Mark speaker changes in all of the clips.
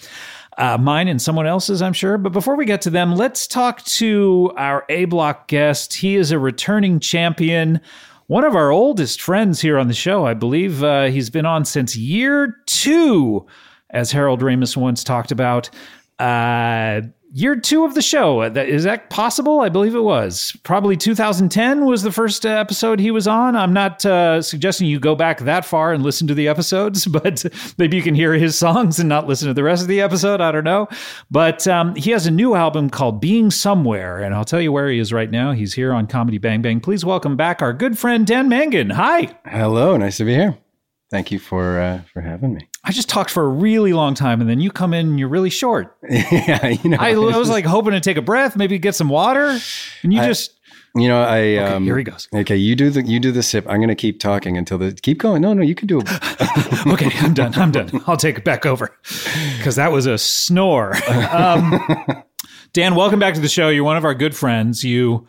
Speaker 1: uh, mine and someone else's, I'm sure. But before we get to them, let's talk to our A Block guest. He is a returning champion, one of our oldest friends here on the show. I believe uh, he's been on since year two, as Harold Ramis once talked about. Uh, year two of the show. Uh, that- Is that possible? I believe it was. Probably 2010 was the first uh, episode he was on. I'm not uh, suggesting you go back that far and listen to the episodes, but maybe you can hear his songs and not listen to the rest of the episode. I don't know. But um, he has a new album called Being Somewhere, and I'll tell you where he is right now. He's here on Comedy Bang Bang. Please welcome back our good friend Dan Mangan. Hi.
Speaker 2: Hello, nice to be here. Thank you for uh, for having me.
Speaker 1: I just talked for a really long time, and then you come in and you're really short.
Speaker 2: yeah, you know,
Speaker 1: I, I was like hoping to take a breath, maybe get some water, and you
Speaker 2: I-
Speaker 1: just.
Speaker 2: you know, I
Speaker 1: Okay,
Speaker 2: um,
Speaker 1: here he goes.
Speaker 2: Okay, you do the you do the sip. I'm gonna keep talking until the keep going. No, no, you can do it.
Speaker 1: okay, I'm done. I'm done. I'll take it back over because that was a snore. Um, Dan, welcome back to the show. You're one of our good friends. You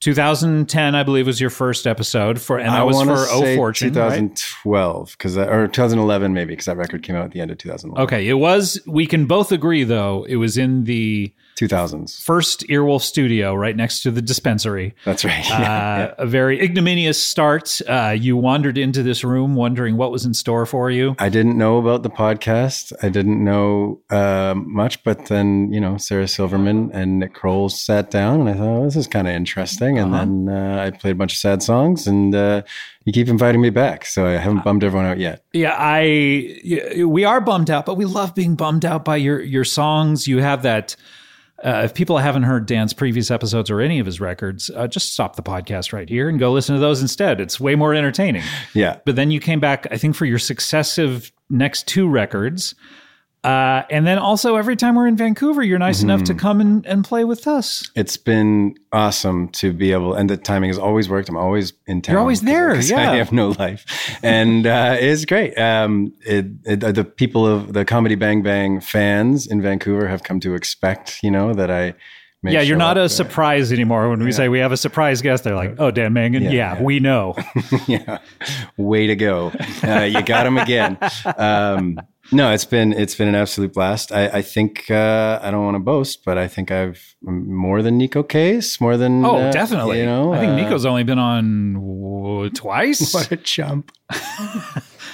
Speaker 1: 2010, I believe, was your first episode for, and
Speaker 2: I
Speaker 1: that was
Speaker 2: wanna
Speaker 1: for
Speaker 2: say
Speaker 1: Oh Fortune. right?
Speaker 2: 2012 because or 2011 maybe because that record came out at the end of 2011.
Speaker 1: Okay, it was. We can both agree, though, it was in the
Speaker 2: 2000s.
Speaker 1: first Earwolf studio, right next to the dispensary.
Speaker 2: That's right.
Speaker 1: Uh,
Speaker 2: Yeah.
Speaker 1: A very ignominious start. Uh, you wandered into this room wondering what was in store for you.
Speaker 2: I didn't know about the podcast. I didn't know uh, much, but then you know Sarah Silverman and Nick Kroll sat down, and I thought oh, this is kind of interesting. And then uh, I played a bunch of sad songs, and uh, you keep inviting me back, so I haven't bummed everyone out yet.
Speaker 1: Yeah, I yeah, we are bummed out, but we love being bummed out by your your songs. You have that. Uh, if people haven't heard Dan's previous episodes or any of his records, uh, just stop the podcast right here and go listen to those instead. It's way more entertaining.
Speaker 2: Yeah,
Speaker 1: But then you came back, I think, for your successive next two records. Uh, and then also, every time we're in Vancouver, you're nice enough to come and, and play with us.
Speaker 2: it's been awesome to be able, and the timing has always worked. I'm always in town.
Speaker 1: You're always
Speaker 2: 'cause I-
Speaker 1: there,
Speaker 2: 'cause
Speaker 1: yeah.
Speaker 2: I have no life, and uh, it's great. Um, it, it, the people of the Comedy Bang Bang fans in Vancouver have come to expect, you know, that I. may
Speaker 1: yeah, you're
Speaker 2: show
Speaker 1: not
Speaker 2: up
Speaker 1: a
Speaker 2: there.
Speaker 1: surprise anymore. When we say we have a surprise guest, they're like, oh, Dan Mangan. Yeah,
Speaker 2: yeah.
Speaker 1: we know.
Speaker 2: yeah way to go uh, you got him again um, no it's been it's been an absolute blast i, I think uh, i don't want to boast but i think i've more than nico case more than
Speaker 1: Oh,
Speaker 2: uh,
Speaker 1: definitely.
Speaker 2: you know
Speaker 1: I think
Speaker 2: uh,
Speaker 1: Nico's only been on w- twice.
Speaker 2: what a chump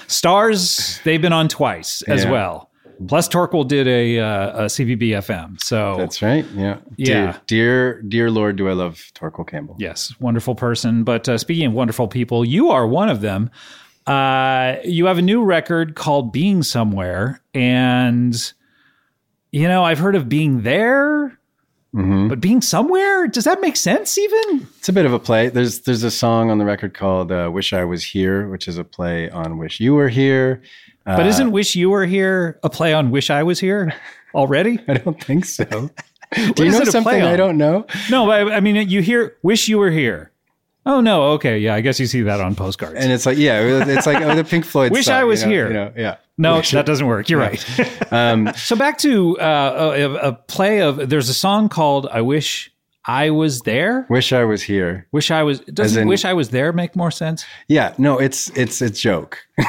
Speaker 1: Stars, they've been on twice as
Speaker 2: Yeah.
Speaker 1: well. Plus, Torquil did a, uh, a CVB FM. So
Speaker 2: that's right yeah
Speaker 1: Yeah.
Speaker 2: dear dear, dear lord do i love torquil campbell
Speaker 1: Yes, wonderful person. But uh, speaking of wonderful people, you are one of them. Uh, you have a new record called Being Somewhere. And, you know, I've heard of being there, but being somewhere, does that make sense even?
Speaker 2: it's a bit of a play there's there's a song on the record called uh, wish i was here which is a play on wish you were here
Speaker 1: But isn't Wish You Were Here a play on Wish I Was Here already?
Speaker 2: i don't think so do you
Speaker 1: is
Speaker 2: know
Speaker 1: it a play
Speaker 2: something i
Speaker 1: on?
Speaker 2: don't know
Speaker 1: no, but I, I mean, you hear Wish You Were Here. Oh, no. Okay. Yeah, I guess you see that on postcards.
Speaker 2: and it's like yeah it's like oh, the pink floyd
Speaker 1: Wish
Speaker 2: song,
Speaker 1: I was
Speaker 2: you know,
Speaker 1: here.
Speaker 2: you know, yeah Um,
Speaker 1: No,
Speaker 2: Wish-
Speaker 1: that doesn't work. You're right. so back to uh, a, a play of there's a song called "I Wish I Was There."
Speaker 2: wish i was here
Speaker 1: Wish I was doesn't
Speaker 2: in-
Speaker 1: "Wish I Was There" make more sense?
Speaker 2: yeah no it's it's a joke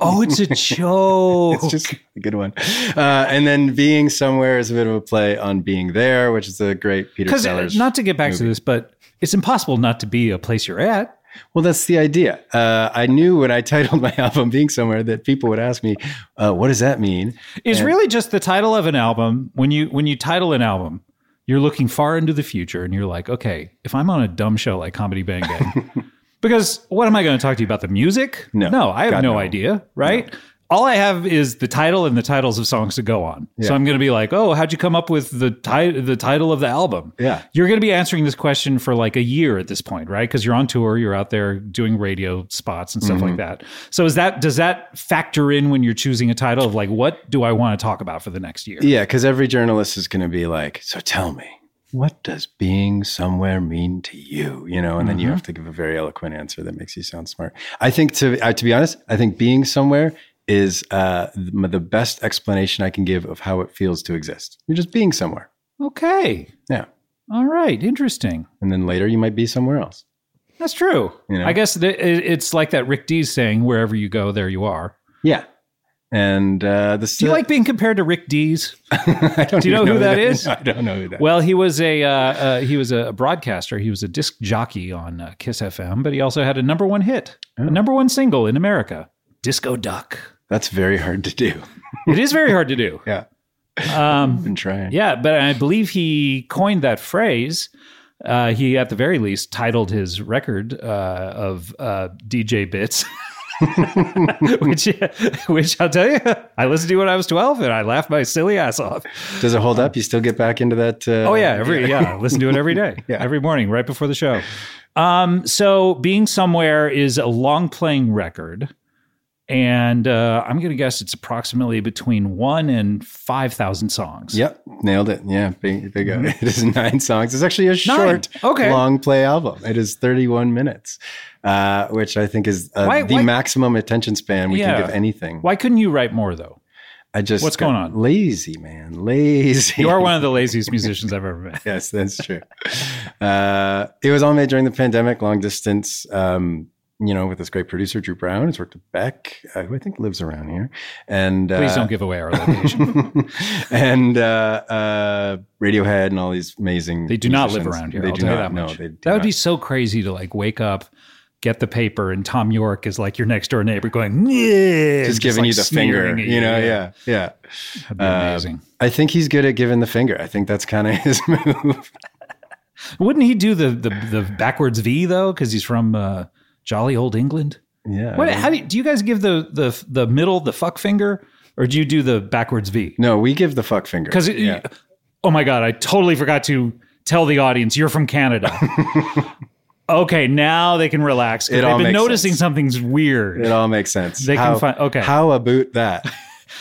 Speaker 1: Oh, it's a joke.
Speaker 2: it's just a good one uh, and then being somewhere is a bit of a play on being there which is a great peter
Speaker 1: Because
Speaker 2: sellers
Speaker 1: not to get back to this, but it's impossible not to be a place you're at.
Speaker 2: well that's the idea uh, i knew when i titled my album being somewhere that people would ask me uh, what does that mean
Speaker 1: It's really just the title of an album. When you when you title an album, you're looking far into the future, and you're like, okay, if I'm on a dumb show like Comedy Bang Bang, because what am I going to talk to you about the music?
Speaker 2: No.
Speaker 1: I have
Speaker 2: God,
Speaker 1: no,
Speaker 2: no.
Speaker 1: idea, right? All I have is the title and the titles of songs to go on. So I'm going to be like, oh, how'd you come up with the ti- the title of the album?
Speaker 2: Yeah.
Speaker 1: you're going to be answering this question for like a year at this point, right? Because you're on tour, you're out there doing radio spots and stuff
Speaker 2: Mm-hmm.
Speaker 1: like that. So is that does that factor in when you're choosing a title of like what do I want to talk about for the next year?
Speaker 2: yeah because every journalist is going to be like so tell me what does being somewhere mean to you you know and then
Speaker 1: Mm-hmm.
Speaker 2: you have to give a very eloquent answer that makes you sound smart i think to uh, to be honest i think being somewhere is uh, the the best explanation i can give of how it feels to exist you're just being somewhere
Speaker 1: Okay,
Speaker 2: yeah
Speaker 1: all right, interesting.
Speaker 2: and then later you might be somewhere else
Speaker 1: That's true.
Speaker 2: You know?
Speaker 1: I guess th- it- it's like that Rick Dees saying, "Wherever you go, there you are."
Speaker 2: yeah and uh, the
Speaker 1: Do you like being compared to Rick Dees? Do you know who that is?
Speaker 2: I don't know who that.
Speaker 1: Well, he was a uh, uh, he was a broadcaster. He was a disc jockey on uh, Kiss FM, but he also had a number one hit, a number one single in America, Oh. "Disco Duck."
Speaker 2: That's very hard to do.
Speaker 1: It is very hard to do.
Speaker 2: Yeah,
Speaker 1: Um,
Speaker 2: been trying.
Speaker 1: yeah, but I believe he coined that phrase. Uh, he, at the very least, titled his record uh, of uh, DJ bits, which, which I'll tell you, I listened to when I was twelve, and I laughed my silly ass off.
Speaker 2: Does it hold up? You still get back into that? Uh,
Speaker 1: Oh yeah, every yeah, I listen to it every day,
Speaker 2: Yeah.
Speaker 1: every morning, right before the show. Um, so being somewhere is a long playing record, and uh, I'm going to guess it's approximately between one and five thousand songs.
Speaker 2: Yep, nailed it. Yeah, big, big uh, It is nine songs. It's actually a short,
Speaker 1: Mm-hmm. Okay.
Speaker 2: long play album. It is 31 minutes, uh, which I think is uh,
Speaker 1: Why-
Speaker 2: the
Speaker 1: why-
Speaker 2: maximum attention span we
Speaker 1: Yeah.
Speaker 2: can give anything.
Speaker 1: Why couldn't you write more though?
Speaker 2: I just
Speaker 1: what's
Speaker 2: got
Speaker 1: going on?
Speaker 2: Lazy man, lazy.
Speaker 1: You are one of the laziest musicians I've ever met.
Speaker 2: yes, that's true. Uh, it was all made during the pandemic, long distance. Um, you know, with this great producer Drew Brown, he's worked with Beck, uh, who I think lives around here, and
Speaker 1: Please
Speaker 2: uh,
Speaker 1: don't give away our location.
Speaker 2: and uh, uh, Radiohead and all these amazing.
Speaker 1: They do not live
Speaker 2: musicians.
Speaker 1: around here.
Speaker 2: They
Speaker 1: I'll
Speaker 2: do
Speaker 1: tell you
Speaker 2: not.
Speaker 1: that much.
Speaker 2: No, they do
Speaker 1: that would
Speaker 2: not.
Speaker 1: be so crazy to like wake up, get the paper, and Tom York is like your next door neighbor going, yeah,
Speaker 2: just, giving
Speaker 1: like,
Speaker 2: you the
Speaker 1: sneering
Speaker 2: finger.
Speaker 1: at
Speaker 2: You know, yeah, yeah.
Speaker 1: That'd be
Speaker 2: Uh,
Speaker 1: amazing.
Speaker 2: I think he's good at giving the finger. I think that's kind of his move.
Speaker 1: Wouldn't he do the the, the backwards V though? Because he's from uh, jolly old England.
Speaker 2: yeah.
Speaker 1: What, how do you, do you guys give the the the middle the fuck finger, or do you do the backwards V?
Speaker 2: no, we give the fuck finger.
Speaker 1: Because
Speaker 2: yeah.
Speaker 1: oh my god, I totally forgot to tell the audience you're from Canada. okay, now they can relax. 'cause
Speaker 2: It all
Speaker 1: They've been
Speaker 2: makes
Speaker 1: noticing
Speaker 2: sense.
Speaker 1: something's weird.
Speaker 2: it all makes sense.
Speaker 1: They can
Speaker 2: How-
Speaker 1: find- okay.
Speaker 2: How about that?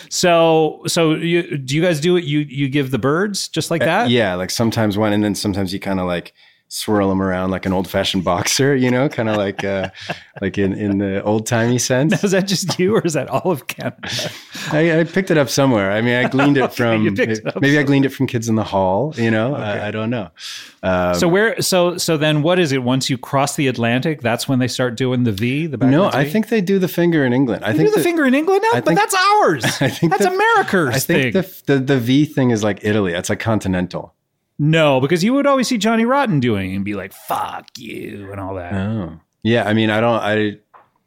Speaker 1: So, so you, do you guys do it? You you give the birds just like that?
Speaker 2: Uh, yeah, like sometimes one, and then sometimes you kind of like swirl them around like an old fashioned boxer. You know, kind of like uh, like in in the old timey sense.
Speaker 1: Is that just you, or is that all of Canada?
Speaker 2: I, I picked it up somewhere. I mean, I gleaned it from
Speaker 1: you picked it up
Speaker 2: maybe I gleaned it from kids in the hall. You know, I, I don't know. Um,
Speaker 1: so where? So so then, what is it? Once you cross the Atlantic, that's when they start doing the V. The backwards
Speaker 2: no, I
Speaker 1: V?
Speaker 2: think they do the finger in England. I
Speaker 1: They
Speaker 2: think
Speaker 1: do the
Speaker 2: that-
Speaker 1: finger in England now,
Speaker 2: I
Speaker 1: but
Speaker 2: think-
Speaker 1: that's ours.
Speaker 2: I think
Speaker 1: that's
Speaker 2: the-
Speaker 1: America's
Speaker 2: I think
Speaker 1: thing.
Speaker 2: the, the the V thing is like Italy. That's like continental.
Speaker 1: no, because you would always see Johnny Rotten doing it and be like, "Fuck you" and all that.
Speaker 2: Oh, yeah. I mean, I don't. I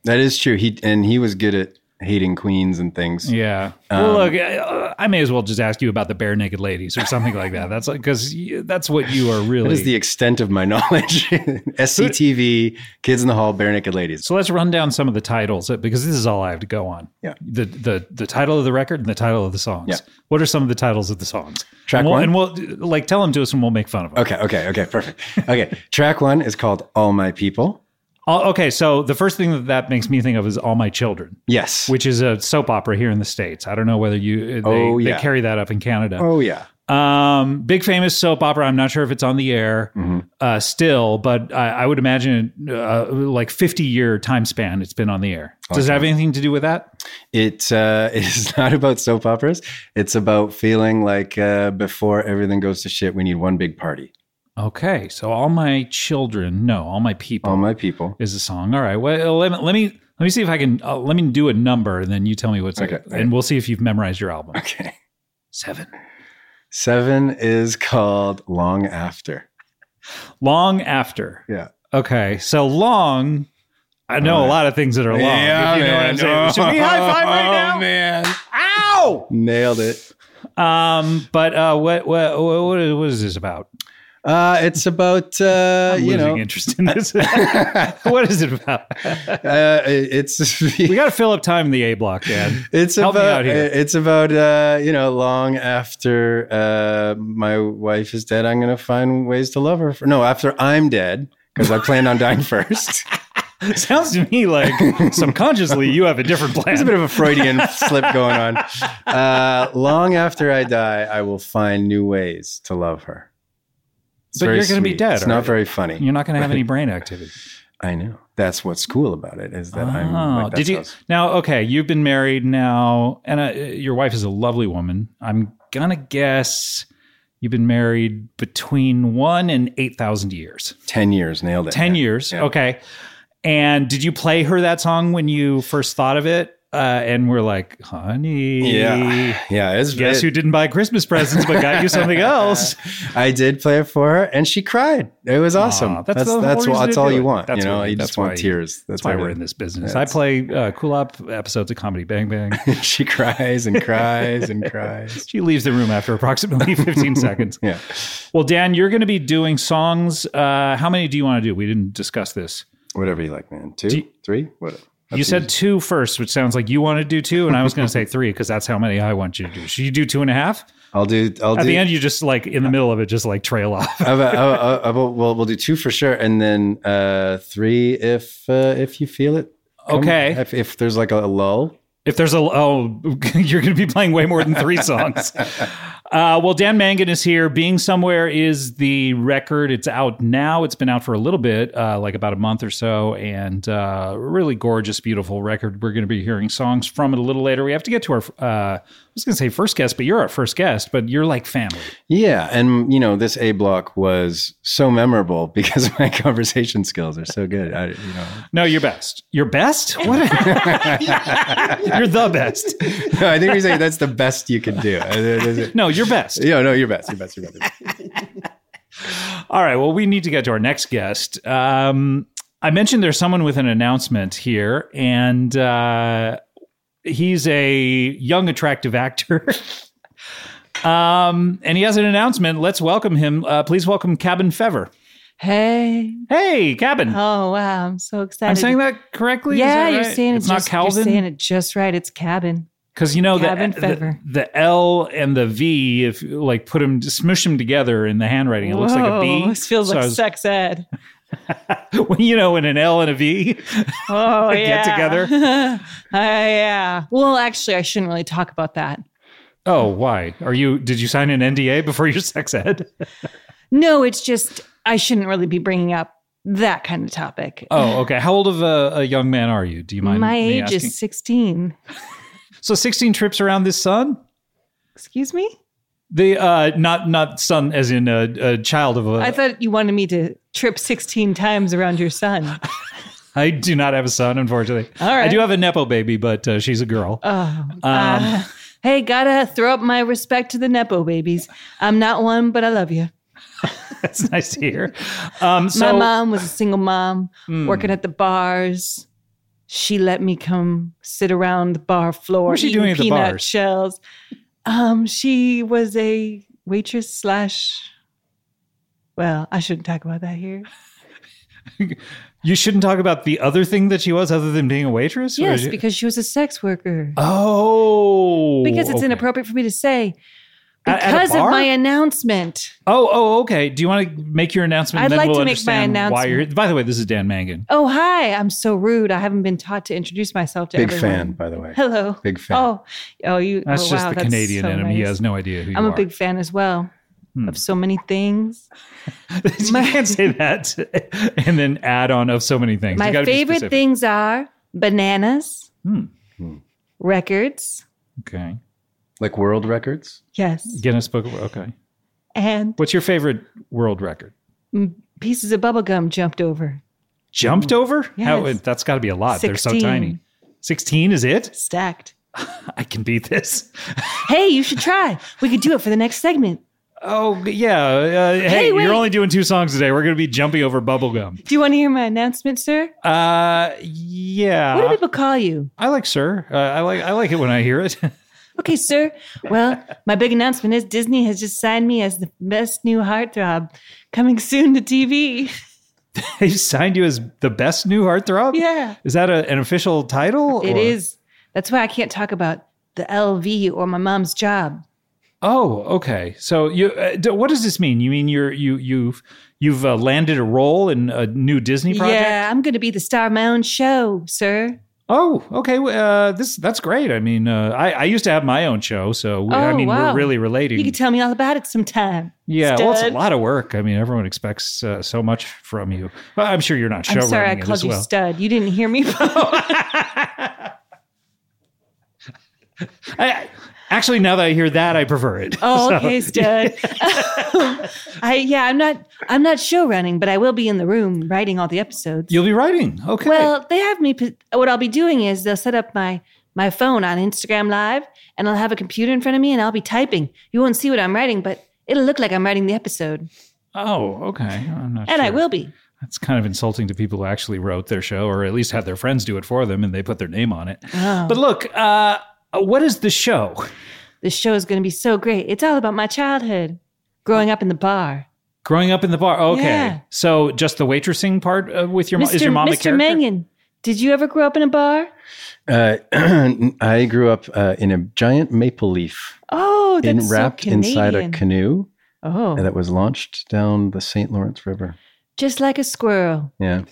Speaker 2: that is true. He and he was good at hating queens and things.
Speaker 1: Yeah.
Speaker 2: um,
Speaker 1: well, look, I, uh, I may as well just ask you about the bare naked ladies or something like that. That's like because that's what you are really.
Speaker 2: That is the extent of my knowledge. SCTV, Kids in the Hall, Bare Naked Ladies.
Speaker 1: So let's run down some of the titles uh, because this is all I have to go on.
Speaker 2: Yeah.
Speaker 1: The the the title of the record and the title of the songs.
Speaker 2: Yeah.
Speaker 1: What are some of the titles of the songs?
Speaker 2: Track
Speaker 1: and we'll,
Speaker 2: one?
Speaker 1: and we'll like tell them to us and we'll make fun of them.
Speaker 2: Okay, okay, okay, perfect. Okay, track one is called "All My People."
Speaker 1: Oh, okay. So the first thing that that makes me think of is All My Children,
Speaker 2: Yes.
Speaker 1: which is a soap opera here in the states. I don't know whether you uh, they,
Speaker 2: Oh,
Speaker 1: they
Speaker 2: yeah.
Speaker 1: carry that up in Canada.
Speaker 2: oh yeah.
Speaker 1: Um, big famous soap opera. I'm not sure if it's on the air
Speaker 2: Mm-hmm.
Speaker 1: uh, still, but I, I would imagine uh, like 50 year time span it's been on the air. Does it have anything to do with that?
Speaker 2: It uh, is not about soap operas. It's about feeling like uh, before everything goes to shit, we need one big party.
Speaker 1: Okay, so all my children, no, all my people
Speaker 2: All my people.
Speaker 1: is a song. All right, well, let me let me, let me see if I can. Uh, let me do a number, and then you tell me what's
Speaker 2: Okay,
Speaker 1: it,
Speaker 2: okay.
Speaker 1: and we'll see if you've memorized your album.
Speaker 2: Okay.
Speaker 1: Seven.
Speaker 2: Seven is called Long After.
Speaker 1: Long after.
Speaker 2: Yeah.
Speaker 1: Okay, so long. I know a lot of things that are long. if you know what I'm saying. Should we high five right
Speaker 2: Oh,
Speaker 1: now?
Speaker 2: man.
Speaker 1: Ow!
Speaker 2: Nailed it.
Speaker 1: Um, but uh, what what what, what is- what is this about?
Speaker 2: Uh, it's about, uh,
Speaker 1: I'm
Speaker 2: you
Speaker 1: losing
Speaker 2: know,
Speaker 1: interest in this. what is it about?
Speaker 2: uh, it's.
Speaker 1: we got to fill up time in the A block, Dan.
Speaker 2: It's
Speaker 1: Help me
Speaker 2: about
Speaker 1: out here.
Speaker 2: it's about uh, you know long after uh, my wife is dead, I'm gonna find ways to love her. For, no, after I'm dead because I planned on dying first.
Speaker 1: Sounds to me like subconsciously you have a different plan.
Speaker 2: There's a bit of a Freudian slip going on. Uh, long after I die, I will find new ways to love her. It's
Speaker 1: But
Speaker 2: very
Speaker 1: you're gonna be
Speaker 2: sweet.
Speaker 1: dead,
Speaker 2: It's not
Speaker 1: aren't you?
Speaker 2: very funny.
Speaker 1: You're not going to have any brain activity.
Speaker 2: I know. That's what's cool about it is that I'm.
Speaker 1: Oh,
Speaker 2: Like,
Speaker 1: did you
Speaker 2: that's-
Speaker 1: now? Okay, you've been married now, and uh, your wife is a lovely woman. I'm gonna guess you've been married between one and eight thousand years.
Speaker 2: Ten years nailed it.
Speaker 1: Ten
Speaker 2: man.
Speaker 1: years,
Speaker 2: Yeah.
Speaker 1: okay. And did you play her that song when you first thought of it? Uh, and we're like, honey,
Speaker 2: Yeah, yeah. It's,
Speaker 1: guess
Speaker 2: it-
Speaker 1: who didn't buy Christmas presents but got you something else?
Speaker 2: I did play it for her, and she cried. It was awesome.
Speaker 1: Aw, that's
Speaker 2: that's
Speaker 1: the whole
Speaker 2: that's that's,
Speaker 1: reason
Speaker 2: that's
Speaker 1: to
Speaker 2: all
Speaker 1: do it.
Speaker 2: you want.
Speaker 1: That's
Speaker 2: you know,
Speaker 1: why-
Speaker 2: you
Speaker 1: that's
Speaker 2: just want
Speaker 1: why-
Speaker 2: tears. That's,
Speaker 1: That's why
Speaker 2: what
Speaker 1: we're
Speaker 2: it
Speaker 1: in
Speaker 2: is.
Speaker 1: this business. I
Speaker 2: That's-
Speaker 1: play uh, Cool Up episodes of Comedy Bang Bang.
Speaker 2: she cries and cries and cries.
Speaker 1: She leaves the room after approximately 15 seconds.
Speaker 2: Yeah,
Speaker 1: Well, Dan, you're going to be doing songs. Uh, how many do you want to do? We didn't discuss this.
Speaker 2: whatever you like, man. Two,
Speaker 1: you-
Speaker 2: three, whatever.
Speaker 1: you said two first, which sounds like you want to do two, and I was going to say three because that's how many I want you to do. Should you do two and a half?
Speaker 2: I'll do. I'll
Speaker 1: At
Speaker 2: do.
Speaker 1: the end, you just like in the middle of it, just like trail off.
Speaker 2: I'll- I'll- I'll- I'll- well, we'll do two for sure, and then uh, three if uh, if you feel it. Come-
Speaker 1: Okay.
Speaker 2: If, if there's like a lull,
Speaker 1: If there's a oh, you're going to be playing way more than three songs. Uh, well, Dan Mangan is here. Being Somewhere is the record. It's out now. It's been out for a little bit, uh, like about a month or so, and uh, really gorgeous, beautiful record. We're going to be hearing songs from it a little later. We have to get to our, uh, I was going to say first guest, but you're our first guest, but you're like family.
Speaker 2: Yeah, and you know this A block was so memorable because my conversation skills are so good. I, you know,
Speaker 1: No, you're best. You're best? What? you're the best.
Speaker 2: No, I think we say that's the best you can do.
Speaker 1: No, you're best.
Speaker 2: Yeah, no, you're best. You're best. You're best.
Speaker 1: All right. Well, we need to get to our next guest. Um, I mentioned there's someone with an announcement here, and uh, he's a young, attractive actor. um, and he has an announcement. Let's welcome him. Uh, please welcome Cabin Fever.
Speaker 3: Hey.
Speaker 1: Hey, Cabin.
Speaker 3: Oh, wow. I'm so excited.
Speaker 1: I'm saying that correctly? Is
Speaker 3: Yeah,
Speaker 1: that
Speaker 3: you're
Speaker 1: right?
Speaker 3: saying it
Speaker 1: it's not
Speaker 3: just, You're saying
Speaker 1: Calvin
Speaker 3: it just right. It's cabin.
Speaker 1: because you know the,
Speaker 3: Cabin
Speaker 1: the
Speaker 3: Fever.
Speaker 1: the L and the V if you, like put them smush them together in the handwriting it looks like a B.
Speaker 3: Whoa, This feels
Speaker 1: So
Speaker 3: like
Speaker 1: I was-
Speaker 3: sex ed.
Speaker 1: when you know when an L and a V
Speaker 3: Oh,
Speaker 1: Get
Speaker 3: yeah.
Speaker 1: together.
Speaker 3: Uh, yeah. Well, actually, I shouldn't really talk about that.
Speaker 1: Oh, why? Are you did you sign an NDA before your sex ed?
Speaker 3: No, it's just I shouldn't really be bringing up that kind of topic.
Speaker 1: Oh, okay. How old of a, a young man are you? Do you mind
Speaker 3: My
Speaker 1: me
Speaker 3: age
Speaker 1: asking?
Speaker 3: is 16.
Speaker 1: So 16 trips around the sun?
Speaker 3: Excuse me?
Speaker 1: The uh not not son as in a, a child of a.
Speaker 3: I thought you wanted me to trip 16 times around your son.
Speaker 1: I do not have a son unfortunately.
Speaker 3: All right.
Speaker 1: I do have um, a nepo baby but uh, she's a girl.
Speaker 3: Oh, uh, hey, gotta throw up my respect to the Nepo babies. I'm not one, but I love you.
Speaker 1: That's nice to hear. Um
Speaker 3: my
Speaker 1: so hmm,
Speaker 3: mom was a single mom working at the bars. She let me come sit around the bar floor.
Speaker 1: What was she
Speaker 3: eating
Speaker 1: doing at the
Speaker 3: peanut
Speaker 1: bars?
Speaker 3: Shells. Um, she was a waitress slash. Well, I shouldn't talk about that here.
Speaker 1: you shouldn't talk about the other thing that she was other than being a waitress? Or is
Speaker 3: Yes,
Speaker 1: it-
Speaker 3: because she was a sex worker.
Speaker 1: Oh.
Speaker 3: because it's
Speaker 1: okay.
Speaker 3: inappropriate for me to say.
Speaker 1: At- at a
Speaker 3: Because of
Speaker 1: bar?
Speaker 3: my announcement.
Speaker 1: Oh, oh, okay. Do you want to make your announcement?
Speaker 3: I'd
Speaker 1: and then
Speaker 3: like
Speaker 1: we'll
Speaker 3: to make my
Speaker 1: understand Why you're,
Speaker 3: announcement.
Speaker 1: by the way, this is Dan Mangan.
Speaker 3: Oh, hi. I'm so rude. I haven't been taught to introduce myself to
Speaker 2: Big
Speaker 3: everyone.
Speaker 2: fan, by the way.
Speaker 3: Hello.
Speaker 2: Big fan.
Speaker 3: Oh, oh, you.
Speaker 1: That's
Speaker 3: oh,
Speaker 1: just
Speaker 3: wow,
Speaker 1: the
Speaker 3: that's
Speaker 1: Canadian
Speaker 3: so
Speaker 1: in him. He
Speaker 3: nice.
Speaker 1: has no idea who you
Speaker 3: I'm
Speaker 1: are. Hmm.
Speaker 3: a big fan as well of so many things.
Speaker 1: you can't say that and then add on of so many things. You
Speaker 3: My
Speaker 1: gotta be
Speaker 3: favorite
Speaker 1: specific. Hmm.
Speaker 3: things are bananas, records,
Speaker 1: Okay.
Speaker 2: Like world records.
Speaker 3: yes,
Speaker 1: Guinness Book. of- Okay.
Speaker 3: and
Speaker 1: What's your favorite world record?
Speaker 3: pieces of bubble gum jumped over.
Speaker 1: Jumped over? How-
Speaker 3: Yes.
Speaker 1: that's got to be a lot. They're so
Speaker 3: 16.
Speaker 1: tiny. 16 is it?
Speaker 3: Stacked.
Speaker 1: I can beat this.
Speaker 3: Hey, you should try. We could do it for the next segment.
Speaker 1: Oh, yeah. Uh, hey,
Speaker 3: wait.
Speaker 1: you're only doing two songs today. We're going to be jumping over bubblegum.
Speaker 3: Do you want to hear my announcement, sir?
Speaker 1: Uh, yeah.
Speaker 3: What do people call you?
Speaker 1: I like sir. Uh, I like I like it when I hear it.
Speaker 3: Okay, sir. Well, my big announcement is Disney has just signed me as the best new heartthrob coming soon to TV.
Speaker 1: they signed you as the best new heartthrob.
Speaker 3: Yeah.
Speaker 1: Is that a, an official title?
Speaker 3: It
Speaker 1: or-
Speaker 3: is. That's why I can't talk about the LV or my mom's job.
Speaker 1: Oh, okay. So you, uh, d- what does this mean? You mean you're you you've you've uh, landed a role in a new Disney project?
Speaker 3: Yeah, I'm going to be the star of my own show, sir.
Speaker 1: Oh, okay. Well, Uh, this that's great. I mean, uh, I I used to have my own show, so we- I
Speaker 3: Oh,
Speaker 1: mean
Speaker 3: wow.
Speaker 1: we're really relating.
Speaker 3: You can tell me all about it sometime.
Speaker 1: yeah, well, it's a
Speaker 3: stud.
Speaker 1: lot of work. I mean, everyone expects uh, so much from you. Well, I'm sure you're not show
Speaker 3: I'm sorry I
Speaker 1: running it
Speaker 3: called
Speaker 1: as
Speaker 3: you
Speaker 1: well.
Speaker 3: stud. You didn't hear me.
Speaker 1: I, actually, now that I hear that, I prefer it.
Speaker 3: oh, okay, stud. I yeah, I'm not I'm not show running, but I will be in the room writing all the episodes.
Speaker 1: You'll be writing. Okay.
Speaker 3: Well, they have me. p- What I'll be doing is they'll set up my my phone on Instagram Live, and I'll have a computer in front of me, and I'll be typing. You won't see what I'm writing, but it'll look like I'm writing the episode,
Speaker 1: oh, okay. I'm not
Speaker 3: and I
Speaker 1: sure.
Speaker 3: will be.
Speaker 1: That's kind of insulting to people who actually wrote their show or at least had their friends do it for them and they put their name on it.
Speaker 3: Oh.
Speaker 1: But look, uh, what is the show?
Speaker 3: This show is going to be so great. It's all about my childhood, growing up in the bar.
Speaker 1: Growing up in the bar. Okay.
Speaker 3: Yeah.
Speaker 1: So just the waitressing part uh, with your mom? Is your mom the
Speaker 3: Mr.
Speaker 1: character?
Speaker 3: Mangan, did you ever grow up in a bar?
Speaker 2: Uh, I grew up uh, in a giant maple leaf
Speaker 3: Oh, that's
Speaker 2: in, wrapped
Speaker 3: so
Speaker 2: inside a
Speaker 3: Canadian.
Speaker 2: canoe
Speaker 3: Oh,
Speaker 2: that was launched down the St. Lawrence River.
Speaker 3: just like a squirrel.
Speaker 2: Yeah.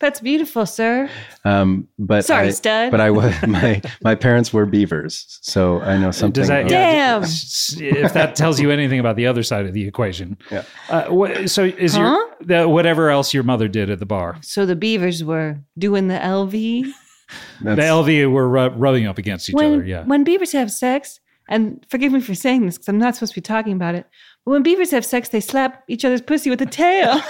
Speaker 3: That's beautiful, sir.
Speaker 2: Um, but
Speaker 3: Sorry,
Speaker 2: I,
Speaker 3: stud.
Speaker 2: But I was my my parents were beavers, so I know something.
Speaker 1: Does that,
Speaker 2: about-
Speaker 3: yeah.
Speaker 1: yeah,
Speaker 3: Damn.
Speaker 1: s- if that tells you anything about the other side of the equation.
Speaker 2: Yeah.
Speaker 1: Uh, wha- so is
Speaker 3: Huh?
Speaker 1: your the, whatever else your mother did at the bar?
Speaker 3: So the beavers were doing the LV.
Speaker 1: The
Speaker 2: That's-
Speaker 1: LV were ru- rubbing up against each
Speaker 3: when,
Speaker 1: other. Yeah.
Speaker 3: When beavers have sex, and forgive me for saying this because I'm not supposed to be talking about it, but when beavers have sex, they slap each other's pussy with a tail.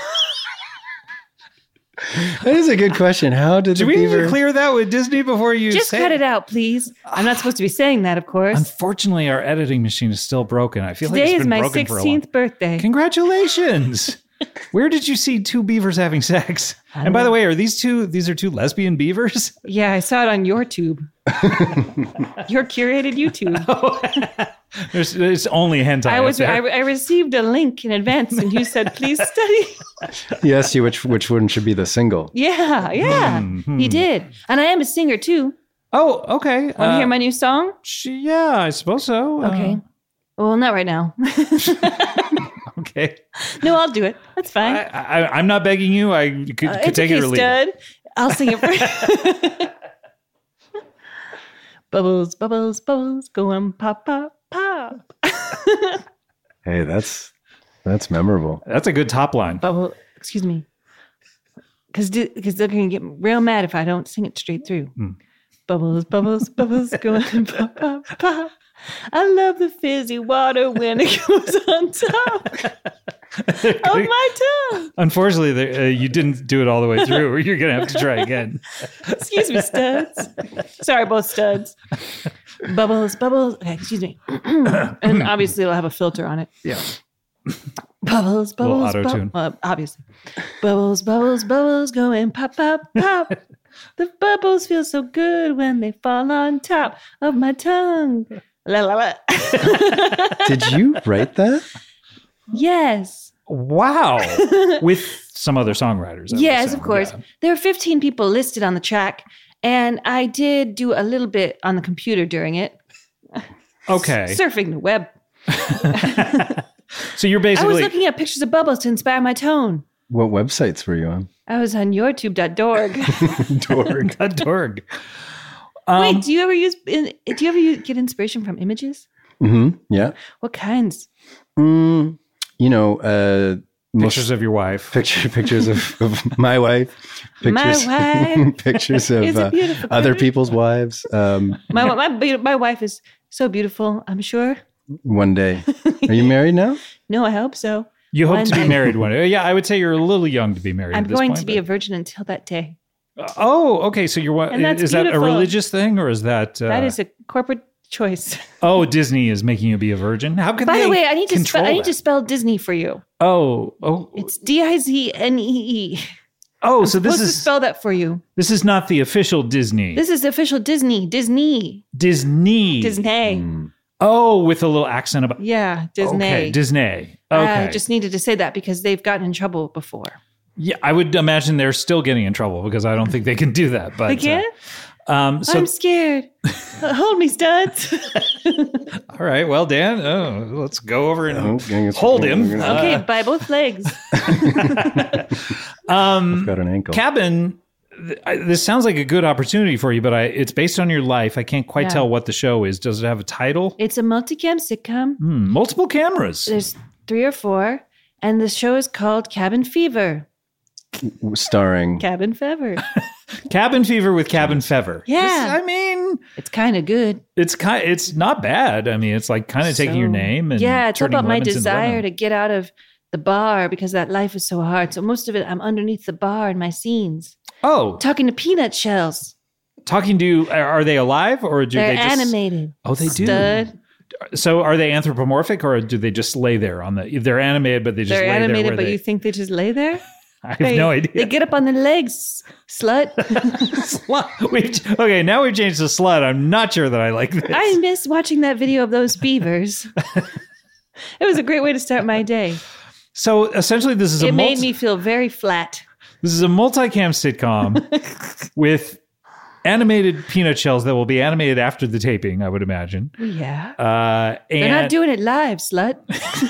Speaker 2: that is a good question. How did
Speaker 1: Do
Speaker 2: the
Speaker 1: we need
Speaker 2: beaver?
Speaker 1: to clear that with Disney before you
Speaker 3: Just
Speaker 1: say
Speaker 3: cut it out, please. I'm not supposed to be saying that, of course.
Speaker 1: Unfortunately, our editing machine is still broken. I feel like
Speaker 3: Today
Speaker 1: it's
Speaker 3: is
Speaker 1: been
Speaker 3: my
Speaker 1: broken for a long
Speaker 3: 16th birthday.
Speaker 1: Congratulations. Where did you see two beavers having sex? And by the way, are these two these are two lesbian beavers?
Speaker 3: yeah, I saw it on your tube. your curated YouTube.
Speaker 1: Oh. There's, there's only hentai.
Speaker 3: I
Speaker 1: up
Speaker 3: was I,
Speaker 1: there.
Speaker 3: I received a link in advance, and you said, "Please study."
Speaker 2: yes, you. Which which one should be the single?
Speaker 3: yeah, yeah,
Speaker 1: Hmm,
Speaker 3: you did. And I am a singer too.
Speaker 1: oh, okay.
Speaker 3: Want to
Speaker 1: Uh,
Speaker 3: hear my new song?
Speaker 1: sh- yeah, I suppose so. Uh,
Speaker 3: Okay. Well, not right now.
Speaker 1: okay.
Speaker 3: no, I'll do it. That's fine.
Speaker 1: I, I, I'm not begging you. I could,
Speaker 3: Uh,
Speaker 1: could
Speaker 3: it's
Speaker 1: take
Speaker 3: okay,
Speaker 1: it or leave. it.
Speaker 3: stud. I'll sing it for Bubbles, bubbles, bubbles, go on, pop, pop, pop.
Speaker 2: Hey, that's that's memorable.
Speaker 1: That's a good top line.
Speaker 3: Bubble, excuse me. Because they're going to get real mad if I don't sing it straight through. Bubbles, bubbles, bubbles, go on, pop, pop, pop. I love the fizzy water when it goes on top of Oh, my tongue.
Speaker 1: Unfortunately, the, uh, you didn't do it all the way through. You're going to have to try again.
Speaker 3: Excuse me, studs. Sorry, both studs. Bubbles, bubbles. Okay, excuse me. and obviously, it'll have a filter on it.
Speaker 1: Yeah.
Speaker 3: Bubbles,
Speaker 1: little
Speaker 3: bubbles,
Speaker 1: auto-tune.
Speaker 3: bub- well, obviously. Bubbles, bubbles, bubbles, going pop, pop, pop. the bubbles feel so good when they fall on top of my tongue. La la la.
Speaker 2: Did you write that?
Speaker 3: yes,
Speaker 1: Wow. With some other songwriters. I would
Speaker 3: yes,
Speaker 1: assume.
Speaker 3: of course.
Speaker 1: Yeah.
Speaker 3: There are 15 people listed on the track, and I did do a little bit on the computer during it,
Speaker 1: Okay.
Speaker 3: surfing the web.
Speaker 1: so you're
Speaker 3: I was
Speaker 1: basically.
Speaker 3: looking at pictures of bubbles to inspire my tone.
Speaker 2: What websites were you on?
Speaker 3: I was on yourtube.org.
Speaker 2: Dorg.
Speaker 1: a Um, dorg.
Speaker 3: Wait, do you ever use? in- Do you ever use, get inspiration from images?
Speaker 2: hmm Yeah.
Speaker 3: What kinds?
Speaker 2: Mm, you know, uh, most-
Speaker 1: Pictures of your wife.
Speaker 2: picture pictures of, of my wife,
Speaker 3: My
Speaker 2: pictures,
Speaker 3: wife
Speaker 2: pictures of
Speaker 3: is a
Speaker 2: uh,
Speaker 3: beautiful
Speaker 2: other
Speaker 3: creature.
Speaker 2: people's wives. Um,
Speaker 3: My, my my my wife is so beautiful. I'm sure.
Speaker 2: one day, are you married now?
Speaker 3: No, I hope so.
Speaker 1: You hope to be
Speaker 3: One-
Speaker 1: married one day. Yeah, I would say you're a little young to be married.
Speaker 3: I'm
Speaker 1: at this
Speaker 3: going
Speaker 1: point,
Speaker 3: to be a virgin until that day.
Speaker 1: but- Oh, okay. So you're what?
Speaker 3: And that's
Speaker 1: Is that a
Speaker 3: beautiful.
Speaker 1: religious thing or is that? Uh,
Speaker 3: that is a corporate choice.
Speaker 1: Oh, Disney is making you be a virgin. How could
Speaker 3: By
Speaker 1: they
Speaker 3: the way, I need to spe-
Speaker 1: control
Speaker 3: I need
Speaker 1: that?
Speaker 3: to spell Disney for you.
Speaker 1: Oh, oh,
Speaker 3: It's D I Z N E E.
Speaker 1: oh. So this
Speaker 3: Supposed to
Speaker 1: is
Speaker 3: spell that for you.
Speaker 1: this is not the official Disney.
Speaker 3: This is official Disney. Disney.
Speaker 1: Disney.
Speaker 3: Disney.
Speaker 2: Mm.
Speaker 1: Oh, with a little accent about.
Speaker 3: Yeah, Disney.
Speaker 1: Okay, Disney. Okay.
Speaker 3: Uh, I just needed to say that because they've gotten in trouble before.
Speaker 1: yeah, I would imagine they're still getting in trouble because I don't think they can do that. But
Speaker 3: They
Speaker 1: uh,
Speaker 3: can't?
Speaker 1: um, so
Speaker 3: I'm scared. Uh, Hold me, studs.
Speaker 1: All right. Well, Dan, oh, let's go over
Speaker 2: Oh,
Speaker 1: and
Speaker 2: dang, it's-
Speaker 1: hold him. Uh,
Speaker 3: okay, by both legs.
Speaker 1: um,
Speaker 2: Got an ankle.
Speaker 1: cabin. th- I- This sounds like a good opportunity for you, but I, it's based on your life. I can't quite
Speaker 3: Yeah.
Speaker 1: tell what the show is. Does it have a title?
Speaker 3: It's a multicam sitcom.
Speaker 1: Hmm, multiple cameras.
Speaker 3: There's three or four, and the show is called Cabin Fever.
Speaker 2: Starring.
Speaker 3: Cabin Fever.
Speaker 1: Cabin Fever with Cabin Fever.
Speaker 3: Yeah.
Speaker 1: This- I mean,
Speaker 3: It's kind of good.
Speaker 1: it's kind. It's not bad. I mean, it's like kind of taking your
Speaker 3: So-
Speaker 1: name and
Speaker 3: yeah, it's all
Speaker 1: turning
Speaker 3: about my
Speaker 1: lemons into
Speaker 3: desire
Speaker 1: lemon.
Speaker 3: to get out of the bar because that life is so hard. So most of it, I'm underneath the bar in my scenes,
Speaker 1: Oh,
Speaker 3: talking to peanut shells.
Speaker 1: talking to are- are they alive or do
Speaker 3: They're
Speaker 1: they just?
Speaker 3: animated.
Speaker 1: Oh, they do.
Speaker 3: Stud.
Speaker 1: So are they anthropomorphic or do they just lay there on the? They're animated, but they just
Speaker 3: They're
Speaker 1: lay there.
Speaker 3: animated,
Speaker 1: where
Speaker 3: but
Speaker 1: they-
Speaker 3: you think they just lay there?
Speaker 1: I have
Speaker 3: They-
Speaker 1: no idea.
Speaker 3: They get up on their legs, slut.
Speaker 1: slut. We've, okay, now we've changed the slut. I'm not sure that I like this.
Speaker 3: I miss watching that video of those beavers. it was a great way to start my day.
Speaker 1: so essentially, this is a
Speaker 3: It made
Speaker 1: multi,
Speaker 3: me feel very flat.
Speaker 1: this is a multicam sitcom with animated peanut shells that will be animated after the taping, I would imagine.
Speaker 3: Well, yeah.
Speaker 1: Uh,
Speaker 3: They're
Speaker 1: Oh, and
Speaker 3: not doing it live, slut.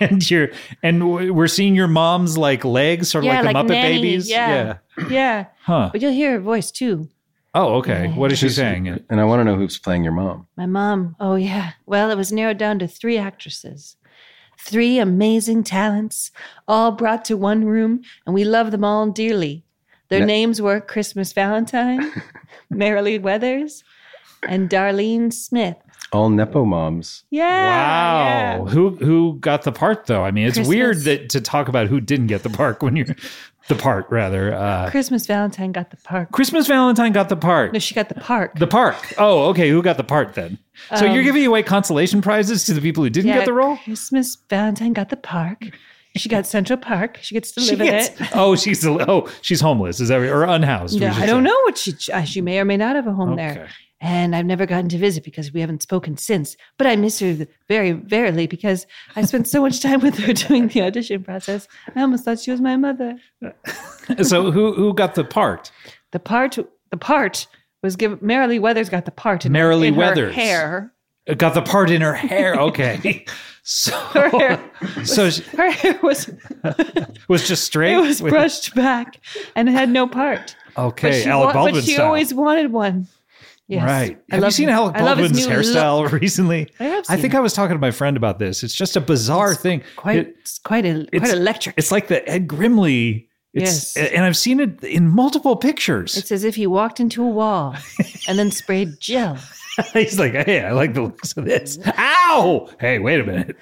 Speaker 1: and your and w- we're seeing your mom's like legs, sort of
Speaker 3: Yeah,
Speaker 1: like the
Speaker 3: like
Speaker 1: Muppet
Speaker 3: nannies,
Speaker 1: Babies.
Speaker 3: yeah. yeah.
Speaker 1: Huh.
Speaker 3: But you'll hear her voice too.
Speaker 1: Oh, okay. What is she saying?
Speaker 2: And I want to know who's playing your mom.
Speaker 3: My mom. Oh, yeah. Well, it was narrowed down to three actresses. Three amazing talents, all brought to one room, and we love them all dearly. Their
Speaker 2: Yeah.
Speaker 3: names were Christmas Valentine, Marilee Weathers, and Darlene Smith.
Speaker 2: All Nepo moms.
Speaker 3: Yeah.
Speaker 1: wow. Who who got the part though? I mean, it's weird
Speaker 3: Christmas.
Speaker 1: that to talk about who didn't get the part when you're the part rather.
Speaker 3: yeah.
Speaker 1: Uh,
Speaker 3: Christmas Valentine got the park.
Speaker 1: Christmas Valentine got the part.
Speaker 3: No, she got the park.
Speaker 1: The park. Oh, okay. Who got the part then? So you're
Speaker 3: Um,
Speaker 1: giving away consolation prizes to the people who didn't
Speaker 3: yeah,
Speaker 1: get the role.
Speaker 3: Christmas Valentine got the park. She got Central Park. She gets to live in it.
Speaker 1: Oh, she's oh she's homeless. Is that right? or unhoused? we
Speaker 3: No,
Speaker 1: should
Speaker 3: I don't
Speaker 1: say.
Speaker 3: know what she uh, she may or may not have a home
Speaker 1: Okay.
Speaker 3: there. And I've never gotten to visit because we haven't spoken since. But I miss her very verily because I spent so much time with her doing the audition process. I almost thought she was my mother.
Speaker 1: so who who got the part?
Speaker 3: The part the part was given Marilee Weathers got the part in,
Speaker 1: Marilee
Speaker 3: in her
Speaker 1: Weathers.
Speaker 3: hair.
Speaker 1: Uh, Got the part in her hair. Okay. So
Speaker 3: Her hair
Speaker 1: so she
Speaker 3: her hair was
Speaker 1: was just straight.
Speaker 3: it was
Speaker 1: with-
Speaker 3: brushed back and it had no part.
Speaker 1: Okay,
Speaker 3: but she,
Speaker 1: Alec
Speaker 3: wa-
Speaker 1: Baldwin
Speaker 3: but she
Speaker 1: style.
Speaker 3: always wanted one. Yes.
Speaker 1: Right.
Speaker 3: I
Speaker 1: Have you
Speaker 3: love
Speaker 1: seen
Speaker 3: him.
Speaker 1: Alec
Speaker 3: I love his
Speaker 1: Baldwin's
Speaker 3: new look.
Speaker 1: hairstyle recently?
Speaker 3: I have
Speaker 1: I
Speaker 3: seen
Speaker 1: think
Speaker 3: it.
Speaker 1: I was talking to my friend about this. It's just a bizarre thing.
Speaker 3: Quite
Speaker 1: It-
Speaker 3: it's quite a
Speaker 1: it's-
Speaker 3: quite electric.
Speaker 1: it's like the Ed Grimley. It's,
Speaker 3: Yes.
Speaker 1: And I've seen it in multiple pictures.
Speaker 3: It's as if he walked into a wall and then sprayed gel.
Speaker 1: He's like, hey, I like the looks of this.
Speaker 3: Mm-hmm.
Speaker 1: Ow! Hey, wait a minute.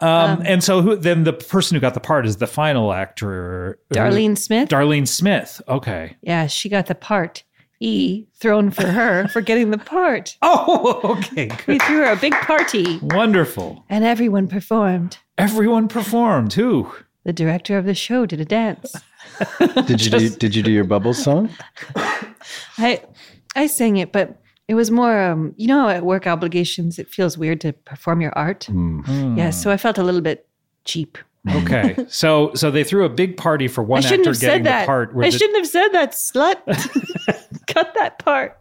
Speaker 1: Um, and so who, then the person who got the part is the final actor, who-
Speaker 3: Darlene Smith?
Speaker 1: Darlene Smith. Okay.
Speaker 3: yeah, she got the part. E thrown for her for getting the part.
Speaker 1: Oh, okay. Good.
Speaker 3: We threw her a big party
Speaker 1: Wonderful.
Speaker 3: and everyone performed.
Speaker 1: Everyone performed too.
Speaker 3: The director of the show did a dance.
Speaker 2: Did you do, did you do your Bubbles song?
Speaker 3: I I sang it, but it was more um, you know at work obligations it feels weird to perform your art.
Speaker 2: Hmm.
Speaker 1: Hmm.
Speaker 3: Yeah, so I felt a little bit cheap.
Speaker 1: Okay. So so they threw a big party for one
Speaker 3: I shouldn't
Speaker 1: actor
Speaker 3: have
Speaker 1: getting
Speaker 3: said
Speaker 1: the
Speaker 3: that.
Speaker 1: part.
Speaker 3: I
Speaker 1: the-
Speaker 3: shouldn't have said that, slut. Cut that part.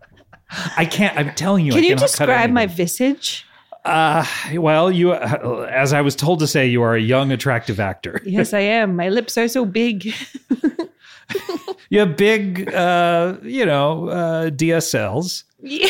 Speaker 1: I can't. I'm telling you.
Speaker 3: Can
Speaker 1: I
Speaker 3: you
Speaker 1: cannot cut
Speaker 3: describe my
Speaker 1: anything.
Speaker 3: visage?
Speaker 1: Uh, well, you, uh, as I was told to say, you are a young, attractive actor.
Speaker 3: Yes, I am. My lips are so big.
Speaker 1: You have big, uh, you know, uh, DSLs.
Speaker 3: Yeah.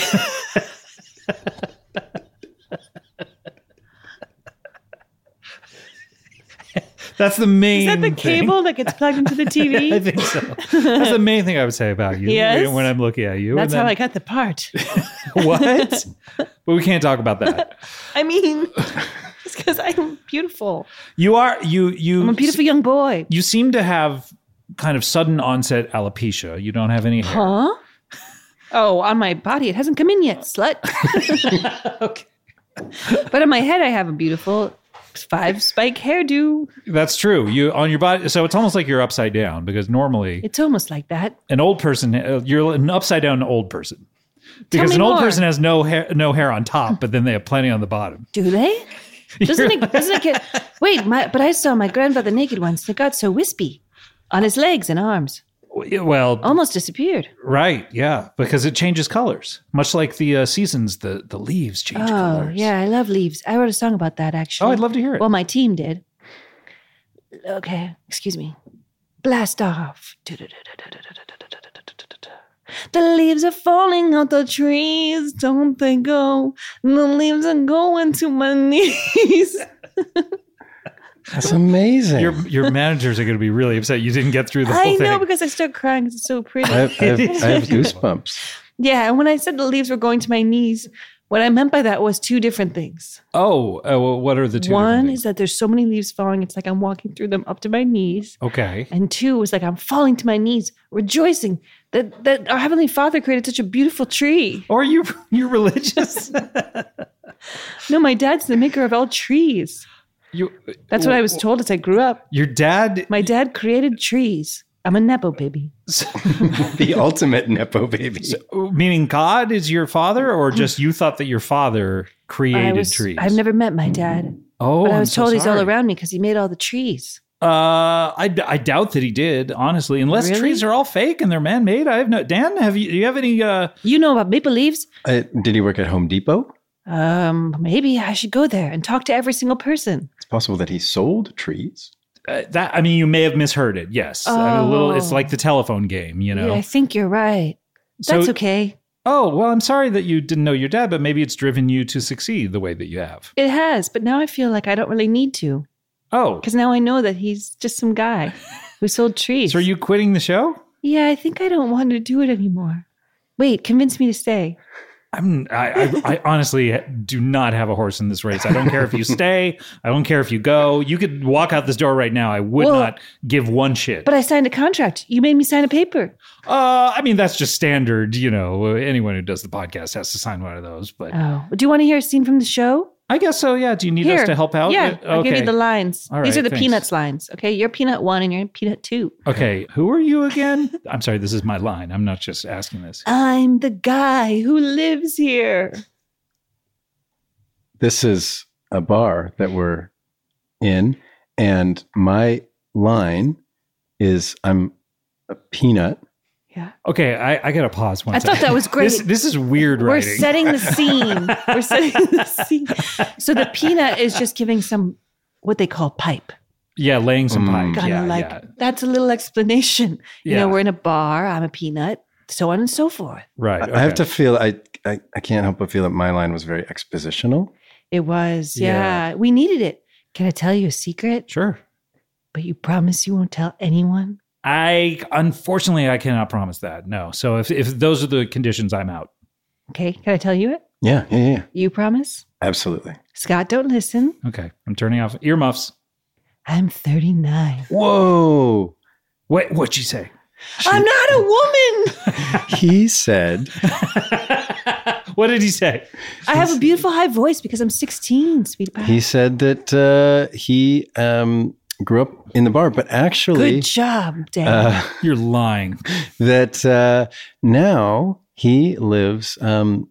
Speaker 1: That's the main.
Speaker 3: Is that the
Speaker 1: thing.
Speaker 3: cable that gets plugged into the
Speaker 1: I
Speaker 3: TV?
Speaker 1: think so. That's the main thing I would say about you
Speaker 3: Yes.
Speaker 1: when I'm looking at you.
Speaker 3: That's
Speaker 1: And
Speaker 3: how I
Speaker 1: then-
Speaker 3: got the part.
Speaker 1: what? but we can't talk about that.
Speaker 3: I mean, it's because I'm beautiful.
Speaker 1: You are you you
Speaker 3: I'm a beautiful young boy.
Speaker 1: you seem to have kind of sudden onset alopecia. You don't have any hair.
Speaker 3: Huh? Oh, on my body, it hasn't come in yet, slut.
Speaker 1: Okay.
Speaker 3: But on my head, I have a beautiful five spike hairdo.
Speaker 1: That's true. You on your body, so it's almost like you're upside down because normally
Speaker 3: It's almost like that.
Speaker 1: an old person, uh, you're an upside down old person. Because
Speaker 3: me
Speaker 1: an old
Speaker 3: more.
Speaker 1: person has no hair, no hair on top, but then they have plenty on the bottom.
Speaker 3: Do they? Doesn't it? Doesn't it get? Wait, my, but I saw my grandfather naked once. and It got so wispy on his legs and arms,
Speaker 1: Well,
Speaker 3: almost disappeared.
Speaker 1: right, yeah, because it changes colors, much like the uh, seasons. The the leaves change
Speaker 3: Oh,
Speaker 1: colors.
Speaker 3: yeah, I love leaves. I wrote a song about that actually.
Speaker 1: Oh, I'd love to hear it.
Speaker 3: Well, my team did. Okay, excuse me. Blast off. The leaves are falling out the trees. Don't they go? The leaves are going to my knees.
Speaker 2: That's amazing.
Speaker 1: Your your managers are going to be really upset you didn't get through the whole
Speaker 3: I
Speaker 1: thing.
Speaker 3: know because I start crying 'cause it's so pretty.
Speaker 2: I have, I, have, I have goosebumps.
Speaker 3: yeah, and when I said the leaves were going to my knees, what I meant by that was two different things.
Speaker 1: oh, uh, well, what are the two?
Speaker 3: One
Speaker 1: different
Speaker 3: is that there's so many leaves falling, it's like I'm walking through them up to my knees.
Speaker 1: things? okay.
Speaker 3: And two was like, I'm falling to my knees, rejoicing that, that our Heavenly Father created such a beautiful tree.
Speaker 1: Or you you're religious.
Speaker 3: No, my dad's the maker of all trees.
Speaker 1: you
Speaker 3: That's what I was told as I grew up.
Speaker 1: your dad.
Speaker 3: My dad created trees. I'm a Nepo baby.
Speaker 2: The ultimate Nepo baby.
Speaker 1: meaning God is your father, or just you thought that your father created
Speaker 3: I was,
Speaker 1: trees?
Speaker 3: I've never met my dad,
Speaker 1: Oh,
Speaker 3: but I
Speaker 1: I'm
Speaker 3: was
Speaker 1: so
Speaker 3: told he's all
Speaker 1: sorry.
Speaker 3: around me because he made all the trees.
Speaker 1: Uh, I, d- I doubt that he did, honestly. Unless
Speaker 3: Really?
Speaker 1: trees are all fake and they're man made, I have no. Dan, have you? Do you have any? Uh,
Speaker 3: You know about maple leaves?
Speaker 2: Uh, did he work at Home Depot?
Speaker 3: Um, maybe I should go there and talk to every single person.
Speaker 2: It's possible that he sold trees.
Speaker 1: uh, that I mean, you may have misheard it. Yes, I mean, a little. It's
Speaker 3: Oh.
Speaker 1: like the telephone game, you know.
Speaker 3: Yeah, I think you're right. That's
Speaker 1: So-
Speaker 3: okay.
Speaker 1: Oh well, I'm sorry that you didn't know your dad, but maybe it's driven you to succeed the way that you have.
Speaker 3: It has, but now I feel like I don't really need to
Speaker 1: Oh,
Speaker 3: because now I know that he's just some guy who sold trees.
Speaker 1: so are you quitting the show?
Speaker 3: Yeah, I think I don't want to do it anymore. Wait, convince me to stay.
Speaker 1: I'm. I, I, I honestly do not have a horse in this race. I don't care if you stay. I don't care if you go. You could walk out this door right now. I would
Speaker 3: Well-
Speaker 1: not give one shit.
Speaker 3: But I signed a contract. You made me sign a paper.
Speaker 1: Uh, I mean, that's just standard. You know, anyone who does the podcast has to sign one of those. But
Speaker 3: Oh, do you want to hear a scene from the show?
Speaker 1: I guess so. Yeah. Do you need
Speaker 3: Here.
Speaker 1: us to help out?
Speaker 3: Yeah,
Speaker 1: Oh, uh, okay.
Speaker 3: I'll give you the lines.
Speaker 1: All
Speaker 3: These
Speaker 1: right,
Speaker 3: are the
Speaker 1: thanks.
Speaker 3: peanuts lines. Okay, you're peanut one and you're peanut two.
Speaker 1: okay. Who are you again? I'm sorry. This is my line. I'm not just asking this.
Speaker 3: I'm the guy who lives here.
Speaker 2: This is a bar that we're in, and my line is I'm a peanut.
Speaker 3: Yeah,
Speaker 1: Okay. I, I got to pause one
Speaker 3: I thought
Speaker 1: second.
Speaker 3: that was great.
Speaker 1: This, this is weird
Speaker 3: We're
Speaker 1: writing.
Speaker 3: setting the scene. We're setting the scene. So the peanut is just giving some what they call pipe.
Speaker 1: yeah. Laying some
Speaker 2: Mm.
Speaker 1: pipe.
Speaker 3: Kind
Speaker 1: Yeah,
Speaker 3: of like
Speaker 1: yeah.
Speaker 3: that's a little explanation. You
Speaker 1: Yeah.
Speaker 3: know, we're in a bar. I'm a peanut. So on and so forth.
Speaker 1: Right.
Speaker 2: I, I have
Speaker 1: okay.
Speaker 2: to feel I, I I can't help but feel that my line was very expositional.
Speaker 3: It was,
Speaker 1: Yeah.
Speaker 3: yeah. We needed it. Can I tell you a secret?
Speaker 1: Sure.
Speaker 3: But you promise you won't tell anyone.
Speaker 1: I unfortunately I cannot promise that. No. So if if those are the conditions, I'm out.
Speaker 3: Okay. Can I tell you it?
Speaker 2: Yeah, yeah, yeah.
Speaker 3: You promise?
Speaker 2: Absolutely.
Speaker 3: Scott, don't listen.
Speaker 1: Okay. I'm turning off earmuffs.
Speaker 3: I'm 39.
Speaker 2: Whoa.
Speaker 1: What what'd you say?
Speaker 3: I'm not a woman.
Speaker 2: He said
Speaker 1: what did he say?
Speaker 3: I have a beautiful high voice because I'm 16, sweetie pie.
Speaker 2: he said that uh, he um, grew up in the bar, but actually
Speaker 3: Good job, Dad.
Speaker 2: uh,
Speaker 1: You're lying.
Speaker 2: that uh, now he lives um,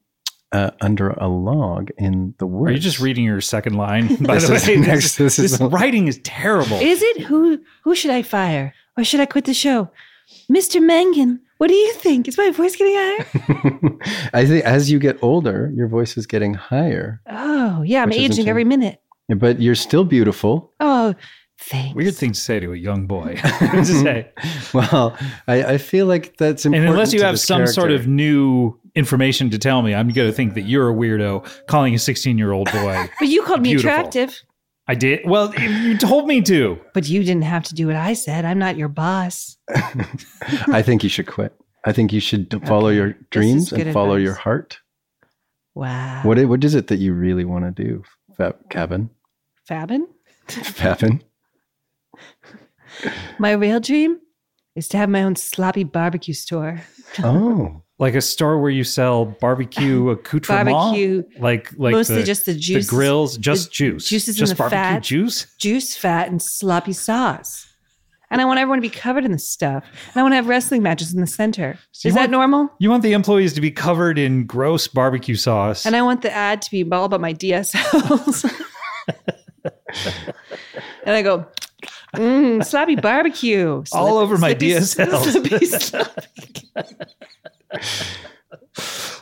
Speaker 2: uh, under a log in the
Speaker 1: Are
Speaker 2: woods.
Speaker 1: you just reading your second line? By
Speaker 2: This
Speaker 1: the
Speaker 2: is
Speaker 1: way,
Speaker 2: next-
Speaker 1: this,
Speaker 2: this is
Speaker 1: this
Speaker 2: the-
Speaker 1: writing is terrible.
Speaker 3: Is it who who should I fire? Or should I quit the show? Mr. Mangan, what do you think? Is my voice getting higher?
Speaker 2: I think as you get older, your voice is getting higher,
Speaker 3: Oh, yeah, I'm
Speaker 2: Which is
Speaker 3: aging
Speaker 2: insane.
Speaker 3: every minute.
Speaker 2: but you're still beautiful.
Speaker 3: Oh, thanks.
Speaker 1: Weird thing to say to a young boy. to say.
Speaker 2: Well, I, I feel like that's
Speaker 1: And
Speaker 2: important.
Speaker 1: unless you
Speaker 2: to
Speaker 1: have
Speaker 2: this
Speaker 1: some sort
Speaker 2: character.
Speaker 1: of new information to tell me, I'm going to think that you're a weirdo calling a 16 year old boy.
Speaker 3: But you called me
Speaker 1: Beautiful.
Speaker 3: attractive.
Speaker 1: I did. Well, you told me to.
Speaker 3: But you didn't have to do what I said. I'm not your boss.
Speaker 2: I think you should quit. I think you should follow
Speaker 3: Okay.
Speaker 2: your
Speaker 3: This is
Speaker 2: dreams and
Speaker 3: good
Speaker 2: follow
Speaker 3: advice.
Speaker 2: your heart.
Speaker 3: Wow.
Speaker 2: What i- what is it that you really want to do, Fab, Cabin?
Speaker 3: Fabin?
Speaker 2: Fabin?
Speaker 3: My real dream is to have my own sloppy barbecue store.
Speaker 2: Oh,
Speaker 1: Like a store where you sell barbecue accoutrement,
Speaker 3: Barbecue,
Speaker 1: like like
Speaker 3: mostly
Speaker 1: the,
Speaker 3: just the
Speaker 1: the
Speaker 3: juice,
Speaker 1: grills, just
Speaker 3: the
Speaker 1: juice,
Speaker 3: juices and
Speaker 1: just
Speaker 3: the
Speaker 1: barbecue
Speaker 3: fat.
Speaker 1: juice.
Speaker 3: juice, fat, and sloppy sauce. And I want everyone to be covered in this stuff. And I want to have wrestling matches in the center.
Speaker 1: So you
Speaker 3: is that
Speaker 1: want-
Speaker 3: normal?
Speaker 1: You want the employees to be covered in gross barbecue sauce.
Speaker 3: And I want the ad to be all about my DSLs. and I go, mm, sloppy barbecue. Slip-
Speaker 1: All over my
Speaker 3: slippy-
Speaker 1: DSLs.
Speaker 3: slippy slop."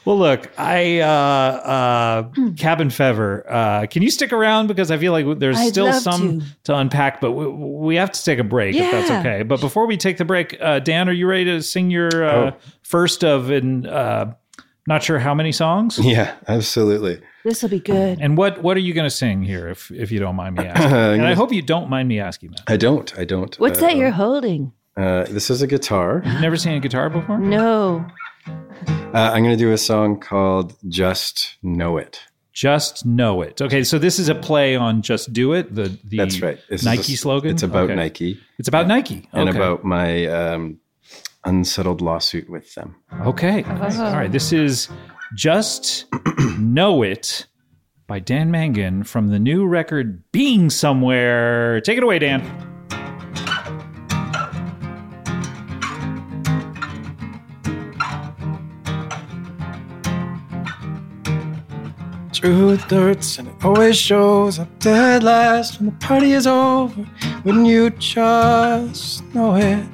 Speaker 1: well, look, I uh, uh,
Speaker 3: Hmm.
Speaker 1: cabin fever. Uh, can you stick around because I feel like there's
Speaker 3: I'd
Speaker 1: still
Speaker 3: love
Speaker 1: some to.
Speaker 3: to.
Speaker 1: unpack, but we, we have to take a break if that's
Speaker 3: Yeah.
Speaker 1: okay. But before we take the break, uh, Dan, are you ready to sing your uh,
Speaker 2: Oh.
Speaker 1: first of in uh, not sure how many songs?
Speaker 2: yeah, absolutely.
Speaker 3: this will be good.
Speaker 1: And what what are you going to sing here, if if you don't mind me asking?
Speaker 2: I'm
Speaker 1: and I
Speaker 2: gonna-
Speaker 1: hope you don't mind me asking that.
Speaker 2: I don't. I don't.
Speaker 3: What's
Speaker 2: uh,
Speaker 3: that you're holding?
Speaker 2: Uh, this is a guitar.
Speaker 1: You've never seen a guitar before?
Speaker 3: No.
Speaker 2: Uh, I'm going to do a song called "Just Know It."
Speaker 1: Just know it. Okay, so this is a play on "Just Do It." The the
Speaker 2: That's right. This is a
Speaker 1: Nike
Speaker 2: s-
Speaker 1: slogan.
Speaker 2: It's about
Speaker 1: Okay.
Speaker 2: Nike
Speaker 1: It's about Nike
Speaker 2: and
Speaker 1: Okay.
Speaker 2: about my um, unsettled lawsuit with them.
Speaker 1: okay. All right, this is "Just Know It" by Dan Mangan from the new record "Being Somewhere." Take it away, Dan.
Speaker 2: Truth hurts and it always shows up dead last when the party is over. Wouldn't you just know it?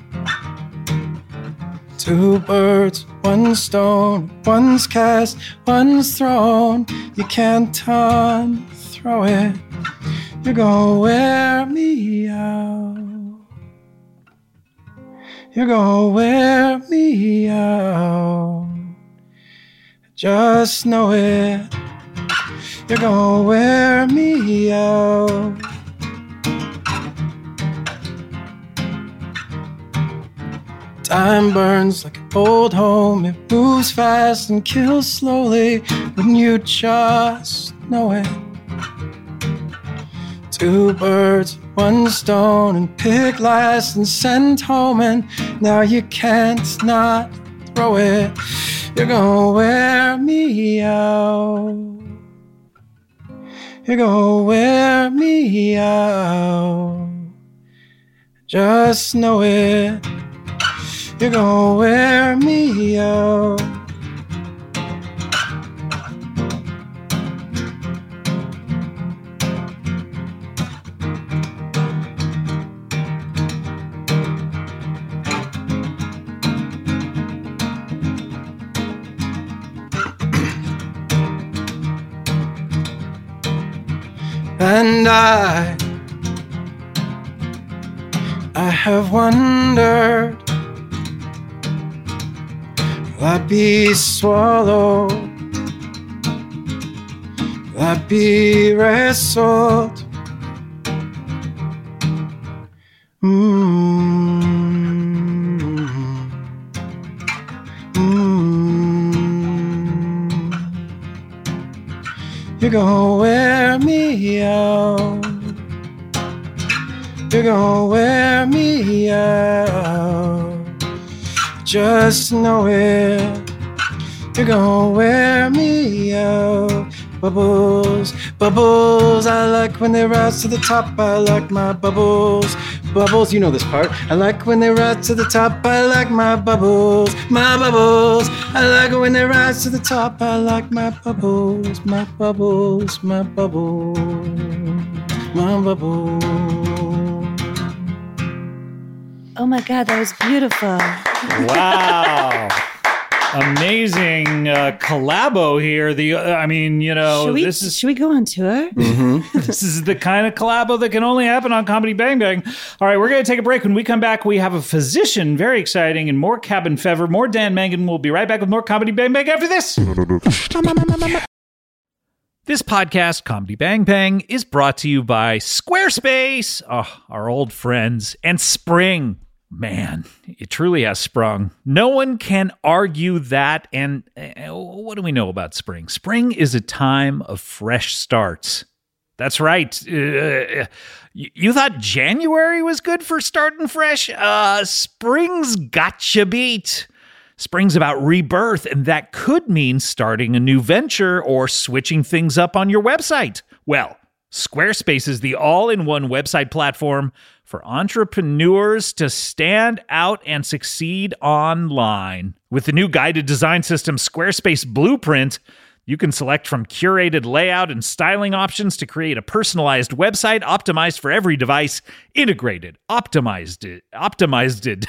Speaker 2: Two birds, one stone, one's cast, one's thrown. You can't unthrow it. You're gonna wear me out. You're gonna wear me out. Just know it. You're gonna wear me out. Time burns like an old home. It moves fast and kills slowly. Wouldn't you just know it? Two birds, one stone, and pick last and send home. And now you can't not throw it. You're gonna wear me out. You're gonna wear me out. Just know it. You're gonna wear me out. And I, I have wondered, will I be swallowed? Will I be wrestled? Mm-hmm. Mm. Mm. You're gonna wear me out. You're gonna wear me out. Just know it. You're gonna wear me out. Bubbles, bubbles. I like when they rise to the top. I like my bubbles, bubbles. You know this part. I like when they rise to the top. I like my bubbles, my bubbles. I like when they rise to the top. I like my bubbles, my bubbles, my bubbles, my bubbles.
Speaker 3: Oh my God, that was beautiful.
Speaker 1: Wow. Amazing uh, collabo here. The uh, I mean, you know,
Speaker 3: should, we,
Speaker 1: this is
Speaker 3: should we go on tour?
Speaker 1: this is the kind of collabo that can only happen on Comedy Bang Bang. All right, we're going to take a break. When we come back, we have a physician, very exciting, and more cabin fever, more Dan Mangan. We'll be right back with more Comedy Bang Bang after this. This podcast, Comedy Bang Bang, is brought to you by Squarespace, oh, our old friends, and Spring. Man, it truly has sprung. No one can argue that. And uh, what do we know about spring? Spring is a time of fresh starts. That's right. Uh, you you thought January was good for starting fresh? Uh, spring's gotcha beat. Spring's about rebirth, and that could mean starting a new venture or switching things up on your website. Well, Squarespace is the all in one website platform for entrepreneurs to stand out and succeed online. With the new guided design system, Squarespace Blueprint, you can select from curated layout and styling options to create a personalized website optimized for every device, integrated, optimized, it, optimized it.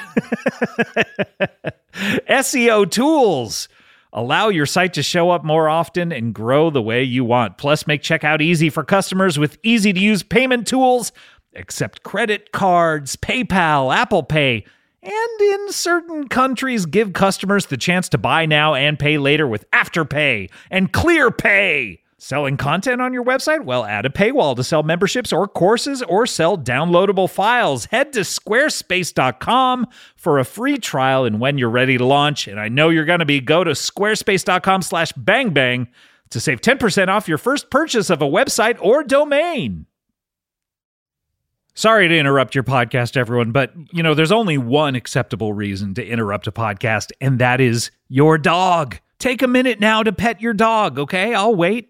Speaker 1: SEO E tools allow your site to show up more often and grow the way you want. Plus, make checkout easy for customers with easy to use payment tools. Accept credit cards, PayPal, Apple Pay, and in certain countries, give customers the chance to buy now and pay later with Afterpay and ClearPay. Selling content on your website? Well, add a paywall to sell memberships or courses or sell downloadable files. Head to squarespace.com for a free trial and when you're ready to launch, and I know you're going to be, go to squarespace.com slash bangbang to save 10% off your first purchase of a website or domain. Sorry to interrupt your podcast, everyone, but you know, there's only one acceptable reason to interrupt a podcast, and that is your dog. Take a minute now to pet your dog, okay? I'll wait.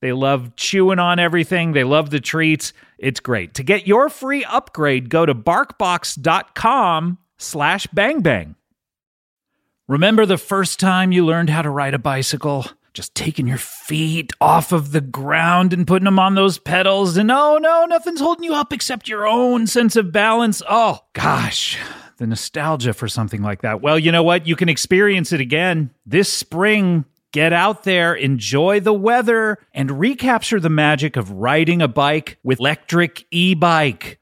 Speaker 1: They love chewing on everything. They love the treats. It's great. To get your free upgrade, go to barkbox.com slash bangbang. Remember the first time you learned how to ride a bicycle? Just taking your feet off of the ground and putting them on those pedals, and oh no, nothing's holding you up except your own sense of balance. Oh gosh, the nostalgia for something like that. Well, you know what? You can experience it again this spring. Get out there, enjoy the weather, and recapture the magic of riding a bike with electric e bike.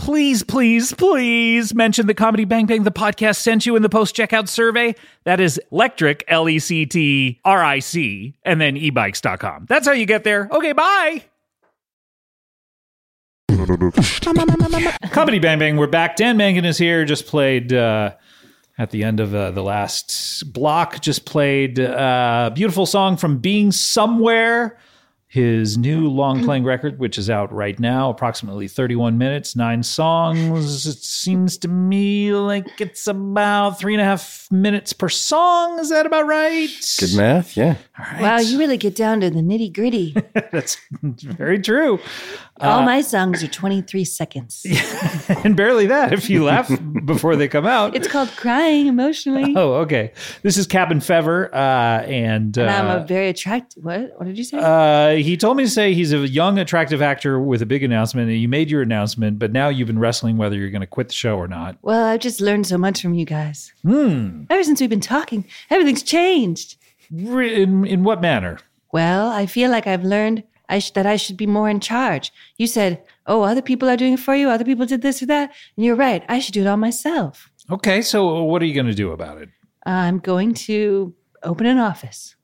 Speaker 1: please, please, please mention the Comedy Bang Bang the podcast sent you in the post checkout survey. That is electric, L E C T R I C, and then ebikes.com. That's how you get there. Okay, bye.
Speaker 4: Comedy Bang Bang, we're back. Dan Mangan is here. Just played uh, at the end of uh, the last block. Just played uh, a beautiful song from Being Somewhere, his new long playing record, which is out right now. Approximately 31 minutes, nine songs. It seems to me like it's about three and a half minutes per song. Is that about right?
Speaker 2: Good math, yeah.
Speaker 4: All right.
Speaker 3: Wow, you really get down to the nitty gritty.
Speaker 4: That's very true.
Speaker 3: All my songs are 23 seconds.
Speaker 4: and barely that if you laugh before they come out.
Speaker 3: It's called crying emotionally.
Speaker 4: oh, okay. This is Cabin Fever, uh, and, uh,
Speaker 3: and I'm a very attractive. What? What did you say?
Speaker 4: uh, he told me to say he's a young, attractive actor with a big announcement, and you made your announcement, but now you've been wrestling whether you're going to quit the show or not.
Speaker 3: well, I've just learned so much from you guys. Ever since we've been talking, everything's changed.
Speaker 4: Re- In, in what manner?
Speaker 3: Well, I feel like I've learned I sh- that I should be more in charge. You said, "Oh, other people are doing it for you. Other people did this or that," and you're right. I should do it all myself.
Speaker 4: Okay, so what are you going to do about it?
Speaker 3: I'm going to open an office.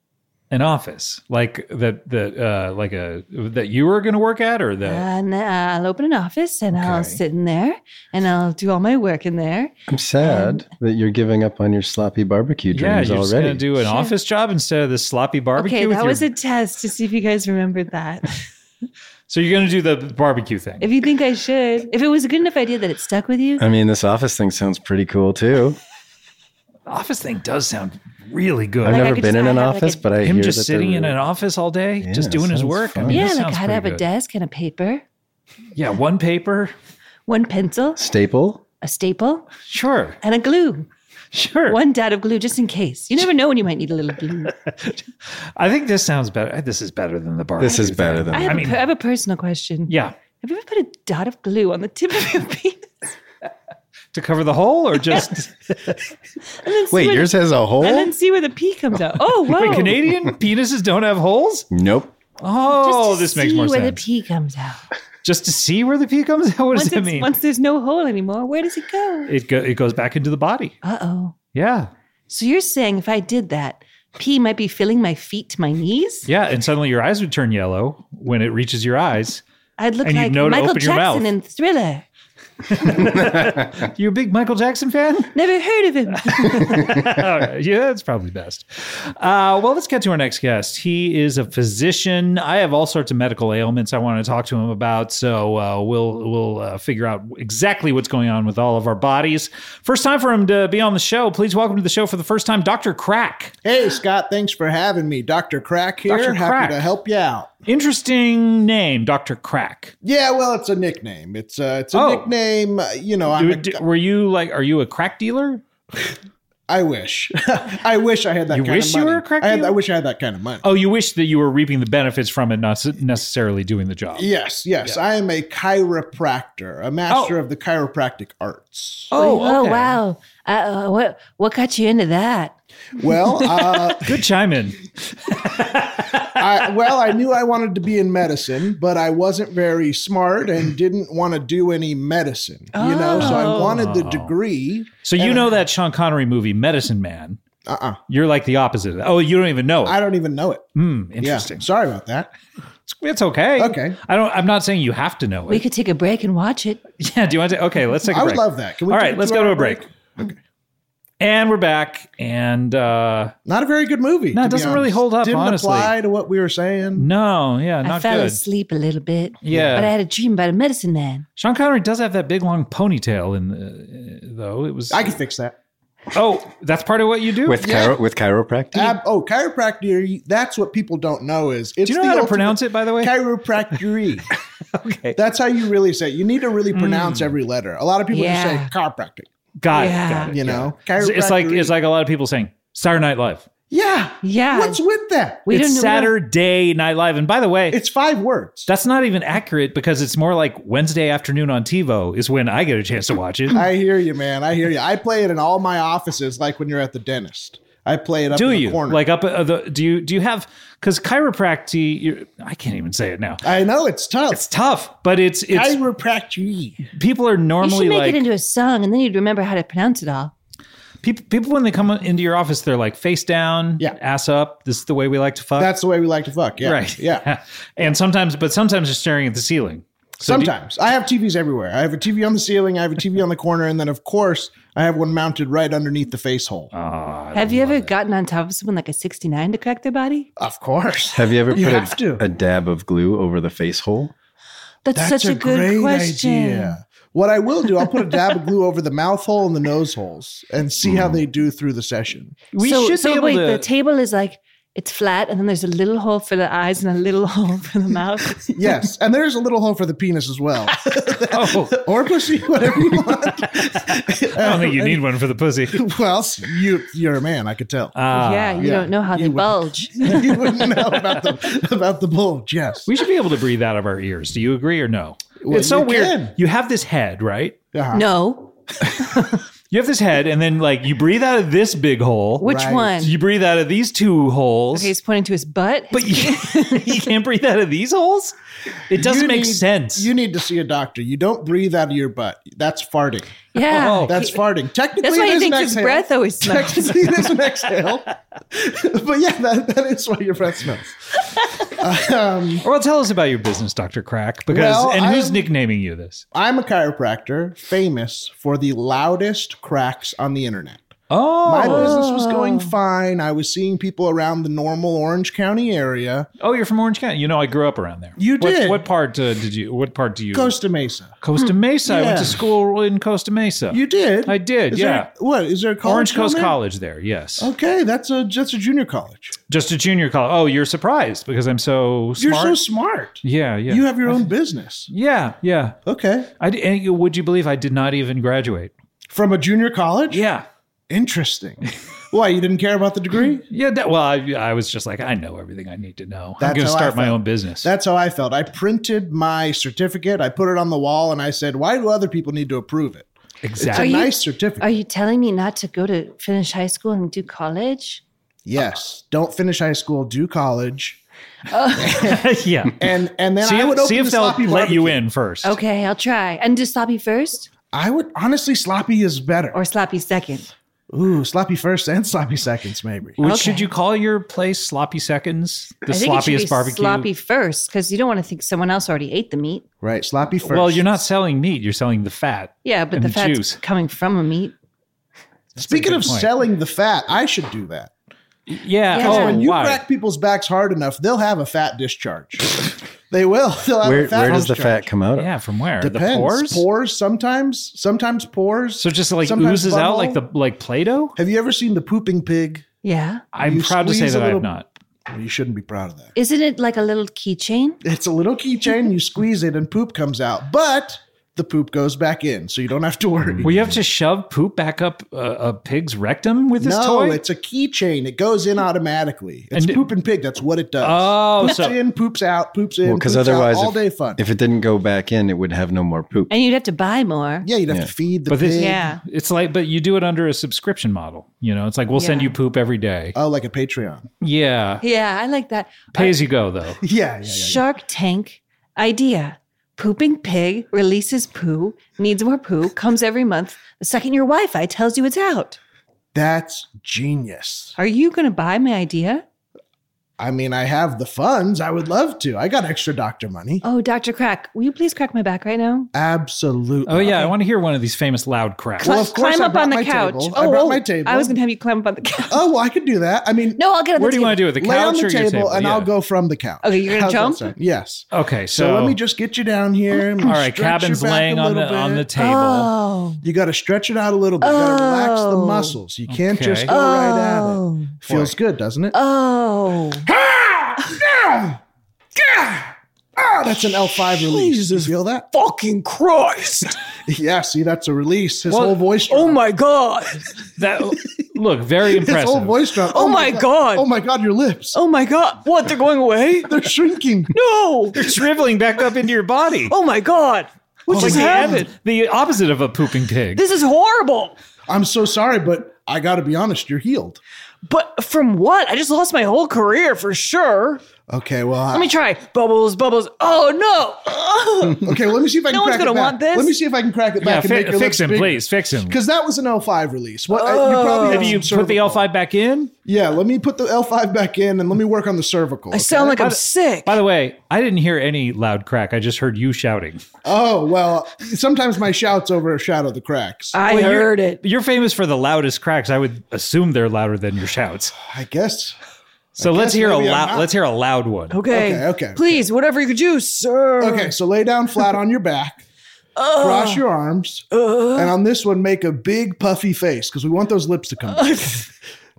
Speaker 4: An office like that that uh, like a that you were going to work at, or that
Speaker 3: And uh, I'll open an office and I'll
Speaker 2: Okay.
Speaker 3: sit in there and I'll do all my work in there.
Speaker 2: I'm sad that you're giving up on your sloppy barbecue
Speaker 4: yeah,
Speaker 2: dreams
Speaker 4: you're just going to
Speaker 2: already.
Speaker 4: do an office job instead of the sloppy barbecue.
Speaker 3: okay,
Speaker 4: with
Speaker 3: that
Speaker 4: your-
Speaker 3: was a test to see if you guys remembered that.
Speaker 4: so you're going to do the barbecue thing.
Speaker 3: if you think I should, if it was a good enough idea that it stuck with
Speaker 4: Uh,
Speaker 3: you,
Speaker 2: I mean, this office thing sounds pretty cool too.
Speaker 4: office thing does sound really good.
Speaker 2: I've
Speaker 3: Like, I
Speaker 2: never
Speaker 3: could
Speaker 2: been
Speaker 3: just
Speaker 2: in an
Speaker 3: hide, like,
Speaker 2: office,
Speaker 3: a-
Speaker 2: but I
Speaker 4: him
Speaker 2: hear
Speaker 4: just
Speaker 2: that they're
Speaker 4: sitting in
Speaker 2: really-
Speaker 4: an office all day,
Speaker 2: Yeah,
Speaker 4: just doing his
Speaker 2: sounds
Speaker 4: work.
Speaker 2: fun.
Speaker 4: that
Speaker 3: yeah, like
Speaker 4: sounds
Speaker 3: I'd have
Speaker 4: pretty
Speaker 3: a
Speaker 4: good.
Speaker 3: desk and a paper,
Speaker 4: Yeah, one paper.
Speaker 3: one pencil,
Speaker 2: staple.
Speaker 3: a staple,
Speaker 4: Sure,
Speaker 3: and a glue.
Speaker 4: sure.
Speaker 3: One dot of glue just in case. You never know when you might need a little glue.
Speaker 4: I think this sounds better. This is better than the bar.
Speaker 2: This is better than
Speaker 3: I have,
Speaker 4: I
Speaker 3: a
Speaker 4: mean-
Speaker 3: per- I have a personal question.
Speaker 4: Yeah,
Speaker 3: Have you ever put a dot of glue on the tip of your penis?
Speaker 4: to cover the hole or just
Speaker 3: And then see
Speaker 2: Wait,
Speaker 3: where
Speaker 2: yours
Speaker 3: the,
Speaker 2: has a hole?
Speaker 3: And then see where the pee comes out. Oh, wow.
Speaker 4: Wait, Canadian penises don't have holes.
Speaker 2: Nope.
Speaker 4: Oh, this makes more
Speaker 3: where
Speaker 4: sense.
Speaker 3: the pee comes out.
Speaker 1: just to see where the pee comes out? What does
Speaker 3: once,
Speaker 1: that
Speaker 3: it's-
Speaker 1: mean?
Speaker 3: once there's no hole anymore, where does it go?
Speaker 1: It, go, it goes back into the body.
Speaker 3: Uh oh.
Speaker 1: Yeah.
Speaker 3: So you're saying if I did that, pee might be filling my feet to my knees?
Speaker 1: Yeah. And suddenly your eyes would turn yellow when it reaches your eyes.
Speaker 3: I'd look
Speaker 1: And you'd
Speaker 3: like
Speaker 1: know to
Speaker 3: Michael
Speaker 1: open your
Speaker 3: Jackson
Speaker 1: mouth.
Speaker 3: in Thriller.
Speaker 1: You a big Michael Jackson fan?
Speaker 3: Never heard of him.
Speaker 1: yeah, that's probably best. Uh, well, let's get to our next guest. He is a physician. I have all sorts of medical ailments I want to talk to him about, so uh, we'll we'll uh, figure out exactly what's going on with all of our bodies. First time for him to be on the show. Please welcome to the show for the first time, Doctor Crack.
Speaker 5: Hey, Scott, thanks for having me. Dr. Crack here.
Speaker 1: Dr.
Speaker 5: Happy
Speaker 1: Crack.
Speaker 5: to help you out.
Speaker 1: Interesting name, Doctor Crack.
Speaker 5: Yeah, well, it's a nickname. It's a, it's a
Speaker 1: Oh.
Speaker 5: nickname. uh, You know, I'm a,
Speaker 1: Dude, were you like? Are you a crack dealer?
Speaker 5: I wish. I wish I had that
Speaker 1: You
Speaker 5: kind
Speaker 1: wish
Speaker 5: of
Speaker 1: you
Speaker 5: money.
Speaker 1: were a crack
Speaker 5: I, had,
Speaker 1: dealer?
Speaker 5: I wish I had that kind of money.
Speaker 1: Oh, you wish that you were reaping the benefits from it, not necessarily doing the job.
Speaker 5: Yes, yes. I am a chiropractor, a
Speaker 1: Oh.
Speaker 5: master of the chiropractic arts.
Speaker 1: okay.
Speaker 3: Oh, wow. Uh, what, what got you into that?
Speaker 5: Well, uh,
Speaker 1: Good chime in.
Speaker 5: I, well, I knew I wanted to be in medicine, but I wasn't very smart and didn't want to do any medicine. You know, so I wanted
Speaker 1: Oh.
Speaker 5: the degree.
Speaker 1: So you know that Sean Connery movie, Medicine Man.
Speaker 5: Uh-uh.
Speaker 1: You're like the opposite of that. Oh, you don't even know.
Speaker 5: I
Speaker 1: It.
Speaker 5: don't even know it.
Speaker 1: Hmm,
Speaker 5: Yeah.
Speaker 1: interesting.
Speaker 5: Sorry about that.
Speaker 1: It's, it's okay.
Speaker 5: Okay.
Speaker 1: I don't. I'm not saying you have to know
Speaker 3: We
Speaker 1: it.
Speaker 3: could take a break and watch it.
Speaker 1: yeah. Do you want to? Okay. Let's take. a
Speaker 5: I would
Speaker 1: break.
Speaker 5: love that. Can we
Speaker 1: All
Speaker 5: take
Speaker 1: right.
Speaker 5: a
Speaker 1: Let's go to a
Speaker 5: two-hour
Speaker 1: break. And we're back. And uh
Speaker 5: Not a very good movie.
Speaker 1: No, it
Speaker 5: to be
Speaker 1: doesn't really
Speaker 5: honest.
Speaker 1: hold up,
Speaker 5: Didn't
Speaker 1: honestly.
Speaker 5: apply to what we were saying.
Speaker 1: no, yeah,
Speaker 3: I
Speaker 1: not
Speaker 3: fell
Speaker 1: good.
Speaker 3: asleep a little bit.
Speaker 1: Yeah.
Speaker 3: But I had a dream about a medicine man.
Speaker 1: Sean Connery does have that big long ponytail in the, uh, though. It was.
Speaker 5: I can fix that.
Speaker 1: oh, that's part of what you do.
Speaker 2: with chiro- with chiropractic.
Speaker 5: Ab- oh, chiropractor. That's what people don't know is it's
Speaker 1: do you know
Speaker 5: the
Speaker 1: how to
Speaker 5: ultimate-
Speaker 1: pronounce it? By the way,
Speaker 5: Chiropractory.
Speaker 1: okay.
Speaker 5: That's how you really say. It. You need to really pronounce
Speaker 1: Hmm.
Speaker 5: every letter. A lot of people
Speaker 3: Yeah.
Speaker 5: just say chiropractic.
Speaker 1: Got
Speaker 3: Yeah.
Speaker 1: it. Got it.
Speaker 5: You know,
Speaker 1: It's, it's like
Speaker 5: Chiropractory.
Speaker 1: it's like a lot of people saying Saturday Night Live.
Speaker 5: yeah,
Speaker 3: Yeah.
Speaker 5: What's with that?
Speaker 3: We
Speaker 1: it's
Speaker 3: don't know.
Speaker 1: Saturday Night Live, and by the way,
Speaker 5: It's five words.
Speaker 1: That's not even accurate because it's more like Wednesday afternoon on TiVo is when I get a chance to watch it.
Speaker 5: I hear you, man. I hear you. I play it in all my offices, like when you're at the dentist. I play it up
Speaker 1: do
Speaker 5: in the
Speaker 1: you
Speaker 5: corner.
Speaker 1: like up uh, the? Do you do you have because chiropractic? you I can't even say it now.
Speaker 5: I know it's tough.
Speaker 1: It's tough, but it's it's
Speaker 5: chiropractory.
Speaker 1: people are
Speaker 3: You should
Speaker 1: normally
Speaker 3: make
Speaker 1: like
Speaker 3: it into a song and then you'd remember how to pronounce it all.
Speaker 1: people. People when they come into your office, they're like face down,
Speaker 5: Yeah.
Speaker 1: ass up. This is the way we like to fuck,
Speaker 5: That's the way we like to fuck. Yeah.
Speaker 1: right?
Speaker 5: Yeah.
Speaker 1: and sometimes, but sometimes they're staring at the ceiling. So do-
Speaker 5: Sometimes I have TVs everywhere. I have a TV on the ceiling. I have a TV on the corner, and then of course I have one mounted right underneath the face hole.
Speaker 2: Uh,
Speaker 3: Have you ever gotten on top of someone like a 69 to crack their body?
Speaker 5: of course.
Speaker 2: Have you ever put
Speaker 5: You
Speaker 2: a,
Speaker 5: have to.
Speaker 2: a dab of glue over the face hole?
Speaker 3: That's, such a, good question.
Speaker 5: What I will do, I'll put a dab of glue over the mouth hole and the nose holes, and see
Speaker 2: Mm.
Speaker 5: how they do through the session.
Speaker 1: we
Speaker 3: so,
Speaker 1: should
Speaker 3: so
Speaker 1: be able
Speaker 3: wait,
Speaker 1: to.
Speaker 3: the table is like it's flat and then there's a little hole for the eyes and a little hole for the mouth.
Speaker 5: Yes, and there's a little hole for the penis as well,
Speaker 1: oh,
Speaker 5: or pussy, whatever you want.
Speaker 1: I don't think you need one for the pussy.
Speaker 5: well, you you're a man, I could tell.
Speaker 2: Uh,
Speaker 1: Ah.
Speaker 3: yeah, you
Speaker 5: yeah.
Speaker 3: don't know how they
Speaker 5: You wouldn't.
Speaker 3: bulge.
Speaker 5: you wouldn't know about the about the bulge. Yes.
Speaker 1: We should be able to breathe out of our ears. Do you agree or no?
Speaker 5: Well,
Speaker 1: it's so
Speaker 5: you
Speaker 1: weird.
Speaker 5: can.
Speaker 1: You have this head, right?
Speaker 5: Uh-huh.
Speaker 3: no.
Speaker 1: You have this head, and then like you breathe out of this big hole.
Speaker 3: Which
Speaker 5: Right.
Speaker 3: one?
Speaker 1: you breathe out of these two holes,
Speaker 3: Okay, he's pointing to his butt.
Speaker 1: but you, you can't breathe out of these holes. It doesn't
Speaker 5: You
Speaker 1: make
Speaker 5: need-
Speaker 1: sense.
Speaker 5: You need to see a doctor. You don't breathe out of your butt. That's farting.
Speaker 3: yeah.
Speaker 1: Oh.
Speaker 5: That's farting. Technically,
Speaker 3: That's why
Speaker 5: it
Speaker 3: he
Speaker 5: is
Speaker 3: thinks
Speaker 5: an
Speaker 3: his
Speaker 5: exhale.
Speaker 3: breath always smells.
Speaker 5: Technically, it is an exhale. but yeah, that, that is why your breath smells.
Speaker 1: well, tell us about your business, Doctor Crack, because
Speaker 5: Well,
Speaker 1: and who's
Speaker 5: I'm-
Speaker 1: nicknaming you this?
Speaker 5: I'm a chiropractor, famous for the loudest cracks on the internet.
Speaker 1: Oh,
Speaker 5: My business was going fine. I was seeing people around the normal Orange County area,
Speaker 1: oh, you're from Orange County. You know, I grew up around there.
Speaker 5: You
Speaker 1: What-
Speaker 5: did.
Speaker 1: What, part uh, did you? What part do you?
Speaker 5: Costa Mesa.
Speaker 1: Costa Mesa. I went
Speaker 5: Yeah.
Speaker 1: to school in Costa Mesa.
Speaker 5: You did?
Speaker 1: I did,
Speaker 5: Is
Speaker 1: yeah.
Speaker 5: there- what is there? A college
Speaker 1: Orange Coast
Speaker 5: down there?
Speaker 1: College there. Yes.
Speaker 5: Okay, that's a that's a junior college.
Speaker 1: Just a junior college. Oh, you're surprised because I'm so smart.
Speaker 5: You're so smart.
Speaker 1: yeah, yeah.
Speaker 5: You have your own business.
Speaker 1: yeah, yeah.
Speaker 5: Okay,
Speaker 1: I di- and you- would you believe I did not even graduate?
Speaker 5: from a junior college.
Speaker 1: Yeah.
Speaker 5: Interesting. Why you didn't care about the degree?
Speaker 1: Yeah, that, well, I, I was just like, I know everything I need to know. I'm
Speaker 5: That's
Speaker 1: going to
Speaker 5: how I
Speaker 1: start my
Speaker 5: felt.
Speaker 1: own business.
Speaker 5: That's how I felt. I printed my certificate, I put it on the wall, and I said, Why do other people need to approve it? It's a
Speaker 1: exactly.
Speaker 3: you-
Speaker 5: nice certificate.
Speaker 3: Are you telling me not to go to finish high school and do college?
Speaker 5: yes. Don't finish high school, do college.
Speaker 6: yeah.
Speaker 5: and and then
Speaker 1: See,
Speaker 5: I would
Speaker 1: if,
Speaker 5: open
Speaker 1: see if
Speaker 5: the
Speaker 1: they'll let
Speaker 5: sloppy
Speaker 1: you
Speaker 5: barbecue.
Speaker 1: in first.
Speaker 3: Okay, I'll try. And do sloppy first
Speaker 5: I would honestly sloppy is better.
Speaker 3: or sloppy second?
Speaker 5: Ooh, sloppy first and sloppy seconds maybe.
Speaker 1: Which
Speaker 3: Okay.
Speaker 1: should you call your place Sloppy Seconds? The
Speaker 3: I think it should
Speaker 1: sloppiest
Speaker 3: be
Speaker 1: barbecue.
Speaker 3: Sloppy first, because you don't want to think someone else already ate the meat.
Speaker 5: Right, sloppy first.
Speaker 1: Well, you're not selling meat, you're selling the fat.
Speaker 3: Yeah, but
Speaker 1: And
Speaker 3: the,
Speaker 1: the
Speaker 3: fat's
Speaker 1: juice.
Speaker 3: coming from a meat.
Speaker 5: Speaking
Speaker 1: good
Speaker 5: of
Speaker 1: point.
Speaker 5: selling the fat, I should do that.
Speaker 1: Yeah.
Speaker 3: Yeah.
Speaker 1: Oh,
Speaker 5: when you
Speaker 1: why?
Speaker 5: crack people's backs hard enough, they'll have a fat discharge. they will. They'll have
Speaker 2: Where,
Speaker 5: a Uh, fat
Speaker 2: where does the
Speaker 5: discharge.
Speaker 2: fat come out of?
Speaker 1: yeah, from where?
Speaker 5: Depends.
Speaker 1: The pores?
Speaker 5: sometimes, sometimes pores.
Speaker 1: so just like
Speaker 5: sometimes
Speaker 1: oozes out like the
Speaker 5: bubble.
Speaker 1: like Play-Doh?
Speaker 5: Have you ever seen the pooping pig?
Speaker 3: Yeah.
Speaker 1: I'm
Speaker 5: You
Speaker 1: proud to say
Speaker 5: squeeze a
Speaker 1: that I've
Speaker 5: little-
Speaker 1: not.
Speaker 5: Well, you shouldn't be proud of that.
Speaker 3: Isn't it like a little keychain?
Speaker 5: It's a little keychain. You squeeze it, and poop comes out, but the poop goes back in, so you don't have to worry.
Speaker 1: Well, you have to shove poop back up a, a pig's rectum with this
Speaker 5: no,
Speaker 1: toy?
Speaker 5: it's a keychain. It goes in automatically. It's
Speaker 1: And it-
Speaker 5: pooping pig. That's what it does.
Speaker 1: oh,
Speaker 5: poops
Speaker 1: so
Speaker 5: in, poops out, poops in.
Speaker 2: Well, 'cause
Speaker 5: poops out,
Speaker 2: otherwise
Speaker 5: all
Speaker 2: if-
Speaker 5: day fun.
Speaker 2: If it didn't go back in, it would have no more poop.
Speaker 3: And you'd have to buy more.
Speaker 5: yeah, you'd have
Speaker 2: Yeah.
Speaker 5: to feed the
Speaker 1: But
Speaker 5: pig.
Speaker 1: this-
Speaker 3: Yeah.
Speaker 1: it's like but you do it under a subscription model. You know, it's like we'll send
Speaker 3: Yeah.
Speaker 1: you poop every day.
Speaker 5: Oh, like a Patreon.
Speaker 1: Yeah.
Speaker 3: Yeah, I like that.
Speaker 1: Pay as you go though.
Speaker 5: Yeah, yeah, yeah. yeah.
Speaker 3: Shark Tank idea. Pooping pig releases poo, needs more poo, comes every month. The second your Wi Fi tells you it's out.
Speaker 5: That's genius.
Speaker 3: Are you going to buy my idea?
Speaker 5: I mean, I have the funds. I would love to. I got extra doctor money.
Speaker 3: Oh, Dr. Crack, will you please crack my back right now?
Speaker 5: Absolutely.
Speaker 1: Oh yeah, I want to hear one of these famous loud cracks.
Speaker 5: Well,
Speaker 3: Cli-
Speaker 5: of course,
Speaker 3: climb
Speaker 5: I
Speaker 3: up on
Speaker 5: brought
Speaker 3: the
Speaker 5: my
Speaker 3: couch.
Speaker 5: table. I
Speaker 3: Oh,
Speaker 5: brought
Speaker 3: oh,
Speaker 5: my table.
Speaker 3: I was going to have you climb up on the couch.
Speaker 5: Oh, well, I could do that. I mean,
Speaker 3: No, I'll get on
Speaker 1: Where
Speaker 3: the
Speaker 1: do you
Speaker 3: table.
Speaker 1: want to do it? The
Speaker 5: lay
Speaker 1: couch
Speaker 5: on the
Speaker 1: or your
Speaker 5: table,
Speaker 1: table?
Speaker 5: and
Speaker 1: Yeah.
Speaker 5: I'll go from the couch.
Speaker 3: Okay, you're gonna
Speaker 5: How's that
Speaker 3: jump?
Speaker 5: sound? Yes.
Speaker 1: Okay, so,
Speaker 5: So, let me just get you down here. I'm
Speaker 1: all
Speaker 5: gonna
Speaker 1: right.
Speaker 5: stretch your
Speaker 1: Cabin's
Speaker 5: back
Speaker 1: laying
Speaker 5: a
Speaker 1: on the
Speaker 5: little
Speaker 1: on the
Speaker 5: bit. Ah.
Speaker 1: table.
Speaker 3: Oh.
Speaker 5: You got to stretch it out a little bit. You got to relax the
Speaker 3: Oh.
Speaker 5: muscles. You can't just
Speaker 1: Okay.
Speaker 5: go right at it.
Speaker 3: Oh.
Speaker 5: Feels good, doesn't it?
Speaker 3: Oh.
Speaker 5: Ah, that's an L5 release. you feel that?
Speaker 7: Fucking Christ!
Speaker 5: Yeah, see, that's a release. His
Speaker 1: Well,
Speaker 5: whole voice.
Speaker 7: Oh my God!
Speaker 1: That look very
Speaker 5: His
Speaker 1: impressive.
Speaker 5: whole voice dropped.
Speaker 7: Oh my God.
Speaker 5: Oh my god, your lips.
Speaker 7: Oh my God! What? They're going away?
Speaker 5: They're shrinking.
Speaker 7: No!
Speaker 1: You're shriveling back up into your body.
Speaker 7: Oh my God! What
Speaker 1: It's
Speaker 7: just
Speaker 1: like the,
Speaker 7: happened?
Speaker 1: abbot- the opposite of a pooping pig.
Speaker 7: This is horrible.
Speaker 5: I'm so sorry, but I got to be honest, you're healed.
Speaker 7: But from what? I just lost my whole career for sure.
Speaker 5: Okay, well, I,
Speaker 7: Let me try bubbles, bubbles. Oh no!
Speaker 5: okay, well, let me see if I can
Speaker 7: No one's
Speaker 5: crack it
Speaker 7: gonna
Speaker 5: back.
Speaker 7: want this.
Speaker 5: Let me see if I can crack it
Speaker 1: yeah,
Speaker 5: back and make
Speaker 1: fi-
Speaker 5: your
Speaker 1: fix
Speaker 5: lips
Speaker 1: him,
Speaker 5: bigger.
Speaker 1: please. Fix him.
Speaker 5: Because that was an L5 release. What uh, you
Speaker 7: Oh.
Speaker 5: probably
Speaker 1: Have
Speaker 5: had
Speaker 1: you
Speaker 5: some
Speaker 1: put the
Speaker 5: cervical.
Speaker 1: L5 back in?
Speaker 5: Yeah, let me put the L5 back in and let me work on the cervical.
Speaker 7: I
Speaker 5: okay?
Speaker 7: sound like I'm sick.
Speaker 1: By the way, I didn't hear any loud crack. I just heard you shouting.
Speaker 5: Oh well, sometimes my shouts overshadow the cracks. I,
Speaker 7: I
Speaker 1: Well, you're-
Speaker 7: heard it.
Speaker 1: You're famous for the loudest cracks. I would assume they're louder than your shouts.
Speaker 5: guess.
Speaker 1: So let's
Speaker 5: guess
Speaker 1: hear a
Speaker 5: maybe I'm
Speaker 1: loud.
Speaker 5: not.
Speaker 1: Let's hear a loud one.
Speaker 7: Okay.
Speaker 5: Okay, okay, okay.
Speaker 7: Please, whatever you could do, sir.
Speaker 5: Okay, so lay down flat on your back.
Speaker 3: Oh.
Speaker 5: Cross your arms, and on this one, make a big puffy face because we want those lips to come. back.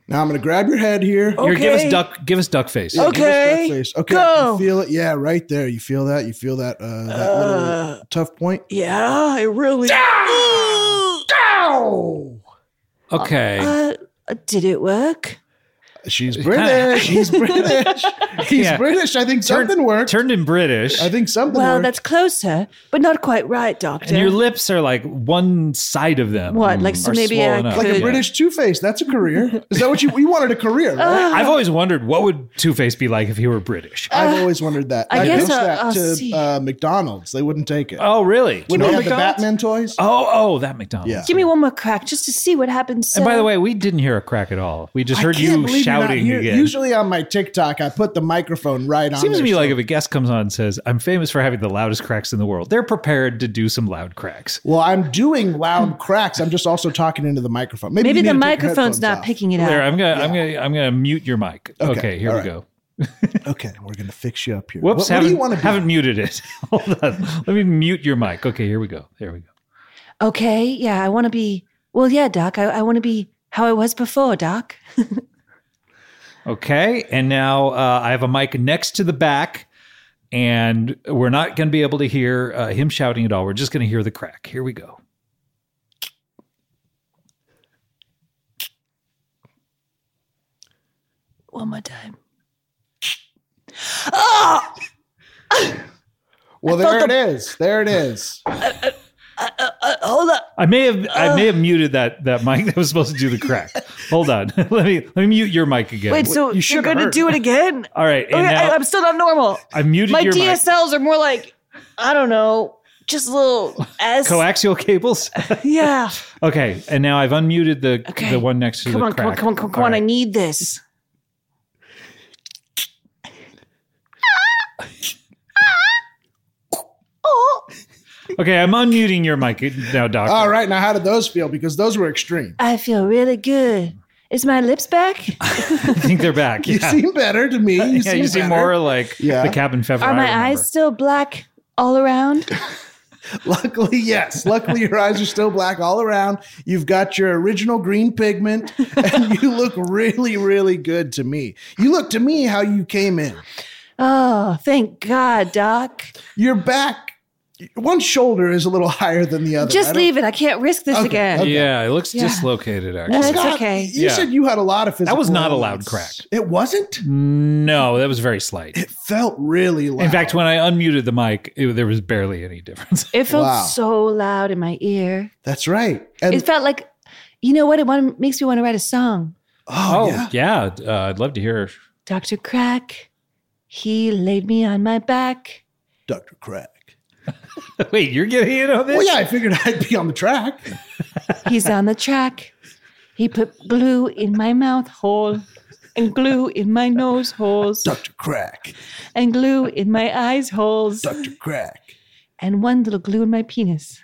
Speaker 5: now I'm going to grab your head here.
Speaker 3: Oh,
Speaker 1: Here, give us
Speaker 7: okay.
Speaker 1: duck. Give us duck face.
Speaker 7: Okay.
Speaker 5: Give us that face. Okay, I
Speaker 7: Go.
Speaker 5: can feel it. Yeah, right there. You feel that? You feel that? Uh, that little tough point.
Speaker 7: Yeah, it really.
Speaker 1: Okay.
Speaker 3: Uh, did it work?
Speaker 5: She's British. He's British. He's
Speaker 1: Yeah.
Speaker 5: British. I think something worked.
Speaker 1: Turned in British.
Speaker 5: I think something
Speaker 3: Well,
Speaker 5: worked.
Speaker 3: that's closer, but not quite right, Doctor.
Speaker 1: and your lips are like one side of them.
Speaker 5: Hmm,
Speaker 3: What? Like, so
Speaker 1: are
Speaker 3: maybe I
Speaker 1: swollen up.
Speaker 5: like
Speaker 3: could-
Speaker 5: a British Two Face. That's a career. Is that what you you wanted a
Speaker 3: Uh,
Speaker 5: career? Right?
Speaker 1: I've always wondered what would Two Face be like if he were British.
Speaker 3: Uh,
Speaker 5: I've always wondered that.
Speaker 3: I
Speaker 5: I,
Speaker 3: guess
Speaker 5: pitched
Speaker 3: I'll-
Speaker 5: that
Speaker 3: I'll see.
Speaker 5: to uh, McDonald's. They wouldn't take it.
Speaker 1: Oh, really? Do
Speaker 5: when they
Speaker 1: you know
Speaker 5: had the
Speaker 1: McDonald's?
Speaker 5: Batman toys.
Speaker 1: Oh, oh, that McDonald's.
Speaker 5: Yeah.
Speaker 3: Give me one more crack just to see what happens.
Speaker 1: And by
Speaker 3: sir.
Speaker 1: the way, we didn't hear a crack at all. We just
Speaker 5: I
Speaker 1: heard
Speaker 5: can't
Speaker 1: you
Speaker 5: believe you're not
Speaker 1: shouting
Speaker 5: here.
Speaker 1: again.
Speaker 5: Usually on my TikTok, I put the microphone right on.
Speaker 1: Seems to
Speaker 5: there,
Speaker 1: me
Speaker 5: so-
Speaker 1: like if a guest comes on and says, "I'm famous for having the loudest cracks in the world," they're prepared to do some loud cracks.
Speaker 5: Well, I'm doing loud cracks. I'm just also talking into the microphone. Maybe,
Speaker 3: maybe
Speaker 5: you need
Speaker 3: the
Speaker 5: to take your
Speaker 3: microphone's
Speaker 5: headphones
Speaker 3: not
Speaker 5: off.
Speaker 3: picking it up.
Speaker 1: There, I'm gonna, I'm gonna, I'm gonna mute your mic. Okay,
Speaker 5: Okay,
Speaker 1: here we
Speaker 5: all right.
Speaker 1: go.
Speaker 5: Okay, we're gonna fix you up here.
Speaker 1: Whoops,
Speaker 5: what, what
Speaker 1: haven't,
Speaker 5: do you want to be?
Speaker 1: haven't muted it. Hold on, let me mute your mic. Okay, here we go. There we go.
Speaker 3: Okay, yeah, I want to be. Well, yeah, Doc, I, I want to be how I was before, Doc.
Speaker 1: Okay, and now uh, I have a mic next to the back, and we're not going to be able to hear uh, him shouting at all. We're just going to hear the crack. Here we go.
Speaker 3: One more time.
Speaker 5: well, there it is. There it is.
Speaker 3: Uh, hold up.
Speaker 1: I may have, I may have muted that that mic that was supposed to do the crack. Hold on. let me let me mute your mic again.
Speaker 7: Wait, so
Speaker 5: you
Speaker 7: you are
Speaker 5: should
Speaker 7: going to
Speaker 5: hurt.
Speaker 7: do it again?
Speaker 1: All right, and
Speaker 7: Okay,
Speaker 1: now
Speaker 7: I, I'm still not normal.
Speaker 1: I muted
Speaker 7: My
Speaker 1: your
Speaker 7: DSLs are more like, I don't know, just little S.
Speaker 1: mic. Coaxial cables.
Speaker 7: Yeah.
Speaker 1: okay, and now I've unmuted the
Speaker 7: Okay.
Speaker 1: the one next to
Speaker 7: Come
Speaker 1: the
Speaker 7: on, come on,
Speaker 1: crack.
Speaker 7: come on, come on, come
Speaker 1: All
Speaker 7: on. I
Speaker 1: right.
Speaker 7: need this. Oh.
Speaker 1: Okay, I'm unmuting your mic now, Doc.
Speaker 5: All right, now how did those feel? Because those were extreme.
Speaker 3: I feel really good. Is my lips back?
Speaker 1: I think they're back.
Speaker 5: You
Speaker 1: yeah.
Speaker 5: seem better to me. You
Speaker 1: yeah,
Speaker 5: seem
Speaker 1: you seem
Speaker 5: better.
Speaker 1: more like
Speaker 5: Yeah.
Speaker 1: the cabin fever.
Speaker 3: Are
Speaker 1: I
Speaker 3: my
Speaker 1: remember.
Speaker 3: eyes still black all around?
Speaker 5: Luckily, yes. Luckily, your eyes are still black all around. You've got your original green pigment, and you look really, really good to me. You look to me how you came in.
Speaker 3: Oh, thank God, Doc.
Speaker 5: Your back, one shoulder is a little higher than the other. I
Speaker 3: Just
Speaker 5: don't-
Speaker 3: leave it. I can't risk this
Speaker 5: Okay,
Speaker 3: again.
Speaker 5: okay.
Speaker 1: Yeah, it looks
Speaker 3: Yeah.
Speaker 1: dislocated. Actually,
Speaker 3: No, it's
Speaker 5: Scott,
Speaker 3: okay.
Speaker 5: You
Speaker 1: Yeah.
Speaker 5: said you had a lot of physical.
Speaker 1: That was not a loud
Speaker 5: ailments.
Speaker 1: crack.
Speaker 5: It wasn't.
Speaker 1: no, that was very slight.
Speaker 5: It felt really loud.
Speaker 1: In fact, when I unmuted the mic, it, there was barely any difference.
Speaker 3: It felt
Speaker 5: Wow.
Speaker 3: so loud in my ear.
Speaker 5: that's right. And
Speaker 3: It felt like, you know what? It wanted, makes me want to write a song.
Speaker 5: oh, yeah.
Speaker 1: yeah, uh, I'd love to hear.
Speaker 3: Dr. Crack, he laid me on my back.
Speaker 5: Doctor Crack.
Speaker 1: Wait, you're getting in on this?
Speaker 5: Well, yeah, I figured I'd be on the track.
Speaker 3: He's on the track. He put glue in my mouth hole and glue in my nose holes
Speaker 5: Doctor Crack.
Speaker 3: and glue in my eyes holes
Speaker 5: Doctor Crack.
Speaker 3: and one little glue in my penis.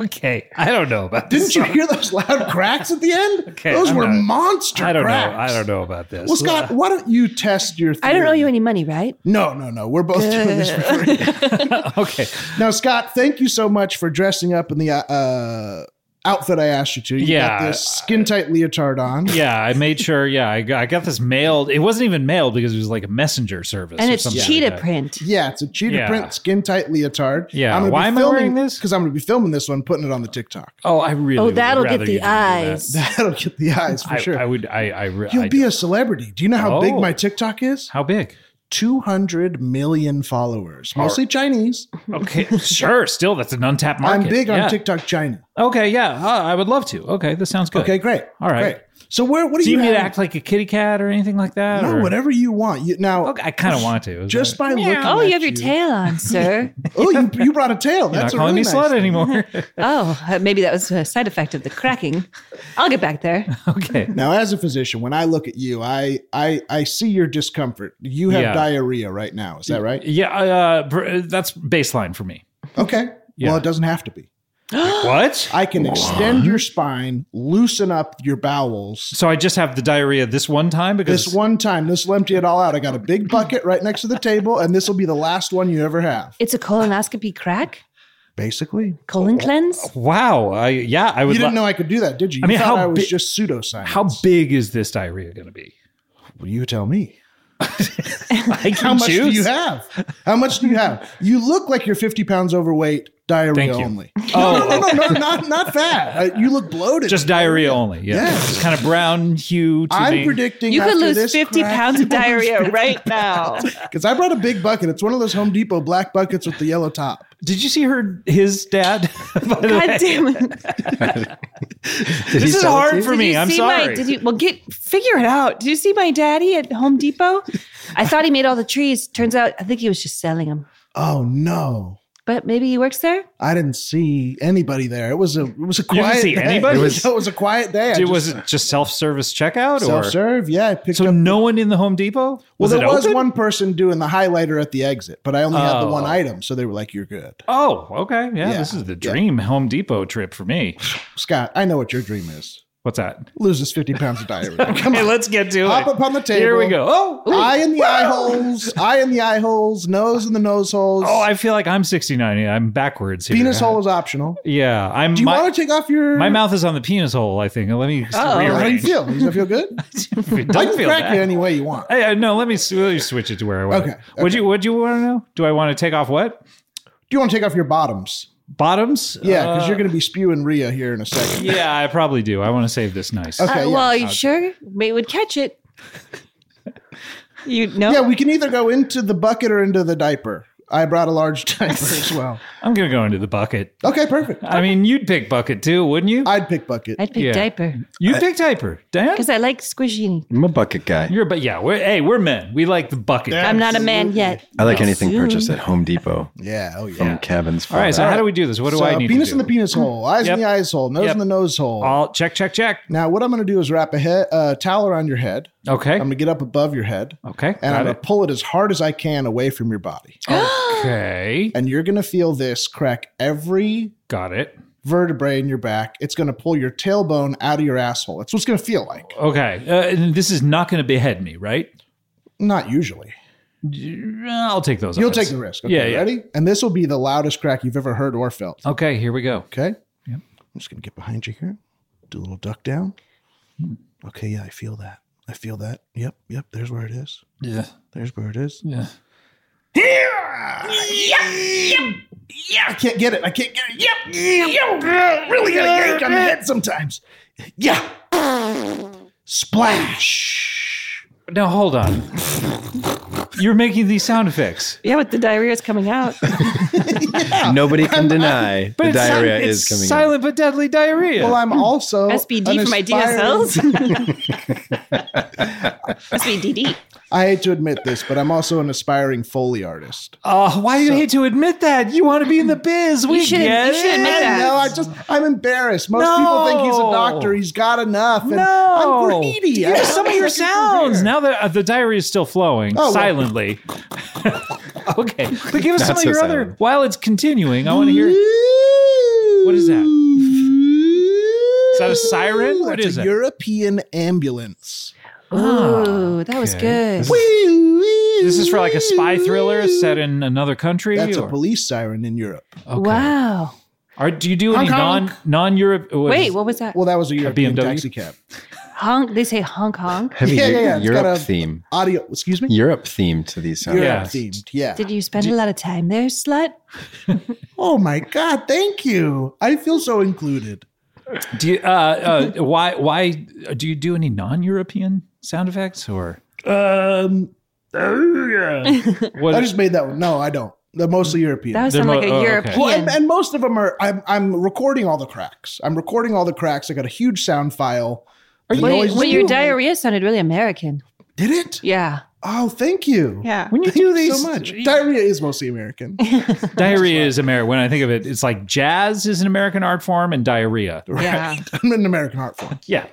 Speaker 1: Okay, I don't know about this.
Speaker 5: Didn't you hear those loud cracks at the end?
Speaker 1: Okay,
Speaker 5: those
Speaker 1: I'm
Speaker 5: were
Speaker 1: not-
Speaker 5: monster
Speaker 1: I don't
Speaker 5: cracks.
Speaker 1: know. I don't know about this.
Speaker 5: Well, Scott, why don't you test your?
Speaker 3: I
Speaker 5: Theory?
Speaker 3: don't owe you any money, right?
Speaker 5: No, no, no. We're both doing this for free.
Speaker 1: okay.
Speaker 5: Now, Scott, thank you so much for dressing up in the uh, uh, outfit I asked you to. You
Speaker 1: Yeah.
Speaker 5: got this skin tight leotard on.
Speaker 1: Yeah, I made sure. Yeah, I got, I got this mailed. It wasn't even mailed because it was like a messenger service.
Speaker 3: And
Speaker 1: or
Speaker 3: it's
Speaker 1: something like
Speaker 3: cheetah
Speaker 1: that.
Speaker 3: print.
Speaker 5: Yeah, it's a cheetah
Speaker 1: Yeah.
Speaker 5: print skin tight leotard.
Speaker 1: Yeah, why am I wearing this?
Speaker 5: Because I'm going to be filming this one, putting it on the TikTok.
Speaker 1: Oh, I really.
Speaker 3: Oh,
Speaker 1: would
Speaker 3: that'll
Speaker 1: rather
Speaker 3: get
Speaker 1: you
Speaker 3: the
Speaker 1: didn't do that.
Speaker 3: eyes.
Speaker 5: That'll get the eyes for
Speaker 1: I,
Speaker 5: sure.
Speaker 1: I would. I. I. re-
Speaker 5: You'll
Speaker 1: I
Speaker 5: be a celebrity. Do you know how big
Speaker 1: Oh.
Speaker 5: my TikTok is?
Speaker 1: how big?
Speaker 5: 200 million followers, mostly Chinese.
Speaker 1: Okay, sure. Still, that's an untapped market.
Speaker 5: I'm big on
Speaker 1: Yeah.
Speaker 5: TikTok China.
Speaker 1: Okay, yeah, uh, I would love to. Okay, this sounds good.
Speaker 5: Okay, great.
Speaker 1: All right.
Speaker 5: Great. So where? What do
Speaker 1: Do you
Speaker 5: you
Speaker 1: need to
Speaker 5: having?
Speaker 1: act like a kitty cat or anything like that?
Speaker 5: No,
Speaker 1: or?
Speaker 5: whatever you want. You, now,
Speaker 1: Okay, I kind of want to.
Speaker 5: just by looking.
Speaker 3: Oh,
Speaker 5: at
Speaker 3: you have your tail on, sir.
Speaker 5: Oh, you, you brought a tail.
Speaker 1: You're
Speaker 5: That's
Speaker 1: not calling me
Speaker 5: a really
Speaker 1: slut
Speaker 5: nice thing.
Speaker 1: anymore.
Speaker 3: oh, uh, maybe that was a side effect of the cracking. I'll get back there.
Speaker 1: okay.
Speaker 5: Now, as a physician, when I look at you, I I I see your discomfort. You have
Speaker 1: Yeah.
Speaker 5: diarrhea right now. Is that right?
Speaker 1: Yeah, uh, br- that's baseline for me.
Speaker 5: Okay.
Speaker 1: Yeah.
Speaker 5: Well, it doesn't have to be.
Speaker 1: what?
Speaker 5: I can extend your spine, loosen up your bowels.
Speaker 1: So I just have the diarrhea this one time because
Speaker 5: This one time, this will empty it all out. I got a big bucket right next to the table, and this will be the last one you ever have.
Speaker 3: It's a colonoscopy crack,
Speaker 5: Basically,
Speaker 3: colon cleanse.
Speaker 1: Wow. I yeah. I
Speaker 5: you
Speaker 1: would.
Speaker 5: didn't
Speaker 1: lo-
Speaker 5: know I could do that, did you? You
Speaker 1: I mean,
Speaker 5: thought
Speaker 1: how
Speaker 5: I was
Speaker 1: bi-
Speaker 5: just pseudoscience.
Speaker 1: how big is this diarrhea going to be?
Speaker 5: Well, you tell me.
Speaker 1: I can
Speaker 5: How much
Speaker 1: choose.
Speaker 5: do you have? How much do you have? You look like you're 50 pounds overweight, diarrhea
Speaker 1: Thank you.
Speaker 5: only.
Speaker 1: Oh,
Speaker 5: No, no, no, not not fat. Uh, you look bloated.
Speaker 1: just diarrhea only. Yeah.
Speaker 5: Yeah.
Speaker 1: Just kind of brown hue. To
Speaker 5: I'm
Speaker 1: me.
Speaker 5: predicting
Speaker 3: You could
Speaker 5: after
Speaker 3: lose
Speaker 5: this
Speaker 3: 50 pounds of diarrhea right now.
Speaker 5: because I brought a big bucket. It's one of those Home Depot black buckets with the yellow top.
Speaker 1: Did you see her? His dad. By the way?
Speaker 3: God damn it.
Speaker 1: This is hard for
Speaker 3: Did
Speaker 1: me.
Speaker 3: you
Speaker 1: I'm
Speaker 3: see
Speaker 1: sorry.
Speaker 3: My, did you well get figure it out? Did you see my daddy at Home Depot? I thought he made all the trees. Turns out I think he was just selling them.
Speaker 5: Oh no.
Speaker 3: But maybe he works there.
Speaker 5: I didn't see anybody there. It was a it was a quiet
Speaker 1: see
Speaker 5: day.
Speaker 1: anybody?
Speaker 5: It was, it was a quiet day. I
Speaker 1: Did-
Speaker 5: just-
Speaker 1: was it just self service checkout or
Speaker 5: self-serve. Yeah, I picked
Speaker 1: so
Speaker 5: up.
Speaker 1: no one in the Home Depot?
Speaker 5: Well,
Speaker 1: Was
Speaker 5: there
Speaker 1: it
Speaker 5: was
Speaker 1: open?
Speaker 5: one person doing the highlighter at the exit, but I only had the one
Speaker 1: Oh.
Speaker 5: item, so they were like, "You're good."
Speaker 1: Oh, okay. Yeah,
Speaker 5: Yeah,
Speaker 1: this is the
Speaker 5: yeah.
Speaker 1: dream Home Depot trip for me.
Speaker 5: Scott, I know what your dream is.
Speaker 1: What's that?
Speaker 5: Loses 50 pounds of diarrhea. Come
Speaker 1: Hey,
Speaker 5: on.
Speaker 1: let's get to
Speaker 5: Hop
Speaker 1: it.
Speaker 5: up on the table.
Speaker 1: Here we go. Oh, ooh.
Speaker 5: Eye in the eye holes. Eye in the eye holes. Nose in the nose holes.
Speaker 1: oh, I feel like I'm 69. Yeah, I'm backwards here.
Speaker 5: Penis hole is optional.
Speaker 1: Yeah, I'm.
Speaker 5: Do you
Speaker 1: my,
Speaker 5: want to take off your?
Speaker 1: my mouth is on the penis hole. I think. Let me
Speaker 5: How do you
Speaker 1: rearrange.
Speaker 5: feel? Does that feel good?
Speaker 1: It
Speaker 5: I
Speaker 1: doesn't
Speaker 5: can
Speaker 1: feel
Speaker 5: crack
Speaker 1: bad.
Speaker 5: you any way you want.
Speaker 1: Hey, uh, no, let me, s- let me switch it to where I want.
Speaker 5: Okay,
Speaker 1: it. Would you Would you want to know? Do I want to take off what
Speaker 5: Do you want to take off your bottoms?
Speaker 1: bottoms?
Speaker 5: Yeah, because
Speaker 1: Uh,
Speaker 5: you're going to be spewing Rhea here in a second.
Speaker 1: yeah, I probably do. I want to save this nice.
Speaker 5: Okay.
Speaker 3: Uh,
Speaker 5: yeah.
Speaker 3: well, you sure may would catch it. You know,
Speaker 5: yeah, we can either go into the bucket or into the diaper. I brought a large diaper as well.
Speaker 1: I'm gonna go into the bucket.
Speaker 5: Okay, perfect.
Speaker 1: I mean, you'd pick bucket too, wouldn't you?
Speaker 5: I'd pick bucket.
Speaker 3: I'd pick
Speaker 1: Yeah.
Speaker 3: diaper
Speaker 1: You'd pick diaper, Dan.
Speaker 3: because I like squishy.
Speaker 2: I'm a bucket guy.
Speaker 1: You're but yeah, we're hey, we're men. We like the bucket.
Speaker 5: Yeah.
Speaker 3: I'm not a man yet.
Speaker 2: I like anything
Speaker 3: Soon.
Speaker 2: purchased at Home Depot
Speaker 5: yeah. Oh yeah.
Speaker 2: from cabins.
Speaker 1: All right, so how do we do this? What do
Speaker 5: So,
Speaker 1: I need?
Speaker 5: penis
Speaker 1: to
Speaker 5: in
Speaker 1: do?
Speaker 5: the penis hole, eyes
Speaker 1: Yep.
Speaker 5: in the eyes hole, nose
Speaker 1: Yep.
Speaker 5: in the nose hole.
Speaker 1: All check, check, check.
Speaker 5: now, what I'm going to do is wrap a head, uh, towel around your head.
Speaker 1: Okay.
Speaker 5: I'm going to get up above your head,
Speaker 1: okay.
Speaker 5: and
Speaker 1: Got
Speaker 5: I'm going
Speaker 1: it. Oh.
Speaker 5: to pull it as hard as I can away from your body.
Speaker 1: Okay.
Speaker 5: And you're going to feel this crack every
Speaker 1: Got it.
Speaker 5: vertebrae in your back. It's going to pull your tailbone out of your asshole. It's what's going to feel like.
Speaker 1: Okay. Uh, and this is not going to behead me, right?
Speaker 5: Not usually.
Speaker 1: I'll take those.
Speaker 5: You'll
Speaker 1: odds.
Speaker 5: take the risk. Okay,
Speaker 1: Yeah, yeah. Oh.
Speaker 5: ready? And this will be the loudest crack you've ever heard or felt.
Speaker 1: Okay, here we go.
Speaker 5: Okay. Yeah. I'm just gonna get behind you here. Do a little duck down.
Speaker 1: Hmm.
Speaker 5: Okay. Yeah, I feel that. I feel that. Yep. Yep. There's where it is.
Speaker 1: Yeah.
Speaker 5: There's where it is.
Speaker 1: Yeah.
Speaker 5: I can't get it. I can't get it. Yep. Yep. Really got to yank on the head sometimes. Yeah. Splash.
Speaker 1: Now hold on. You're making these sound effects.
Speaker 3: Yeah, but the diarrhea is coming out.
Speaker 2: Nobody can deny
Speaker 1: But
Speaker 2: the
Speaker 1: it's sil-
Speaker 2: diarrhea
Speaker 1: it's
Speaker 2: is coming. out.
Speaker 1: Silent but deadly diarrhea.
Speaker 5: Well, I'm also
Speaker 3: SBD
Speaker 5: an
Speaker 3: for my
Speaker 5: aspiring-
Speaker 3: DSLs. SBDD.
Speaker 5: I hate to admit this, but I'm also an aspiring Foley artist.
Speaker 1: Uh, why do you hate to admit that? You want to be in the biz. We
Speaker 3: should-
Speaker 1: get
Speaker 3: you should admit
Speaker 1: it.
Speaker 3: that.
Speaker 5: No, I just I'm embarrassed. Most people think he's a doctor. He's got enough. And
Speaker 1: No.
Speaker 5: I'm greedy. I
Speaker 1: Here's
Speaker 5: want
Speaker 1: some of your
Speaker 5: fucking
Speaker 1: sounds.
Speaker 5: career.
Speaker 1: Now that uh, the diary is still flowing
Speaker 5: Oh, well.
Speaker 1: silently. okay. But give us some of
Speaker 2: Not so
Speaker 1: your other.
Speaker 2: silent.
Speaker 1: While it's continuing, I want to hear. What is that? Is that a siren? What
Speaker 5: That's
Speaker 1: is
Speaker 5: a
Speaker 1: it?
Speaker 5: European ambulance.
Speaker 3: Ooh, that was
Speaker 1: Ah, okay.
Speaker 3: good.
Speaker 1: This is for like a spy thriller set in another country.
Speaker 5: That's a
Speaker 1: or-
Speaker 5: police siren in Europe.
Speaker 1: okay.
Speaker 3: Wow.
Speaker 1: Are, do you do any
Speaker 5: Hong
Speaker 1: non uh, non Europe?
Speaker 3: Wait, what was that?
Speaker 5: Well, that was a European
Speaker 1: BMW?
Speaker 5: taxi cab.
Speaker 3: Honk. They say honk honk.
Speaker 2: Heavy
Speaker 5: Yeah, yeah, yeah. It's
Speaker 2: Europe
Speaker 5: got a-
Speaker 2: theme.
Speaker 5: Audio, excuse me.
Speaker 2: Europe theme to these sounds.
Speaker 5: Europe
Speaker 1: Yeah.
Speaker 5: themed. Yeah.
Speaker 3: Did you spend a lot of time there, slut?
Speaker 5: oh my God! Thank you. I feel so included.
Speaker 1: Do you, uh, uh, why why do you do any non European sound effects or
Speaker 5: Um,
Speaker 1: what?
Speaker 5: I just made that one. No, I don't. They're mostly European.
Speaker 3: That was
Speaker 1: They're
Speaker 3: sound like a
Speaker 1: mo- oh, okay.
Speaker 3: European.
Speaker 5: Well, and, and most of them are. I'm, I'm recording all the cracks. I'm recording all the cracks. I got a huge sound file. The
Speaker 3: Well,
Speaker 5: noise
Speaker 3: you-
Speaker 5: is
Speaker 3: well, your
Speaker 5: doable.
Speaker 3: diarrhea sounded really American.
Speaker 5: Did it?
Speaker 3: Yeah.
Speaker 5: Oh, thank you.
Speaker 7: Yeah.
Speaker 1: when you
Speaker 5: Thank
Speaker 1: do
Speaker 5: you
Speaker 1: these
Speaker 5: so much. Diarrhea is mostly American.
Speaker 1: diarrhea is American. When I think of it, it's like jazz is an American art form and diarrhea.
Speaker 7: Yeah.
Speaker 5: I'm an American art form.
Speaker 1: Yeah.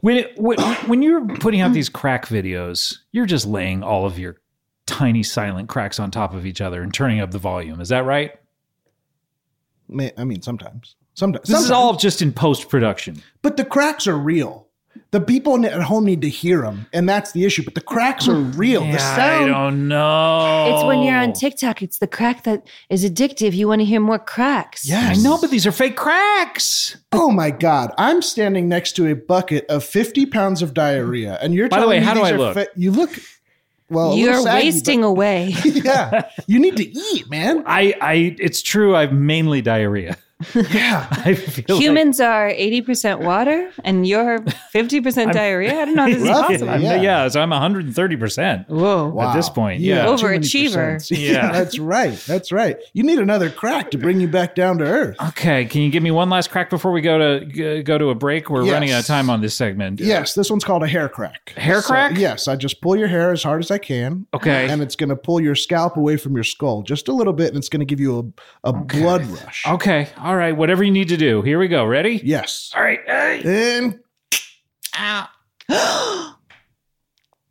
Speaker 1: When it, when, when you're putting out these crack videos, you're just laying all of your tiny silent cracks on top of each other and turning up the volume. Is that right?
Speaker 5: Ma- I mean, sometimes. Sometimes.
Speaker 1: This is
Speaker 5: sometimes.
Speaker 1: all just in post production.
Speaker 5: But the cracks are real. The people n- at home need to hear them, and that's the issue. But the cracks are real. Oh, the
Speaker 1: I
Speaker 5: sound.
Speaker 1: don't know.
Speaker 3: It's when you're
Speaker 1: Oh.
Speaker 3: on TikTok. It's the crack that is addictive. You want to hear more cracks.
Speaker 1: I
Speaker 5: Yes.
Speaker 1: know, but these are fake cracks.
Speaker 5: Oh my God! I'm standing next to a bucket of 50 pounds of diarrhea, and you're.
Speaker 1: By the
Speaker 5: telling
Speaker 1: way,
Speaker 5: me
Speaker 1: how do I
Speaker 5: these are
Speaker 1: look?
Speaker 5: fa- you look. Well, a little
Speaker 3: You're
Speaker 5: Oh, saggy, but-
Speaker 3: wasting away.
Speaker 5: yeah, you need to eat, man.
Speaker 1: I, I, it's true. I've mainly diarrhea.
Speaker 5: Yeah.
Speaker 1: I feel like-
Speaker 3: Humans are 80% water and you're 50% diarrhea. I don't know how this is
Speaker 5: Roughly,
Speaker 3: possible.
Speaker 1: I'm- yeah.
Speaker 5: Yeah.
Speaker 1: so I'm 130%.
Speaker 3: Whoa.
Speaker 1: At this point, yeah.
Speaker 5: too many
Speaker 3: Overachiever.
Speaker 5: percents.
Speaker 1: Yeah.
Speaker 5: Yeah. that's right. That's right. You need another crack to bring you back down to earth.
Speaker 1: Okay, can you give me one last crack before we go to go to a break? We're
Speaker 5: Yes.
Speaker 1: running out of time on this segment.
Speaker 5: Yes, this one's called a hair crack.
Speaker 1: Hair
Speaker 5: So,
Speaker 1: crack?
Speaker 5: yes, I just pull your hair as hard as I can.
Speaker 1: Okay.
Speaker 5: And it's going to pull your scalp away from your skull just a little bit, and it's going to give you a, a blood rush.
Speaker 1: Okay. All right. Whatever you need to do. Here we go. Ready?
Speaker 5: Yes.
Speaker 1: All right. Hey.
Speaker 5: And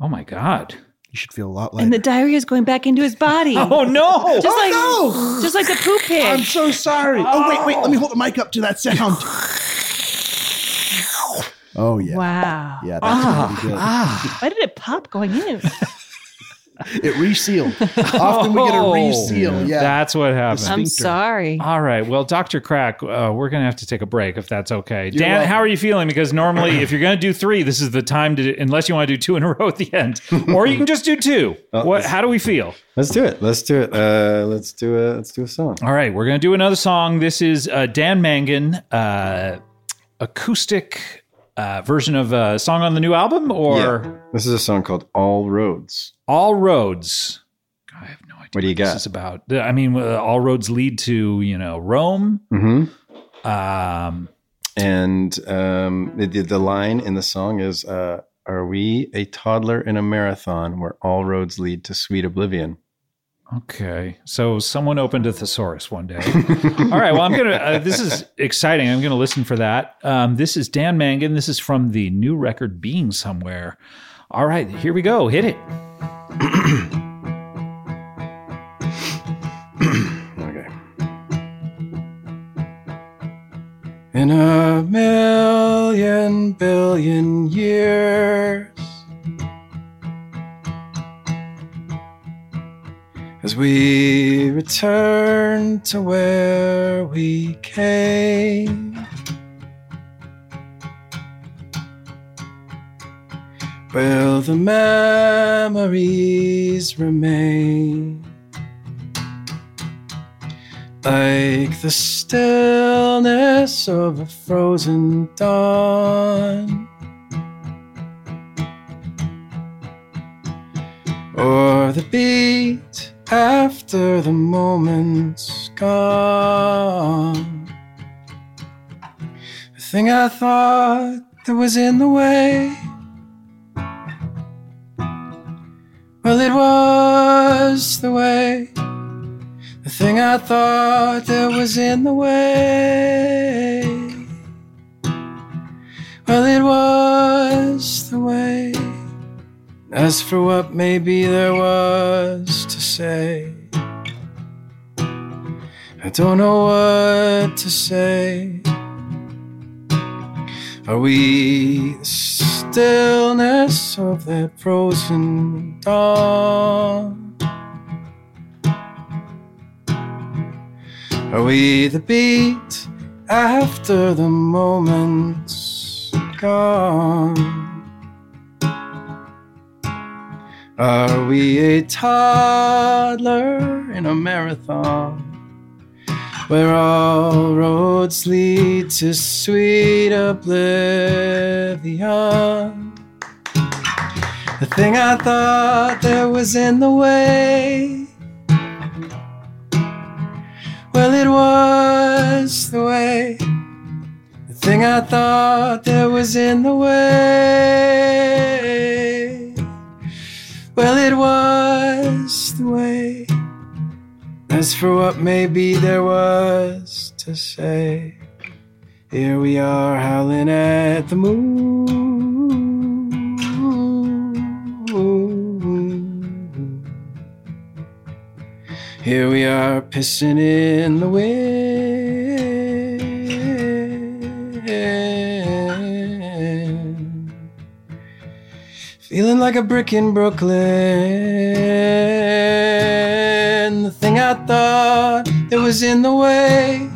Speaker 1: Oh my god.
Speaker 5: you should feel a lot like.
Speaker 3: And the diarrhea is going back into his body.
Speaker 1: Oh no.
Speaker 3: just like
Speaker 5: oh,
Speaker 3: just like the poop
Speaker 5: no! I'm
Speaker 3: pig.
Speaker 5: so sorry. Oh, wait, wait. Let me hold the mic up to that sound. Oh, yeah.
Speaker 3: Wow.
Speaker 5: Yeah, that's pretty good.
Speaker 3: Why did it pop going in?
Speaker 5: It resealed. Often we get a
Speaker 1: Oh.
Speaker 5: reseal. Yeah.
Speaker 1: That's what happened.
Speaker 3: I'm
Speaker 5: Sphincter.
Speaker 3: sorry.
Speaker 5: Uh,
Speaker 1: all right. Well, Dr. Crack, uh, we're going to have to take a break if that's okay. Dan,
Speaker 5: welcome.
Speaker 1: how are you feeling? Because normally, if you're going to do three, this is the time to, unless you want to do two in a row at the end, or you can just do two. what, how do we feel?
Speaker 2: Let's do it. Let's do it. Uh, let's do a let's do a song.
Speaker 1: All right, we're going to do another song. This is uh, Dan Mangan, uh, acoustic uh, version of a song on the new album or
Speaker 2: This is a song called All Roads.
Speaker 1: All Roads. I have no idea.
Speaker 2: What do you
Speaker 1: this
Speaker 2: got?
Speaker 1: is about? I mean, uh, all roads lead to you know Rome.
Speaker 2: Mm-hmm.
Speaker 1: Um,
Speaker 2: And um, the, the line in the song is uh, Are we a toddler in a marathon where all roads lead to sweet oblivion?
Speaker 1: okay, so someone opened a thesaurus one day. all right, well, I'm gonna. Uh, this is exciting. I'm gonna listen for that. Um, this is Dan Mangan. This is from the new record Being Somewhere. All right, here we go. Hit it.
Speaker 2: Okay. In a million billion years, as we return to where we came, will the memories remain? like the stillness of a frozen dawn. Or the beat after the moment's gone. The thing I thought that was in the way. Well, it was the way. The thing I thought that was in the way. Well, it was the way. As for what maybe there was to say, I don't know what to say. Are we the stillness of that frozen dawn? Are we the beat after the moment's gone? Are we a toddler in a marathon where all roads lead to sweet oblivion? The thing I thought that was in the way well, it was the way. The thing I thought that was in the way. Well, it was the way. As for what maybe there was to say, here we are howling at the moon. Here we are pissing in the wind. Feeling like a brick in Brooklyn. The thing I thought that was in the way.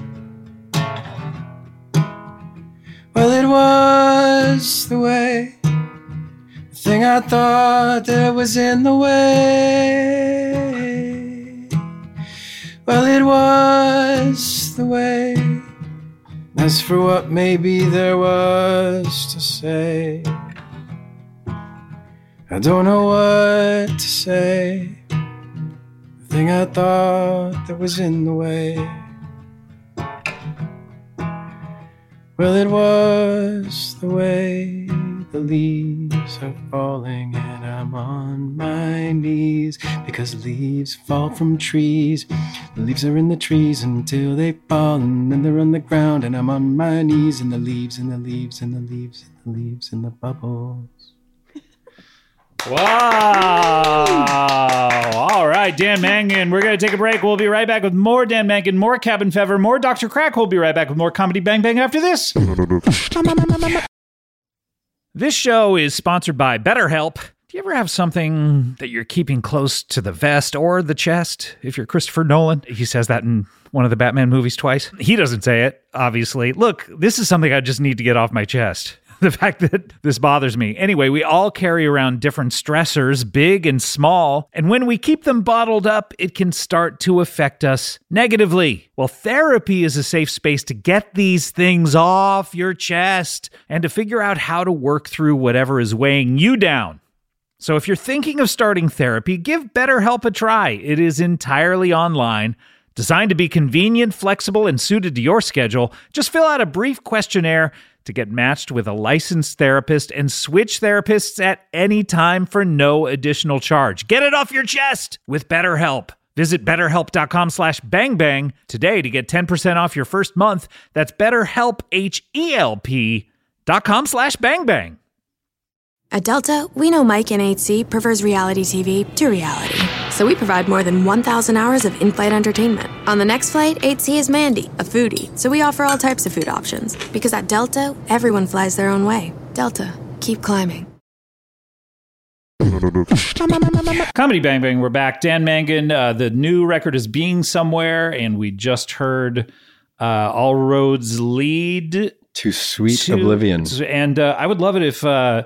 Speaker 2: Well, it was the way. The thing I thought that was in the way. Well, it was the way. As for what maybe there was to say, I don't know what to say. The thing I thought that was in the way. Well, it was the way the leaves are falling, and I'm on my knees because leaves fall from trees. The leaves are in the trees until they fall, and then they're on the ground, and I'm on my knees, and the leaves, and the leaves, and the leaves, and the leaves, and the bubbles.
Speaker 1: Wow. All right, Dan Mangan. We're going to take a break. We'll be right back with more Dan Mangan, more Cabin Fever, more Dr. Crack. We'll be right back with more Comedy Bang Bang after this.
Speaker 6: This show is sponsored by BetterHelp. Do you ever have something that you're keeping close to the vest or the chest? If you're Christopher Nolan, he says that in one of the Batman movies twice. He doesn't say it, obviously. Look, this is something I just need to get off my chest. The fact that this bothers me. Anyway, we all carry around different stressors, big and small, and when we keep them bottled up, it can start to affect us negatively. Well, therapy is a safe space to get these things off your chest and to figure out how to work through whatever is weighing you down. So if you're thinking of starting therapy, give BetterHelp a try. It is entirely online, designed to be convenient, flexible, and suited to your schedule. Just fill out a brief questionnaire to get matched with a licensed therapist and switch therapists at any time for no additional charge. Get it off your chest with BetterHelp. Visit betterhelp.com slash bangbang today to get 10% off your first month. That's betterhelp, H-E-L-P dot com slash bangbang.
Speaker 8: At Delta, we know Mike in 8C prefers reality TV to reality. So we provide more than 1,000 hours of in flight entertainment. On the next flight, 8C is Mandy, a foodie. So we offer all types of food options. Because at Delta, everyone flies their own way. Delta, keep climbing.
Speaker 1: Comedy Bang Bang, we're back. Dan Mangan, uh, the new record is Being Somewhere, and we just heard uh, All Roads Lead
Speaker 2: To sweet
Speaker 1: to-
Speaker 2: oblivion.
Speaker 1: And uh, I would love it if, uh,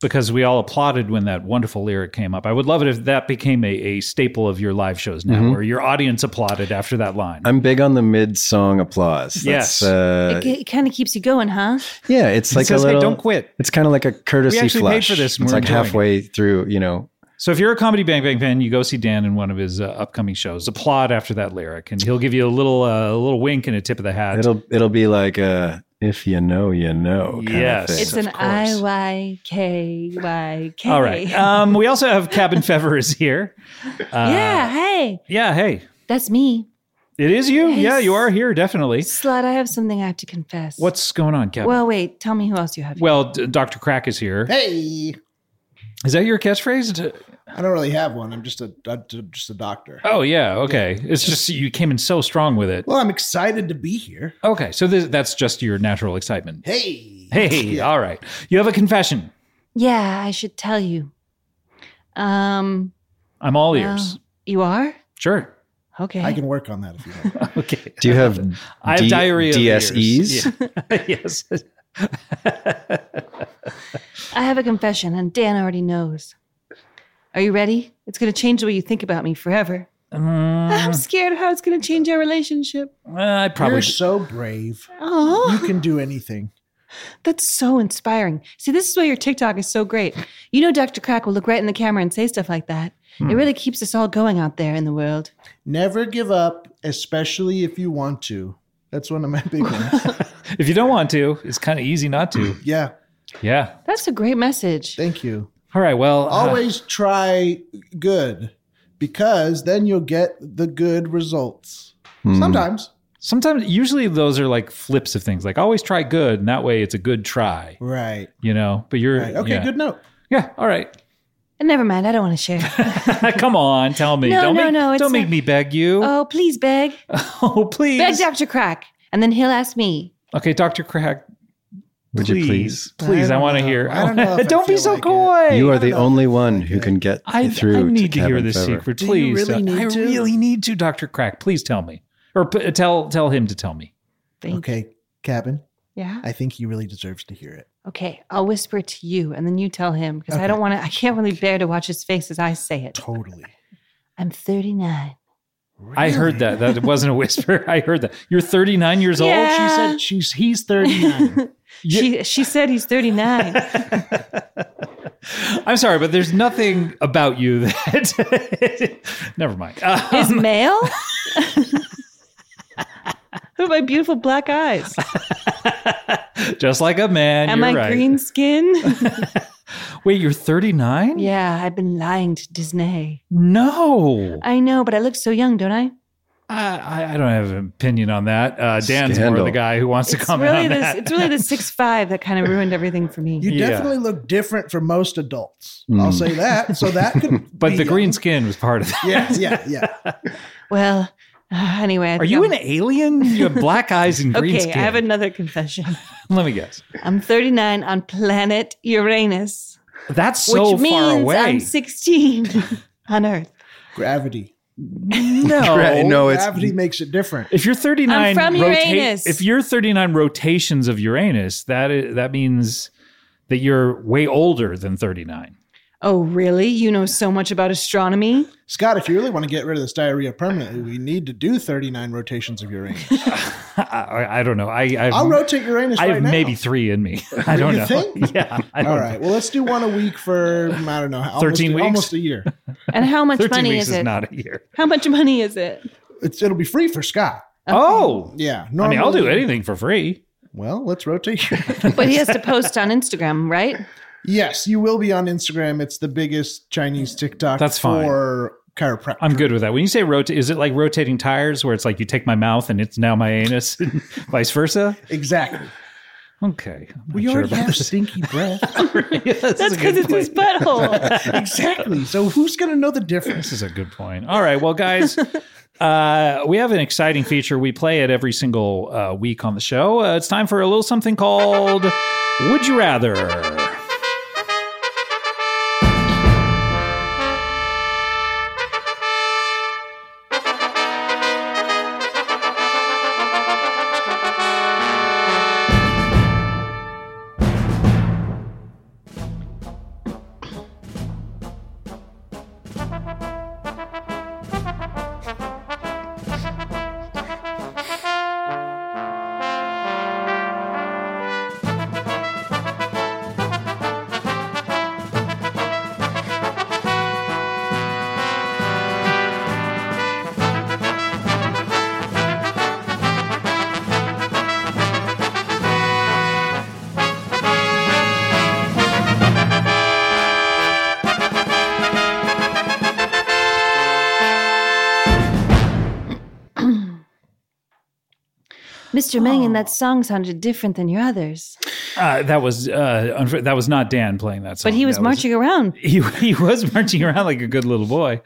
Speaker 1: because we all applauded when that wonderful lyric came up, I would love it if that became a, a staple of your live shows now, where your audience applauded after that line.
Speaker 2: Mm-hmm. I'm big on the mid-song applause. That's,
Speaker 1: Yes.
Speaker 2: uh,
Speaker 3: it, it kind of keeps you going, huh?
Speaker 2: yeah, it's like
Speaker 1: it says,
Speaker 2: a little.
Speaker 1: hey, don't quit.
Speaker 2: It's kind of like a courtesy
Speaker 1: We actually paid
Speaker 2: flush.
Speaker 1: for this and
Speaker 2: It's
Speaker 1: we're
Speaker 2: like
Speaker 1: enjoying it.
Speaker 2: halfway through, you know.
Speaker 1: So if you're a Comedy Bang Bang fan, you go see Dan in one of his uh, upcoming shows. Applaud after that lyric, and he'll give you a little uh, a little wink and a tip of the hat.
Speaker 2: It'll it'll be like a if you know, you know. Kind
Speaker 1: Yes.
Speaker 2: Of thing.
Speaker 3: It's an I Y K Y K.
Speaker 1: All right. Um, we also have Cabin Fever is here. Uh,
Speaker 3: yeah. Hey,
Speaker 1: Yeah. Hey,
Speaker 3: that's me.
Speaker 1: it is you. Yeah, you are here definitely.
Speaker 3: Slut, I have something I have to confess.
Speaker 1: What's going on, Cabin?
Speaker 3: Well, wait. Tell me who else you have. here.
Speaker 1: Well, D- Dr. Crack is here.
Speaker 5: Hey,
Speaker 1: Is that your catchphrase? D-
Speaker 5: I don't really have one. I'm just a I'm just a doctor.
Speaker 1: Oh, yeah. Okay. It's just you came in so strong with it.
Speaker 5: Well, I'm excited to be here.
Speaker 1: Okay. So this, that's just your natural excitement.
Speaker 5: Hey,
Speaker 1: Hey, all right. You have a confession.
Speaker 3: yeah, I should tell you. Um,
Speaker 1: I'm all ears.
Speaker 3: well, you are
Speaker 1: Sure.
Speaker 3: okay.
Speaker 5: I can work on that if you want.
Speaker 1: Okay.
Speaker 2: Do you have
Speaker 1: I have
Speaker 2: D-
Speaker 1: diarrhea. of
Speaker 2: DSEs?
Speaker 1: ears. Yeah. yes.
Speaker 3: I have a confession, and Dan already knows. Are you ready? It's going to change the way you think about me forever.
Speaker 5: Uh-huh.
Speaker 3: I'm scared how it's going to change our relationship.
Speaker 1: Well, Um, uh, I probably.
Speaker 5: You're so brave.
Speaker 3: Oh,
Speaker 5: You can do anything.
Speaker 3: that's so inspiring. See, this is why your TikTok is so great. You know, Dr. Crack will look right in the camera and say stuff like that. It really keeps us all going out there in the world.
Speaker 5: Never give up, especially if you want to. That's one of my big ones.
Speaker 1: If you don't want to, it's kind of easy not to.
Speaker 5: Yeah,
Speaker 1: Yeah.
Speaker 3: That's a great message.
Speaker 5: thank you.
Speaker 1: All right. Well, uh,
Speaker 5: Always try good because then you'll get the good results.
Speaker 2: hmm,
Speaker 1: Hmm.
Speaker 5: Sometimes.
Speaker 1: sometimes, usually those are like flips of things. Like always try good, and that way it's a good try,
Speaker 5: Right.
Speaker 1: you know? But you're.
Speaker 5: right. Okay,
Speaker 1: yeah.
Speaker 5: good note.
Speaker 1: Yeah. All right.
Speaker 3: And never mind, I don't want to share.
Speaker 1: Come on, tell me.
Speaker 3: No,
Speaker 1: don't
Speaker 3: no,
Speaker 1: make,
Speaker 3: no, it's
Speaker 1: don't make
Speaker 3: not-
Speaker 1: me beg you.
Speaker 3: oh, please beg.
Speaker 1: oh, please.
Speaker 3: Beg Dr. Crack. And then he'll ask me.
Speaker 1: okay, Dr. Crack.
Speaker 2: Would you please?
Speaker 1: Please, I, want to hear.
Speaker 5: I don't know if I
Speaker 1: don't be
Speaker 5: feel
Speaker 1: so
Speaker 5: like
Speaker 1: coy.
Speaker 2: You are the only one who can get
Speaker 1: I,
Speaker 2: through.
Speaker 1: I need to, hear
Speaker 2: Kevin
Speaker 1: this
Speaker 2: Fever.
Speaker 1: secret.
Speaker 5: Do you
Speaker 1: Please,
Speaker 5: really
Speaker 1: Doc-
Speaker 5: need
Speaker 1: I
Speaker 5: to?
Speaker 1: really need to, Dr. Crack. Please tell me, or p- tell tell him to tell me.
Speaker 3: Thank
Speaker 5: Okay, Cabin,
Speaker 3: Yeah.
Speaker 5: I think he really deserves to hear it.
Speaker 3: Okay. I'll whisper it to you and then you tell him because I don't want to, I can't really bear to watch his face as I say it.
Speaker 5: Totally.
Speaker 3: I'm 39.
Speaker 1: I heard that. That wasn't a whisper. I heard that. You're 39 years
Speaker 3: Yeah.
Speaker 1: old.
Speaker 5: Said she's he's 39.
Speaker 3: She, she said he's 39.
Speaker 1: I'm sorry, but there's nothing about you that. Never mind. Uh,
Speaker 3: Is male? Who are my beautiful black eyes?
Speaker 1: just like a man.
Speaker 3: Am
Speaker 1: you're
Speaker 3: I
Speaker 1: right.
Speaker 3: green skin?
Speaker 1: Wait, you're 39?
Speaker 3: yeah, I've been lying to Disney.
Speaker 1: No.
Speaker 3: I know, but I look so young, don't I?
Speaker 1: I, I- I don't have an opinion on that. Uh, Dan's more
Speaker 2: Scandal.
Speaker 1: the guy who wants to
Speaker 3: It's
Speaker 1: comment
Speaker 3: really
Speaker 1: on
Speaker 3: this.
Speaker 1: that.
Speaker 3: It's really the six five that kind of ruined everything for me.
Speaker 5: You
Speaker 1: Yeah. Hmm.
Speaker 5: definitely look different from most adults. I'll say that. So that could
Speaker 1: but
Speaker 5: be
Speaker 1: the
Speaker 5: a-
Speaker 1: green skin was part of that.
Speaker 5: Yeah, yeah, yeah.
Speaker 3: Well, uh, anyway, I
Speaker 1: Are
Speaker 3: think
Speaker 1: you
Speaker 3: I'm-
Speaker 1: an alien? You have black eyes and green
Speaker 3: Okay,
Speaker 1: skin.
Speaker 3: I have another confession.
Speaker 1: Let me guess.
Speaker 3: I'm 39 on planet Uranus,
Speaker 1: That's
Speaker 3: which
Speaker 1: so
Speaker 3: means
Speaker 1: far away.
Speaker 3: I'm 16 on Earth.
Speaker 5: Gravity.
Speaker 1: no.
Speaker 2: Right, no, it's
Speaker 5: Gravity makes it different.
Speaker 1: If you're 39
Speaker 3: I'm from
Speaker 1: rota-
Speaker 3: Uranus.
Speaker 1: if you're 39 rotations of Uranus, that is, that means that you're way older than 39.
Speaker 3: Oh, really? You know so much about astronomy?
Speaker 5: Scott, if you really want to get rid of this diarrhea permanently, we need to do 39 rotations of Uranus.
Speaker 1: I, I don't know. I I've,
Speaker 5: I'll rotate Uranus
Speaker 1: I
Speaker 5: right
Speaker 1: have
Speaker 5: now.
Speaker 1: maybe three in me. I don't
Speaker 5: You
Speaker 1: know.
Speaker 5: think?
Speaker 1: Yeah. I don't
Speaker 5: All
Speaker 1: know.
Speaker 5: right. Well, let's do one a week for I don't know, almost
Speaker 1: 13
Speaker 5: a,
Speaker 1: weeks?
Speaker 5: almost a year.
Speaker 3: And how much
Speaker 1: Thirteen
Speaker 3: money
Speaker 1: weeks
Speaker 3: is
Speaker 1: is
Speaker 3: it?
Speaker 1: not a year.
Speaker 3: how much money is it?
Speaker 5: It's, it'll be free for Scott.
Speaker 1: Oh.
Speaker 5: Yeah.
Speaker 1: I mean, I'll do
Speaker 5: normally-
Speaker 1: anything for free.
Speaker 5: Well, let's rotate.
Speaker 3: But he has to post on Instagram, right?
Speaker 5: yes, you will be on Instagram. It's the biggest Chinese TikTok.
Speaker 1: That's fine.
Speaker 5: for chiropractor.
Speaker 1: I'm good with that. When you say rotate, is it like rotating tires where it's like you take my mouth and it's now my anus and vice versa?
Speaker 5: Exactly.
Speaker 1: Okay. I'm not
Speaker 5: We
Speaker 1: sure
Speaker 5: already
Speaker 1: about
Speaker 5: have
Speaker 1: this.
Speaker 5: stinky breath.
Speaker 1: Yeah, this is
Speaker 3: That's
Speaker 1: a good
Speaker 3: because it's his
Speaker 1: point.
Speaker 3: butthole.
Speaker 5: exactly. So who's going to know the difference?
Speaker 1: This is a good point. All right. Well, guys, uh, we have an exciting feature. We play it every single uh, week on the show. Uh, it's time for a little something called Would You Rather?
Speaker 3: Mr. Mangan, that song sounded different than your others.
Speaker 1: Uh, that was uh, unf- that was not Dan playing that song.
Speaker 3: But he was
Speaker 1: Oh, That
Speaker 3: marching around.
Speaker 1: he, he was marching around like a good little boy.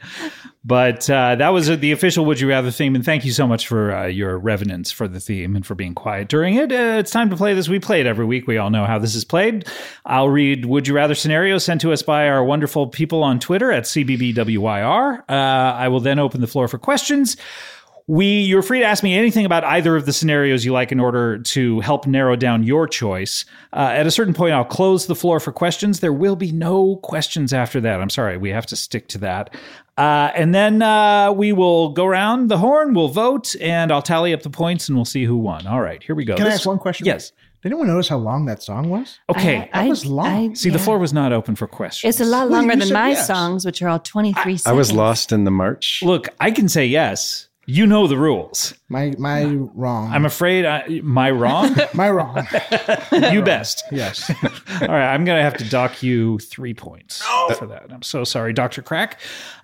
Speaker 1: But uh, that was the official Would You Rather theme. And thank you so much for uh, your reverence for the theme and for being quiet during it. Uh, it's time to play this. We play it every week. We all know how this is played. I'll read Would You Rather scenarios sent to us by our wonderful people on Twitter at CBBWYR. Uh, I will then open the floor for questions. We, you're free to ask me anything about either of the scenarios you like in order to help narrow down your choice. Uh, at a certain point, I'll close the floor for questions. There will be no questions after that. I'm sorry, we have to stick to that. Uh, and then uh, we will go around the horn, we'll vote, and I'll tally up the points and we'll see who won. All right, here we go.
Speaker 5: Can I
Speaker 1: This-
Speaker 5: ask one question?
Speaker 1: Yes.
Speaker 5: Did anyone notice how long that song was?
Speaker 1: Okay.
Speaker 5: That was long.
Speaker 1: see, the floor was not open for questions.
Speaker 3: It's a lot
Speaker 5: Wait,
Speaker 3: longer
Speaker 5: you
Speaker 3: than
Speaker 5: said
Speaker 3: my
Speaker 5: yes.
Speaker 3: songs, which are all 23 seconds.
Speaker 2: I was lost in the march.
Speaker 1: Look, I can say yes. You know the rules.
Speaker 5: My my wrong.
Speaker 1: I'm afraid I, my wrong.
Speaker 5: my wrong.
Speaker 1: you best.
Speaker 5: Yes.
Speaker 1: All right, I'm going to have to dock you three points for that. I'm so sorry, Dr. Crack.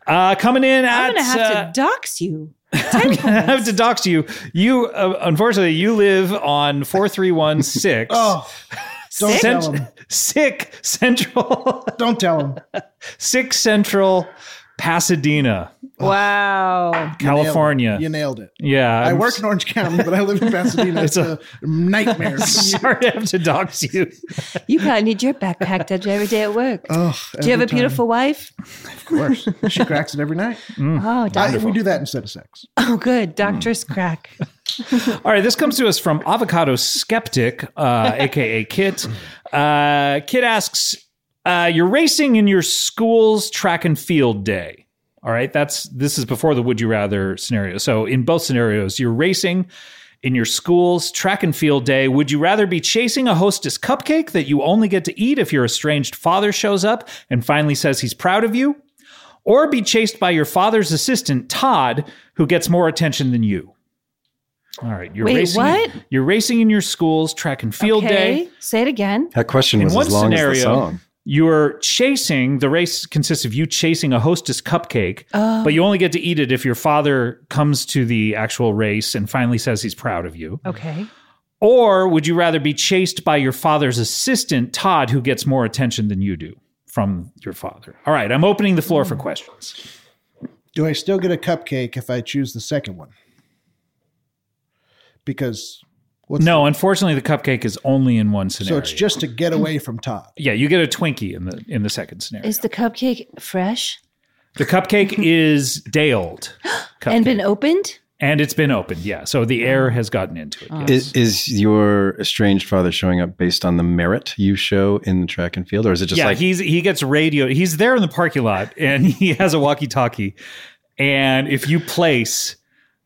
Speaker 1: Uh, coming in at.
Speaker 3: I'm going to have
Speaker 1: uh,
Speaker 3: to dox you.
Speaker 1: I'm gonna have to dox you. You, uh, unfortunately, you live on 4316.
Speaker 5: Oh, don't
Speaker 1: Cent-
Speaker 5: tell him.
Speaker 1: sick Central.
Speaker 5: Don't tell him.
Speaker 1: sick Central, Pasadena,
Speaker 3: Wow.
Speaker 1: California.
Speaker 5: You nailed it.
Speaker 1: Yeah.
Speaker 5: I
Speaker 1: I'm
Speaker 5: work in Orange County, but I live in Pasadena. It's a nightmare.
Speaker 1: Sorry to have to dox you.
Speaker 3: You probably need your backpack touch every day at work.
Speaker 5: Oh,
Speaker 3: Do you have
Speaker 5: every
Speaker 3: a
Speaker 5: time.
Speaker 3: beautiful wife?
Speaker 5: Of course. She cracks it every night.
Speaker 3: Oh, doc-
Speaker 5: I, we do that instead of sex.
Speaker 3: oh, good. Doctor's crack.
Speaker 1: All right, this comes to us from Avocado Skeptic, uh, aka Kit. Uh, Kit asks, uh, "You're racing in your school's track and field day." All right, that's this is before the would you rather scenario. So in both scenarios, you're racing in your school's track and field day. Would you rather be chasing a hostess cupcake that you only get to eat if your estranged father shows up and finally says he's proud of you, or be chased by your father's assistant Todd, who gets more attention than you? All right, you're
Speaker 3: Wait,
Speaker 1: racing.
Speaker 3: what?
Speaker 1: You're racing in your school's track and field day.
Speaker 3: Okay. Say it again.
Speaker 2: That question
Speaker 1: In
Speaker 2: was
Speaker 1: one
Speaker 2: as long as
Speaker 1: scenario,
Speaker 2: the song.
Speaker 1: You're chasing, the race consists of you chasing a hostess cupcake, but you only get to eat it if your father comes to the actual race and finally says he's proud of you.
Speaker 3: Okay.
Speaker 1: Or would you rather be chased by your father's assistant, Todd, who gets more attention than you do from your father? All right, I'm opening the floor for questions.
Speaker 5: Do I still get a cupcake if I choose the second one? Because what's
Speaker 1: No, unfortunately, the cupcake is only in one
Speaker 5: so
Speaker 1: scenario.
Speaker 5: it's just to get away from Todd.
Speaker 1: yeah, you get a Twinkie in the in the second scenario.
Speaker 3: Is the cupcake fresh
Speaker 1: the cupcake is day old
Speaker 3: and been opened?
Speaker 1: And it's been opened, yeah. So the air has gotten into it. yes.
Speaker 2: Is, is your estranged father showing up based on the merit you show in the track and field, or is it just
Speaker 1: yeah,
Speaker 2: like
Speaker 1: he's he gets radio. He's there in the parking lot, and he has a walkie-talkie. And if you place,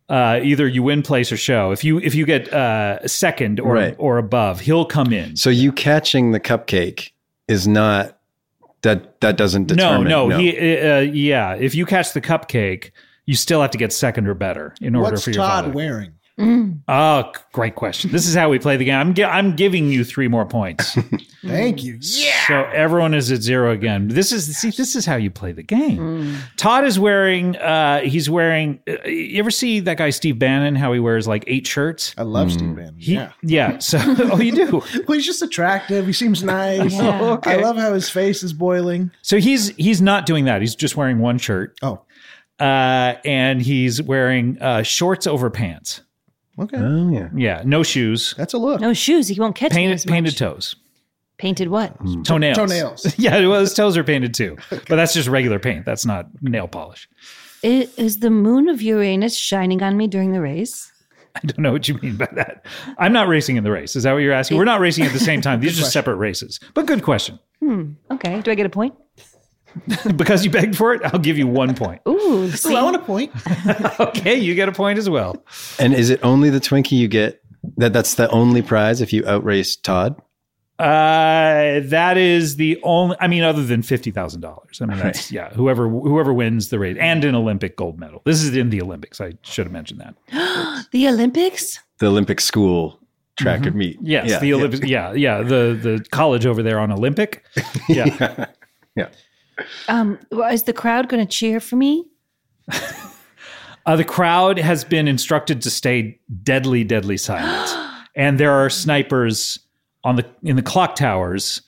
Speaker 1: uh, either you win, place, or show. If you if you get uh, second or
Speaker 2: Right.
Speaker 1: or above, he'll come in.
Speaker 2: so? You catching the cupcake is not that that doesn't
Speaker 1: no,
Speaker 2: determine.
Speaker 1: no, he uh, yeah. If you catch the cupcake, you still have to get second or better in order
Speaker 5: What's
Speaker 1: for your
Speaker 5: Todd
Speaker 1: father.
Speaker 5: wearing?
Speaker 1: Oh, c- great question. This is how we play the game. I'm gi- I'm giving you three more points.
Speaker 5: Thank you.
Speaker 1: So everyone is at zero again. This is see this is how you play the game.
Speaker 5: Hmm.
Speaker 1: Todd is wearing uh he's wearing uh, you ever see that guy Steve Bannon how he wears like eight shirts?
Speaker 5: I love Steve Bannon.
Speaker 1: He,
Speaker 5: Oh, yeah.
Speaker 1: yeah. So oh you do.
Speaker 5: Well, he's just attractive. He seems nice. I love how his face is boiling.
Speaker 1: So he's he's not doing that. He's just wearing one shirt.
Speaker 5: Oh,
Speaker 1: Uh and he's wearing uh shorts over pants.
Speaker 5: okay.
Speaker 2: Oh yeah.
Speaker 1: Yeah, no shoes.
Speaker 5: That's a look.
Speaker 3: No shoes. He won't catch me
Speaker 1: Painted
Speaker 3: as much.
Speaker 1: painted toes.
Speaker 3: Painted what?
Speaker 1: Toenails.
Speaker 5: Toenails.
Speaker 1: yeah, well his toes are painted too. But that's just regular paint. That's not nail polish.
Speaker 3: I- Is the moon of Uranus shining on me during the race?
Speaker 1: I don't know what you mean by that. I'm not racing in the race. Is that what you're asking? We're not racing at the same time. These are just separate races. But good question.
Speaker 3: Okay. Do I get a point?
Speaker 1: Because you begged for it, I'll give you one point.
Speaker 3: Ooh. See?
Speaker 5: I want a point.
Speaker 1: Okay, you get a point as well.
Speaker 2: And is it only the Twinkie you get? That that's the only prize if you outrace Todd.
Speaker 1: Uh, that is the only. I mean, other than fifty thousand dollars. I mean, that's yeah. Whoever whoever wins the race and an Olympic gold medal. This is in the Olympics. I should have mentioned that.
Speaker 3: the Olympics?
Speaker 2: The Olympic school track and meet.
Speaker 1: Mm-hmm. Yes,
Speaker 2: Yeah.
Speaker 1: the Olympics. Yeah. yeah, The the college over there on Olympic. Yeah.
Speaker 3: Um, well, is the crowd going to cheer for me?
Speaker 1: Uh, the crowd has been instructed to stay deadly, deadly silent, and there are snipers on the in the clock towers,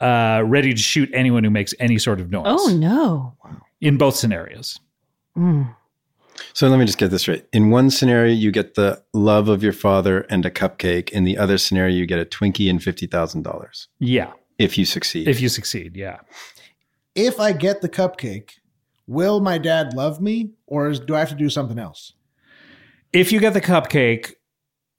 Speaker 1: uh, ready to shoot anyone who makes any sort of noise.
Speaker 3: Oh, no. Hmm,
Speaker 1: In both scenarios,
Speaker 2: So let me just get this right. In one scenario, you get the love of your father and a cupcake. In the other scenario, you get a Twinkie and fifty thousand dollars
Speaker 1: yeah.
Speaker 2: if you succeed.
Speaker 1: If you succeed, yeah.
Speaker 5: If I get the cupcake, will my dad love me or is, do I have to do something else?
Speaker 1: If you get the cupcake,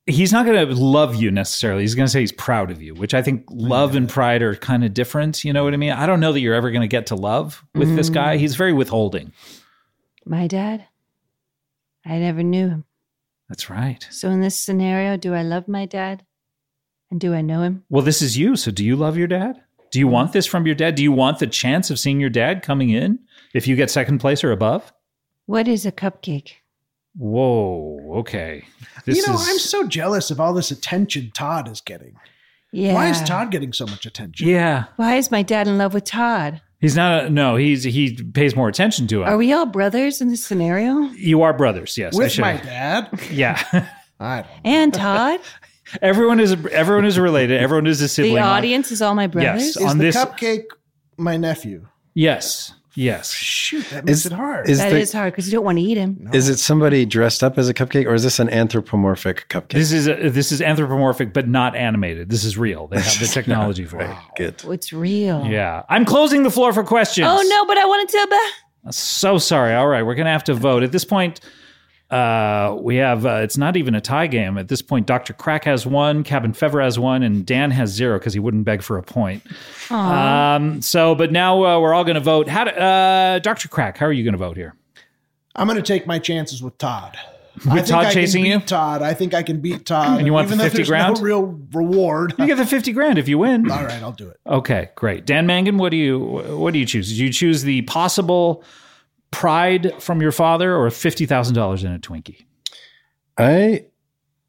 Speaker 1: he's not going to love you necessarily. He's going to say he's proud of you, which I think love and pride are kind of different. You know what I mean? I don't know that you're ever going to get to love with
Speaker 3: Mm-hmm.
Speaker 1: this guy. He's very withholding.
Speaker 3: My dad? I never knew him.
Speaker 1: That's right.
Speaker 3: So, in this scenario, do I love my dad? And do I know him?
Speaker 1: Well, this is you. So, do you love your dad? Do you want this from your dad? Do you want the chance of seeing your dad coming in if you get second place or above?
Speaker 3: What is a cupcake?
Speaker 1: Whoa. Okay. This
Speaker 5: you know,
Speaker 1: is,
Speaker 5: I'm so jealous of all this attention Todd is getting.
Speaker 3: Yeah.
Speaker 5: Why is Todd getting so much attention?
Speaker 1: Yeah.
Speaker 3: Why is my dad in love with Todd?
Speaker 1: He's not. A, no. He's he pays more attention to him.
Speaker 3: Are we all brothers in this scenario?
Speaker 1: you are brothers. Yes. I
Speaker 5: With
Speaker 1: should-
Speaker 5: my dad?
Speaker 1: Yeah.
Speaker 5: I don't know.
Speaker 3: And Todd?
Speaker 1: everyone is everyone is related. Everyone is a sibling.
Speaker 3: the
Speaker 1: on-
Speaker 3: audience is all my brothers?
Speaker 1: Yes.
Speaker 5: Is
Speaker 1: On
Speaker 5: the
Speaker 1: this-
Speaker 5: cupcake my nephew?
Speaker 1: Yes. Yes.
Speaker 5: Shoot, that makes
Speaker 2: Is-
Speaker 5: it hard.
Speaker 2: is
Speaker 3: That is
Speaker 2: the-
Speaker 3: hard because you don't want to eat him.
Speaker 2: Is it somebody dressed up as a cupcake, or is this an anthropomorphic cupcake?
Speaker 1: This is a, this is anthropomorphic, but not animated. This is real. They have the technology for it.
Speaker 2: Good.
Speaker 3: It's real.
Speaker 1: Yeah. I'm closing the floor for questions.
Speaker 3: Oh no, but I wanted to.
Speaker 1: So sorry. All right, we're gonna have to vote at this point. Uh, we have uh, it's not even a tie game at this point. Doctor Crack has one, Cabin Fever has one, and Dan has zero because he wouldn't beg for a point. Um, so, but now uh, we're all gonna vote. How do, uh, Doctor Crack? How are you gonna vote here?
Speaker 5: I'm going to take my chances with Todd. With
Speaker 1: Todd chasing
Speaker 5: I can
Speaker 1: you?
Speaker 5: beat Todd. I think I can beat Todd.
Speaker 1: And you want
Speaker 5: even
Speaker 1: the
Speaker 5: if
Speaker 1: 50
Speaker 5: there's
Speaker 1: grand?
Speaker 5: No real reward.
Speaker 1: You get the fifty grand if you win.
Speaker 5: All right, I'll do it.
Speaker 1: Okay, great. Dan Mangan, what do you what do you choose? Do you choose the possible pride from your father or fifty thousand dollars in a Twinkie?
Speaker 2: I,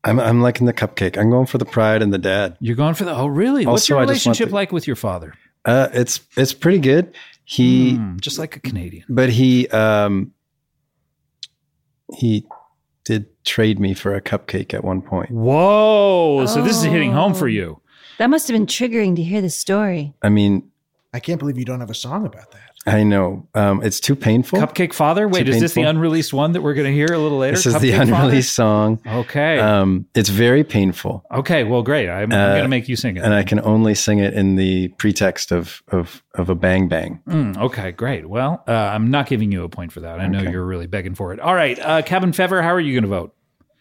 Speaker 2: I'm, I'm liking the cupcake. I'm going for the pride and the dad.
Speaker 1: You're going for the oh really? What's
Speaker 2: Also,
Speaker 1: your
Speaker 2: I just want
Speaker 1: relationship
Speaker 2: the-
Speaker 1: like with your father?
Speaker 2: Uh, it's it's pretty good. He,
Speaker 1: Hmm, just like a Canadian.
Speaker 2: but he, um, he did trade me for a cupcake at one point.
Speaker 1: Whoa! So this is hitting home for
Speaker 3: Oh.
Speaker 1: you.
Speaker 3: That must have been triggering to hear the story.
Speaker 2: I mean,
Speaker 5: I can't believe you don't have a song about that.
Speaker 2: I know um, it's too painful.
Speaker 1: Cupcake Father. Wait,
Speaker 2: Too
Speaker 1: is this the
Speaker 2: painful.
Speaker 1: unreleased one that we're going to hear a little later?
Speaker 2: This is the
Speaker 1: Cupcake Father?
Speaker 2: unreleased song.
Speaker 1: Okay.
Speaker 2: Um, it's very painful,
Speaker 1: okay. Well, great. I'm, I'm
Speaker 2: uh,
Speaker 1: going to make you sing it.
Speaker 2: and I can only sing it in the pretext of of of a bang bang.
Speaker 1: Mm, okay. Great. Well, uh, I'm not giving you a point for that. I know you're really begging for it. All right, uh, Cabin Fever. How are you going to vote?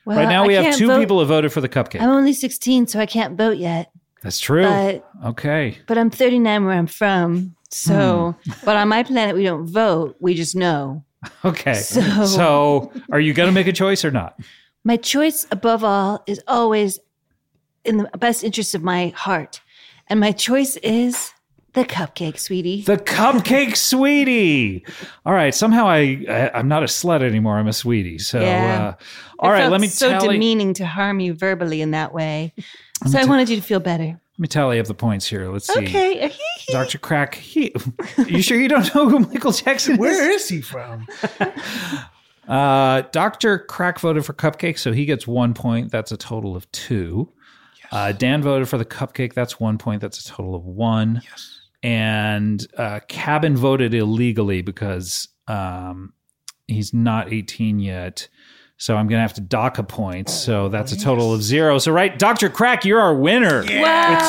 Speaker 3: Well,
Speaker 1: right now, we
Speaker 3: I
Speaker 1: have
Speaker 3: can't
Speaker 1: two
Speaker 3: vote.
Speaker 1: people have voted for the cupcake.
Speaker 3: I'm only 16, so I can't vote yet.
Speaker 1: That's true.
Speaker 3: But
Speaker 1: okay.
Speaker 3: but I'm 39 where I'm from. So,
Speaker 1: Hmm.
Speaker 3: but on my planet, we don't vote. We just know.
Speaker 1: Okay.
Speaker 3: So-
Speaker 1: so are you going to make a choice or not?
Speaker 3: My choice above all is always in the best interest of my heart. And my choice is the cupcake, sweetie.
Speaker 1: The cupcake sweetie. All right. Somehow I, I I'm not a slut anymore. I'm a sweetie. So
Speaker 3: Yeah.
Speaker 1: uh, all
Speaker 3: It
Speaker 1: right.
Speaker 3: felt
Speaker 1: Let me
Speaker 3: so
Speaker 1: tally.
Speaker 3: demeaning to harm you verbally in that way. So I wanted you to feel better.
Speaker 1: let me tally up the points here. Let's see.
Speaker 3: Okay.
Speaker 1: Dr. Crack. He, you sure you don't know who Michael Jackson is?
Speaker 5: Where is he from?
Speaker 1: Uh, Dr. Crack voted for cupcake, so he gets one point. That's a total of two. Uh, Dan voted for the cupcake. That's one point. That's a total of one. Yes. And uh, Cabin voted illegally because um, he's not 18 yet. So I'm going to have to dock a
Speaker 5: Oh,
Speaker 1: point. So that's a total of zero. So, right, Dr. Crack, you're our winner with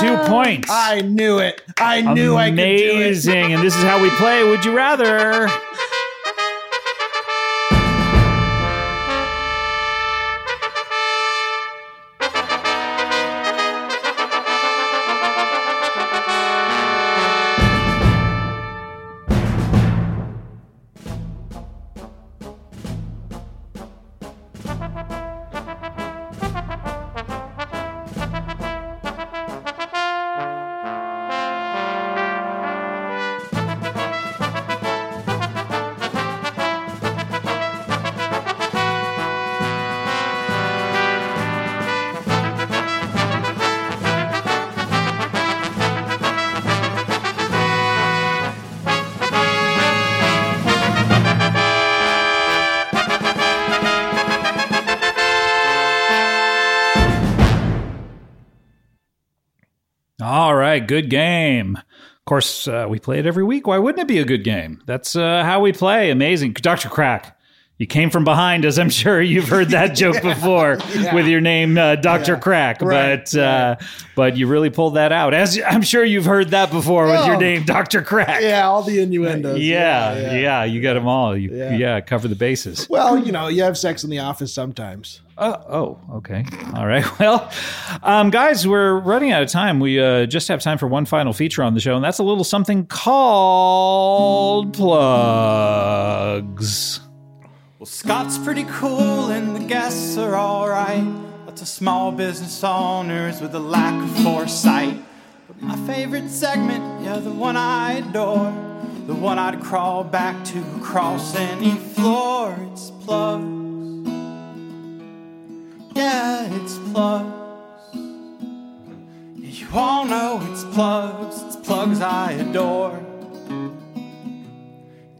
Speaker 1: two points.
Speaker 5: I knew it. I knew I could do it.
Speaker 1: Amazing. And this is how we play Would You Rather? All right, good game. Of course, uh, we play it every week. Why wouldn't it be a good game? That's uh, how we play. Amazing. Dr. Crack, you came from behind, as I'm sure you've heard that joke before with your name, uh, Dr. Crack.
Speaker 5: Right,
Speaker 1: But uh, but you really pulled that out, as I'm sure you've heard that before with your
Speaker 5: Oh.
Speaker 1: name, Dr. Crack.
Speaker 5: Yeah, all the innuendos.
Speaker 1: Yeah, yeah, you got them all. You, yeah.
Speaker 5: Yeah.
Speaker 1: cover the bases.
Speaker 5: Well, you know, you have sex in the office sometimes.
Speaker 1: Uh, oh, okay. All right. Well, um, guys, we're running out of time. We uh, just have time for one final feature on the show, and that's a little something called plugs.
Speaker 9: Well, Scott's pretty cool and the guests are alright. Lots of small business owners with a lack of foresight. But my favorite segment, yeah, the one I adore. The one I'd crawl back to across any floor. It's plugs. Yeah, it's plugs. Yeah, you all know it's plugs. It's plugs I adore.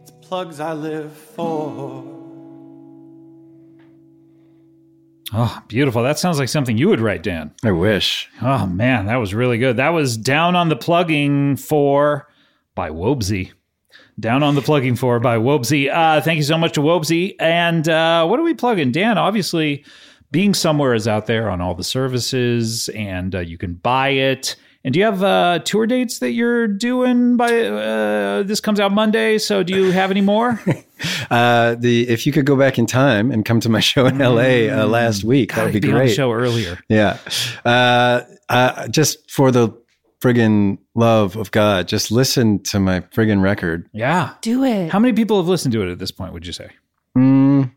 Speaker 9: It's plugs I live for.
Speaker 1: Oh, beautiful. That sounds like something you would write, Dan.
Speaker 2: I wish.
Speaker 1: Oh, man, that was really good. That was Down on the Plugging for by Wobsy. Down on the Plugging for by Wobsy. Uh, thank you so much to Wobsy. And uh, what are we plugging? Dan, obviously, Being Somewhere is out there on all the services and uh, you can buy it. And do you have uh, tour dates that you're doing by uh, this comes out Monday? So do you have any more?
Speaker 2: Uh, the if you could go back in time and come to my show in L.A. Uh, last week, that would be
Speaker 1: Mm. Be on the
Speaker 2: great.
Speaker 1: show earlier.
Speaker 2: Yeah. Uh, uh, just for the friggin' love of God, just listen to my friggin' record.
Speaker 1: Yeah.
Speaker 3: Do it.
Speaker 1: How many people have listened to it at this point, would you say?
Speaker 2: Mm,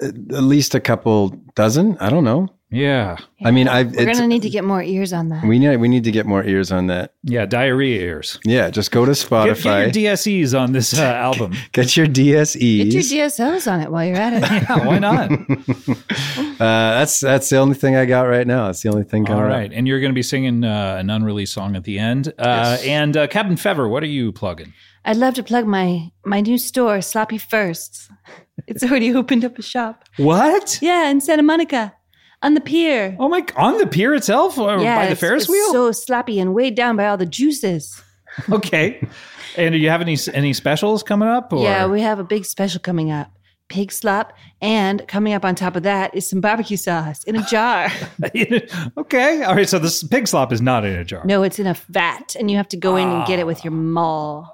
Speaker 2: at at least a couple dozen. I don't know.
Speaker 1: Yeah.
Speaker 2: I mean, I
Speaker 3: We're
Speaker 2: it's-
Speaker 3: going to need to get more ears on that.
Speaker 2: we need we need to get more ears on that.
Speaker 1: Yeah. Diarrhea ears.
Speaker 2: Yeah, just go to
Speaker 1: Get,
Speaker 2: Spotify,
Speaker 1: get your DSEs on this uh, album.
Speaker 2: get your, DSEs.
Speaker 3: Get your DSOs on it while you're at it.
Speaker 1: yeah, why not?
Speaker 2: uh, that's that's the only thing I got right now. It's the only thing.
Speaker 1: All
Speaker 2: coming up.
Speaker 1: right. And you're going to be singing uh, an unreleased song at the end. Uh, And uh, Captain Fever, what are you plugging?
Speaker 3: I'd love to plug my my new store, Sloppy Firsts. It's already opened up a shop.
Speaker 1: What?
Speaker 3: Yeah, in Santa Monica, on the pier.
Speaker 1: Oh, my. On the pier itself? Or
Speaker 3: yeah,
Speaker 1: Oh, by the
Speaker 3: it's-
Speaker 1: Ferris
Speaker 3: it's
Speaker 1: wheel?
Speaker 3: So sloppy and weighed down by all the juices.
Speaker 1: okay. And do you have any any specials coming up? Or?
Speaker 3: Yeah, we have a big special coming up. pig slop, and coming up on top of that is some barbecue sauce in a jar.
Speaker 1: okay. All right. So this pig slop is not in a jar.
Speaker 3: no, it's in a vat, and you have to go in and get it with your maw.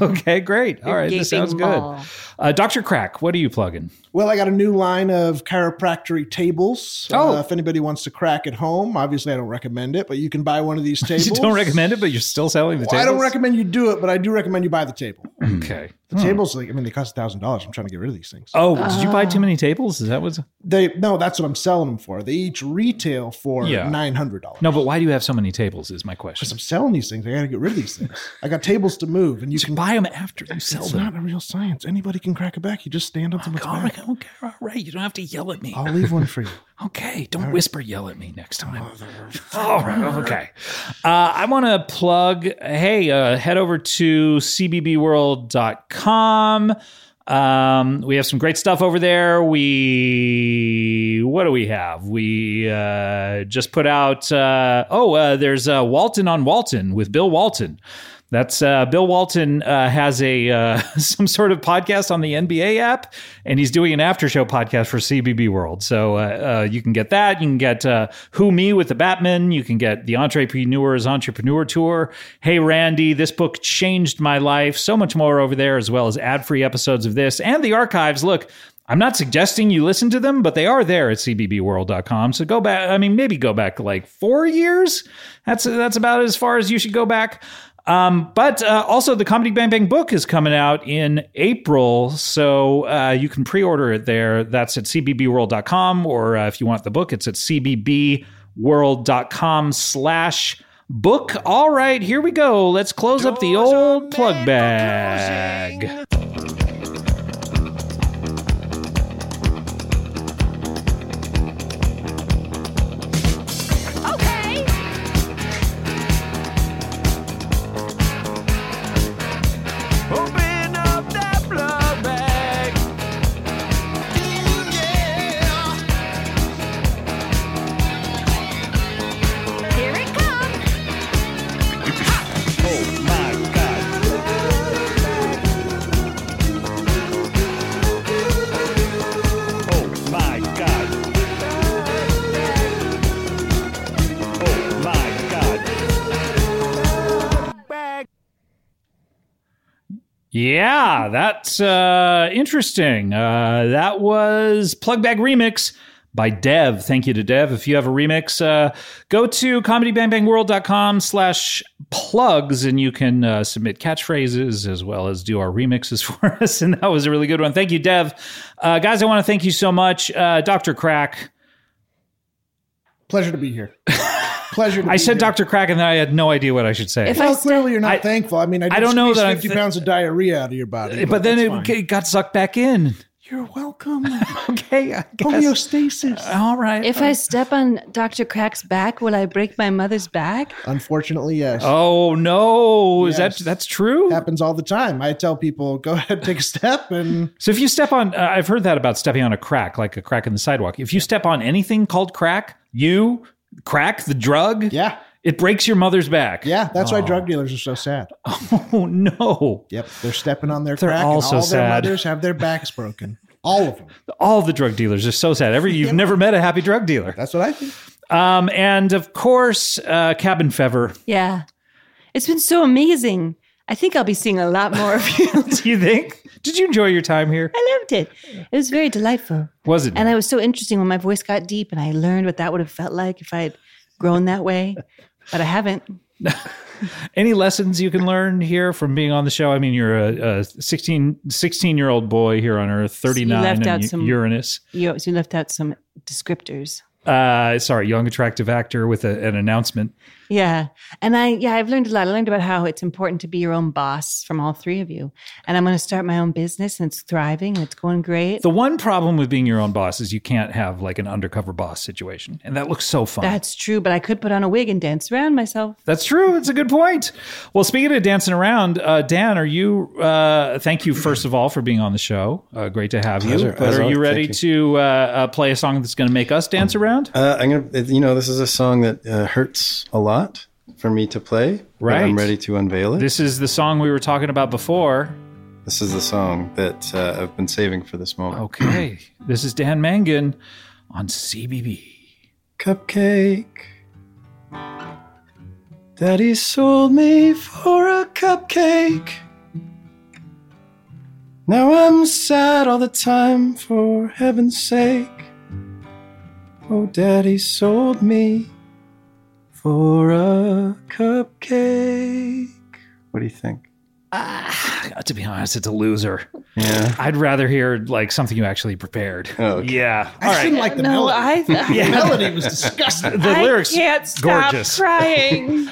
Speaker 1: Okay. Great. All right. This
Speaker 3: gaping
Speaker 1: sounds
Speaker 3: maw.
Speaker 1: good. Uh, Doctor Crack, what are you plugging?
Speaker 5: Well, I got a new line of chiropractic tables.
Speaker 1: Oh.
Speaker 5: Uh, if anybody wants to crack at home, obviously I don't recommend it, but you can buy one of these tables.
Speaker 1: You don't recommend it, but you're still selling the
Speaker 5: Well, I
Speaker 1: tables.
Speaker 5: don't recommend you do it, but I do recommend you buy the table.
Speaker 1: Okay.
Speaker 5: The tables, like, I mean, they cost thousand dollars. I'm trying to get rid of these things.
Speaker 1: Oh, did you buy
Speaker 3: Uh,
Speaker 1: too many tables? Is that what's?
Speaker 5: They no, that's what I'm selling them for. They each retail for
Speaker 1: Yeah.
Speaker 5: nine hundred dollars.
Speaker 1: No, but why do you have so many tables? Is my question.
Speaker 5: because I'm selling these things. I got to get rid of these things. I got tables to move, and you
Speaker 1: You
Speaker 5: can.
Speaker 1: buy them after you sell
Speaker 5: It's
Speaker 1: them.
Speaker 5: not a real science. Anybody can crack a back. You just stand on someone's
Speaker 1: All
Speaker 5: back.
Speaker 1: right, okay, all right. You don't have to yell at me.
Speaker 5: I'll leave one for you.
Speaker 1: Okay, don't whisper yell at me next time.
Speaker 5: Oh,
Speaker 1: All right, okay. Uh, I want to plug hey, uh, head over to cbbworld.com. Um, we have some great stuff over there. We, what do we have? We uh, just put out, uh, oh, uh, there's uh, Walton on Walton with Bill Walton. That's uh, Bill Walton uh, has a uh, some sort of podcast on the NBA app, and he's doing an after show podcast for CBB World. So uh, uh, you can get that. You can get uh, Who Me with the Batman. You can get the Entrepreneurs Entrepreneur Tour. Hey Randy, this book changed my life. So much more over there, as well as ad free episodes of this and the archives. Look. I'm not suggesting you listen to them, but they are there at cbbworld.com. So go back. I mean, maybe go back like four years. That's that's about as far as you should go back. Um, but uh, also, the Comedy Bang Bang book is coming out in April, so uh, you can pre-order it there. That's at cbbworld.com, or uh, if you want the book, it's at cbbworld.com slash book. All right, here we go. Let's close up the old plug bag. Yeah, that's uh, interesting. Uh, that was Plug Bag Remix by Dev. Thank you to Dev. If you have a remix, uh, go to comedybangbangworld.com slash plugs and you can uh, submit catchphrases as well as do our remixes for us. And that was a really good one. Thank you, Dev. Uh, guys, I want to thank you so much. Uh, Dr. Crack.
Speaker 5: Pleasure to be here. Pleasure. To
Speaker 1: I
Speaker 5: be
Speaker 1: said
Speaker 5: here.
Speaker 1: Dr. Crack and then I had no idea what I should say.
Speaker 3: If I
Speaker 5: Well,
Speaker 3: st-
Speaker 5: clearly you're not
Speaker 1: I-
Speaker 5: thankful. I mean, I, did
Speaker 1: don't know
Speaker 5: squeeze
Speaker 1: that I'm
Speaker 5: fifty
Speaker 1: th- Eh,
Speaker 5: pounds of diarrhea out of your body.
Speaker 1: but then
Speaker 5: that's
Speaker 1: it
Speaker 5: fine.
Speaker 1: g- got sucked back in.
Speaker 5: you're welcome.
Speaker 1: Okay, I guess.
Speaker 5: Homeostasis.
Speaker 1: All right.
Speaker 3: if I step on Dr. Crack's back, will I break my mother's back?
Speaker 5: Unfortunately, yes.
Speaker 1: Oh no! Is
Speaker 5: Yes.
Speaker 1: that that's true?
Speaker 5: Happens all the time. I tell people, go ahead, take a step, and
Speaker 1: So if you step on, uh, I've heard that about stepping on a crack, like a crack in the sidewalk. If you step on anything called crack, you crack the drug.
Speaker 5: yeah,
Speaker 1: it breaks your mother's back.
Speaker 5: yeah. That's why drug dealers are so sad.
Speaker 1: Oh no!
Speaker 5: Yep, they're stepping on their
Speaker 1: They're
Speaker 5: crack.
Speaker 1: all
Speaker 5: and
Speaker 1: so
Speaker 5: all their
Speaker 1: sad.
Speaker 5: mothers have their backs broken. All of them.
Speaker 1: All the drug dealers are so sad. Every you've never met a happy drug dealer.
Speaker 5: That's what I think.
Speaker 1: Um, and of course, uh, cabin fever.
Speaker 3: Yeah. It's been so amazing. I think I'll be seeing a lot more of you.
Speaker 1: Do you think? Did you enjoy your time here?
Speaker 3: I loved it. It was very delightful.
Speaker 1: Was it?
Speaker 3: And I was so interesting when my voice got deep and I learned what that would have felt like if I had grown that way. But I haven't.
Speaker 1: Any lessons you can learn here from being on the show? I mean, you're a, a 16, 16 year old boy here on Earth, 39
Speaker 3: left
Speaker 1: and
Speaker 3: out
Speaker 1: U-
Speaker 3: some-
Speaker 1: Uranus.
Speaker 3: You, you left out some descriptors.
Speaker 1: Uh, sorry, young attractive actor with a, an announcement.
Speaker 3: Yeah. And I, yeah, I've learned a lot. I learned about how it's important to be your own boss from all three of you. And I'm going to start my own business and it's thriving and it's going great.
Speaker 1: The one problem with being your own boss is you can't have like an undercover boss situation, and that looks so fun.
Speaker 3: That's true, but I could put on a wig and dance around myself.
Speaker 1: That's true. It's a good point. Well, speaking of dancing around, uh, Dan, are you? Uh, thank you first of all for being on the show. Uh, great to have you.
Speaker 2: Pleasure.
Speaker 1: But
Speaker 2: As
Speaker 1: are
Speaker 2: always.
Speaker 1: you ready
Speaker 2: Thank
Speaker 1: to uh, uh, play a song that's going to make us dance around?
Speaker 2: Uh, I'm gonna, you know, this is a song that uh, hurts a lot for me to play. but
Speaker 1: Right.
Speaker 2: I'm ready to unveil it.
Speaker 1: This is the song we were talking about before.
Speaker 2: This is the song that uh, I've been saving for this moment.
Speaker 1: Okay. this is Dan Mangan on CBB.
Speaker 2: Cupcake. Daddy sold me for a cupcake. Now I'm sad all the time for heaven's sake. Oh, Daddy sold me for a cupcake. What do you think?
Speaker 1: to be honest, it's a loser.
Speaker 2: Yeah.
Speaker 1: I'd rather hear like something you actually prepared.
Speaker 2: Oh, okay.
Speaker 1: Yeah.
Speaker 5: I just didn't like the
Speaker 3: No,
Speaker 5: melody.
Speaker 3: I,
Speaker 5: The melody was disgusting.
Speaker 1: The
Speaker 3: I
Speaker 1: lyrics
Speaker 3: can't stop
Speaker 1: gorgeous.
Speaker 3: crying.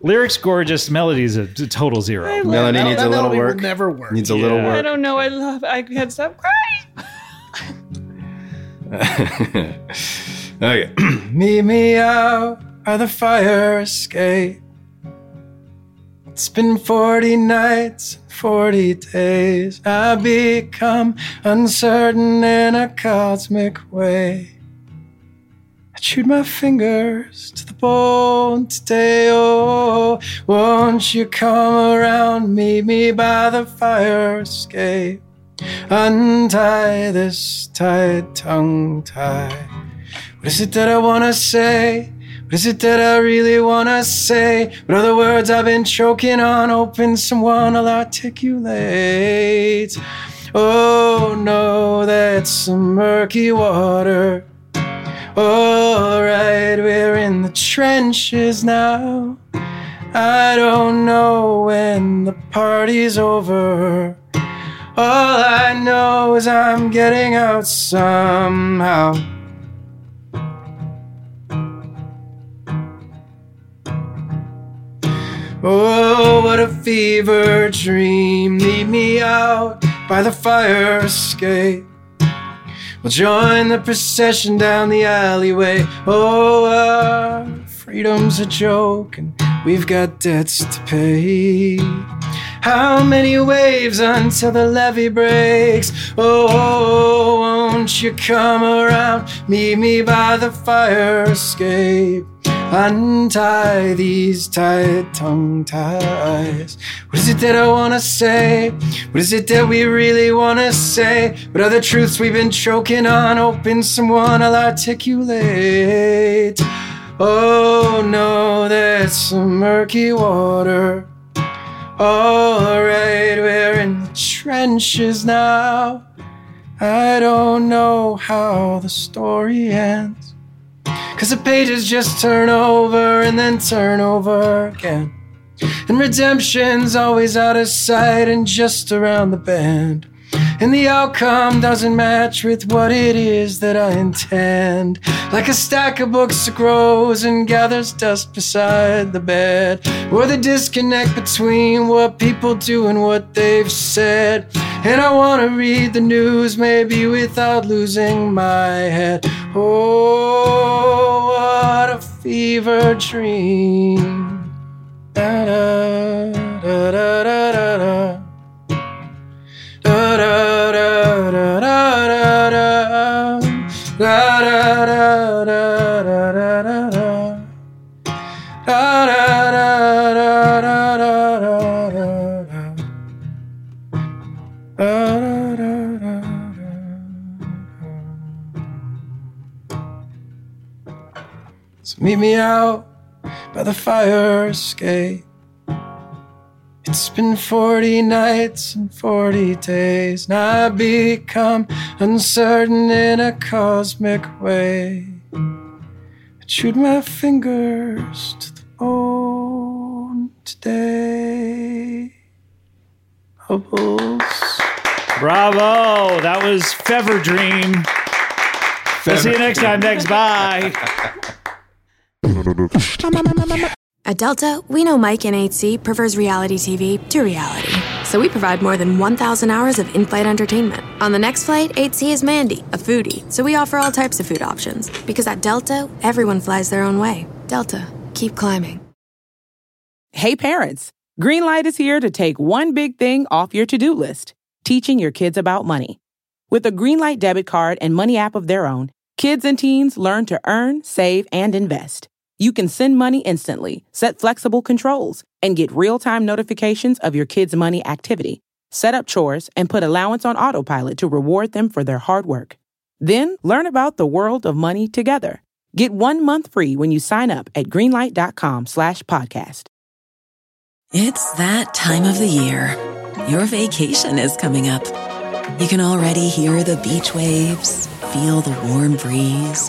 Speaker 1: lyrics gorgeous, melodies a t- total zero.
Speaker 3: I love
Speaker 2: Melody
Speaker 5: That-
Speaker 2: needs
Speaker 5: that
Speaker 2: a little
Speaker 5: melody
Speaker 2: work.
Speaker 5: Will never work.
Speaker 2: Needs a little
Speaker 1: Yeah.
Speaker 3: I
Speaker 2: work.
Speaker 3: don't know. I love. I can't stop crying.
Speaker 2: okay. Meet me out by the fire escape. It's been 40 nights, 40 days. I become uncertain in a cosmic way. I chewed my fingers to the bone today. Oh, won't you come around? Meet me by the fire escape. Untie this tied tongue tie. What is it that I wanna say? What is it that I really wanna say? What are the words I've been choking on? Open someone will articulate. Oh no, that's some murky water. Alright, we're in the trenches now. I don't know when the party's over. All I know is I'm getting out somehow. Oh, what a fever dream. Lead me out by the fire escape. We'll join the procession down the alleyway. Oh, our freedom's a joke, and we've got debts to pay. How many waves until the levee breaks? Oh, won't you come around? Meet me by the fire escape. Untie these tight tongue ties. What is it that I wanna say? What is it that we really wanna say? What are the truths we've been choking on? Open someone, I'll articulate. Oh no, that's some murky water. Alright, we're in the trenches now. I don't know how the story ends. Cause the pages just turn over and then turn over again. And redemption's always out of sight and just around the bend. And the outcome doesn't match with what it is that I intend. Like a stack of books that grows and gathers dust beside the bed. Or the disconnect between what people do and what they've said. And I wanna read the news maybe without losing my head. Oh, what a fever dream. Da da da da da da da. Da da da da da da da. Da da da da da da da da. Da da da da da da da da da. Da da da da da. So meet me out by the fire escape. It's been 40 nights and 40 days, and I become uncertain in a cosmic way. I chewed my fingers to the bone today. Bubbles.
Speaker 1: Bravo. That was Fever Dream. We'll see you next time. Thanks. Bye.
Speaker 8: At Delta, we know Mike in 8C prefers reality TV to reality. So we provide more than 1,000 hours of in flight entertainment. On the next flight, 8C is Mandy, a foodie. So we offer all types of food options. Because at Delta, everyone flies their own way. Delta, keep climbing.
Speaker 10: Hey parents, Greenlight is here to take one big thing off your to-do list, teaching your kids about money. With a Greenlight debit card and money app of their own, kids and teens learn to earn, save, and invest. You can send money instantly, set flexible controls, and get real-time notifications of your kids' money activity. set up chores, and put allowance on autopilot to reward them for their hard work. Then learn about the world of money together. Get one month free when you sign up at greenlight.com slash podcast.
Speaker 11: It's that time of the year. Your vacation is coming up. You can already hear the beach waves, feel the warm breeze,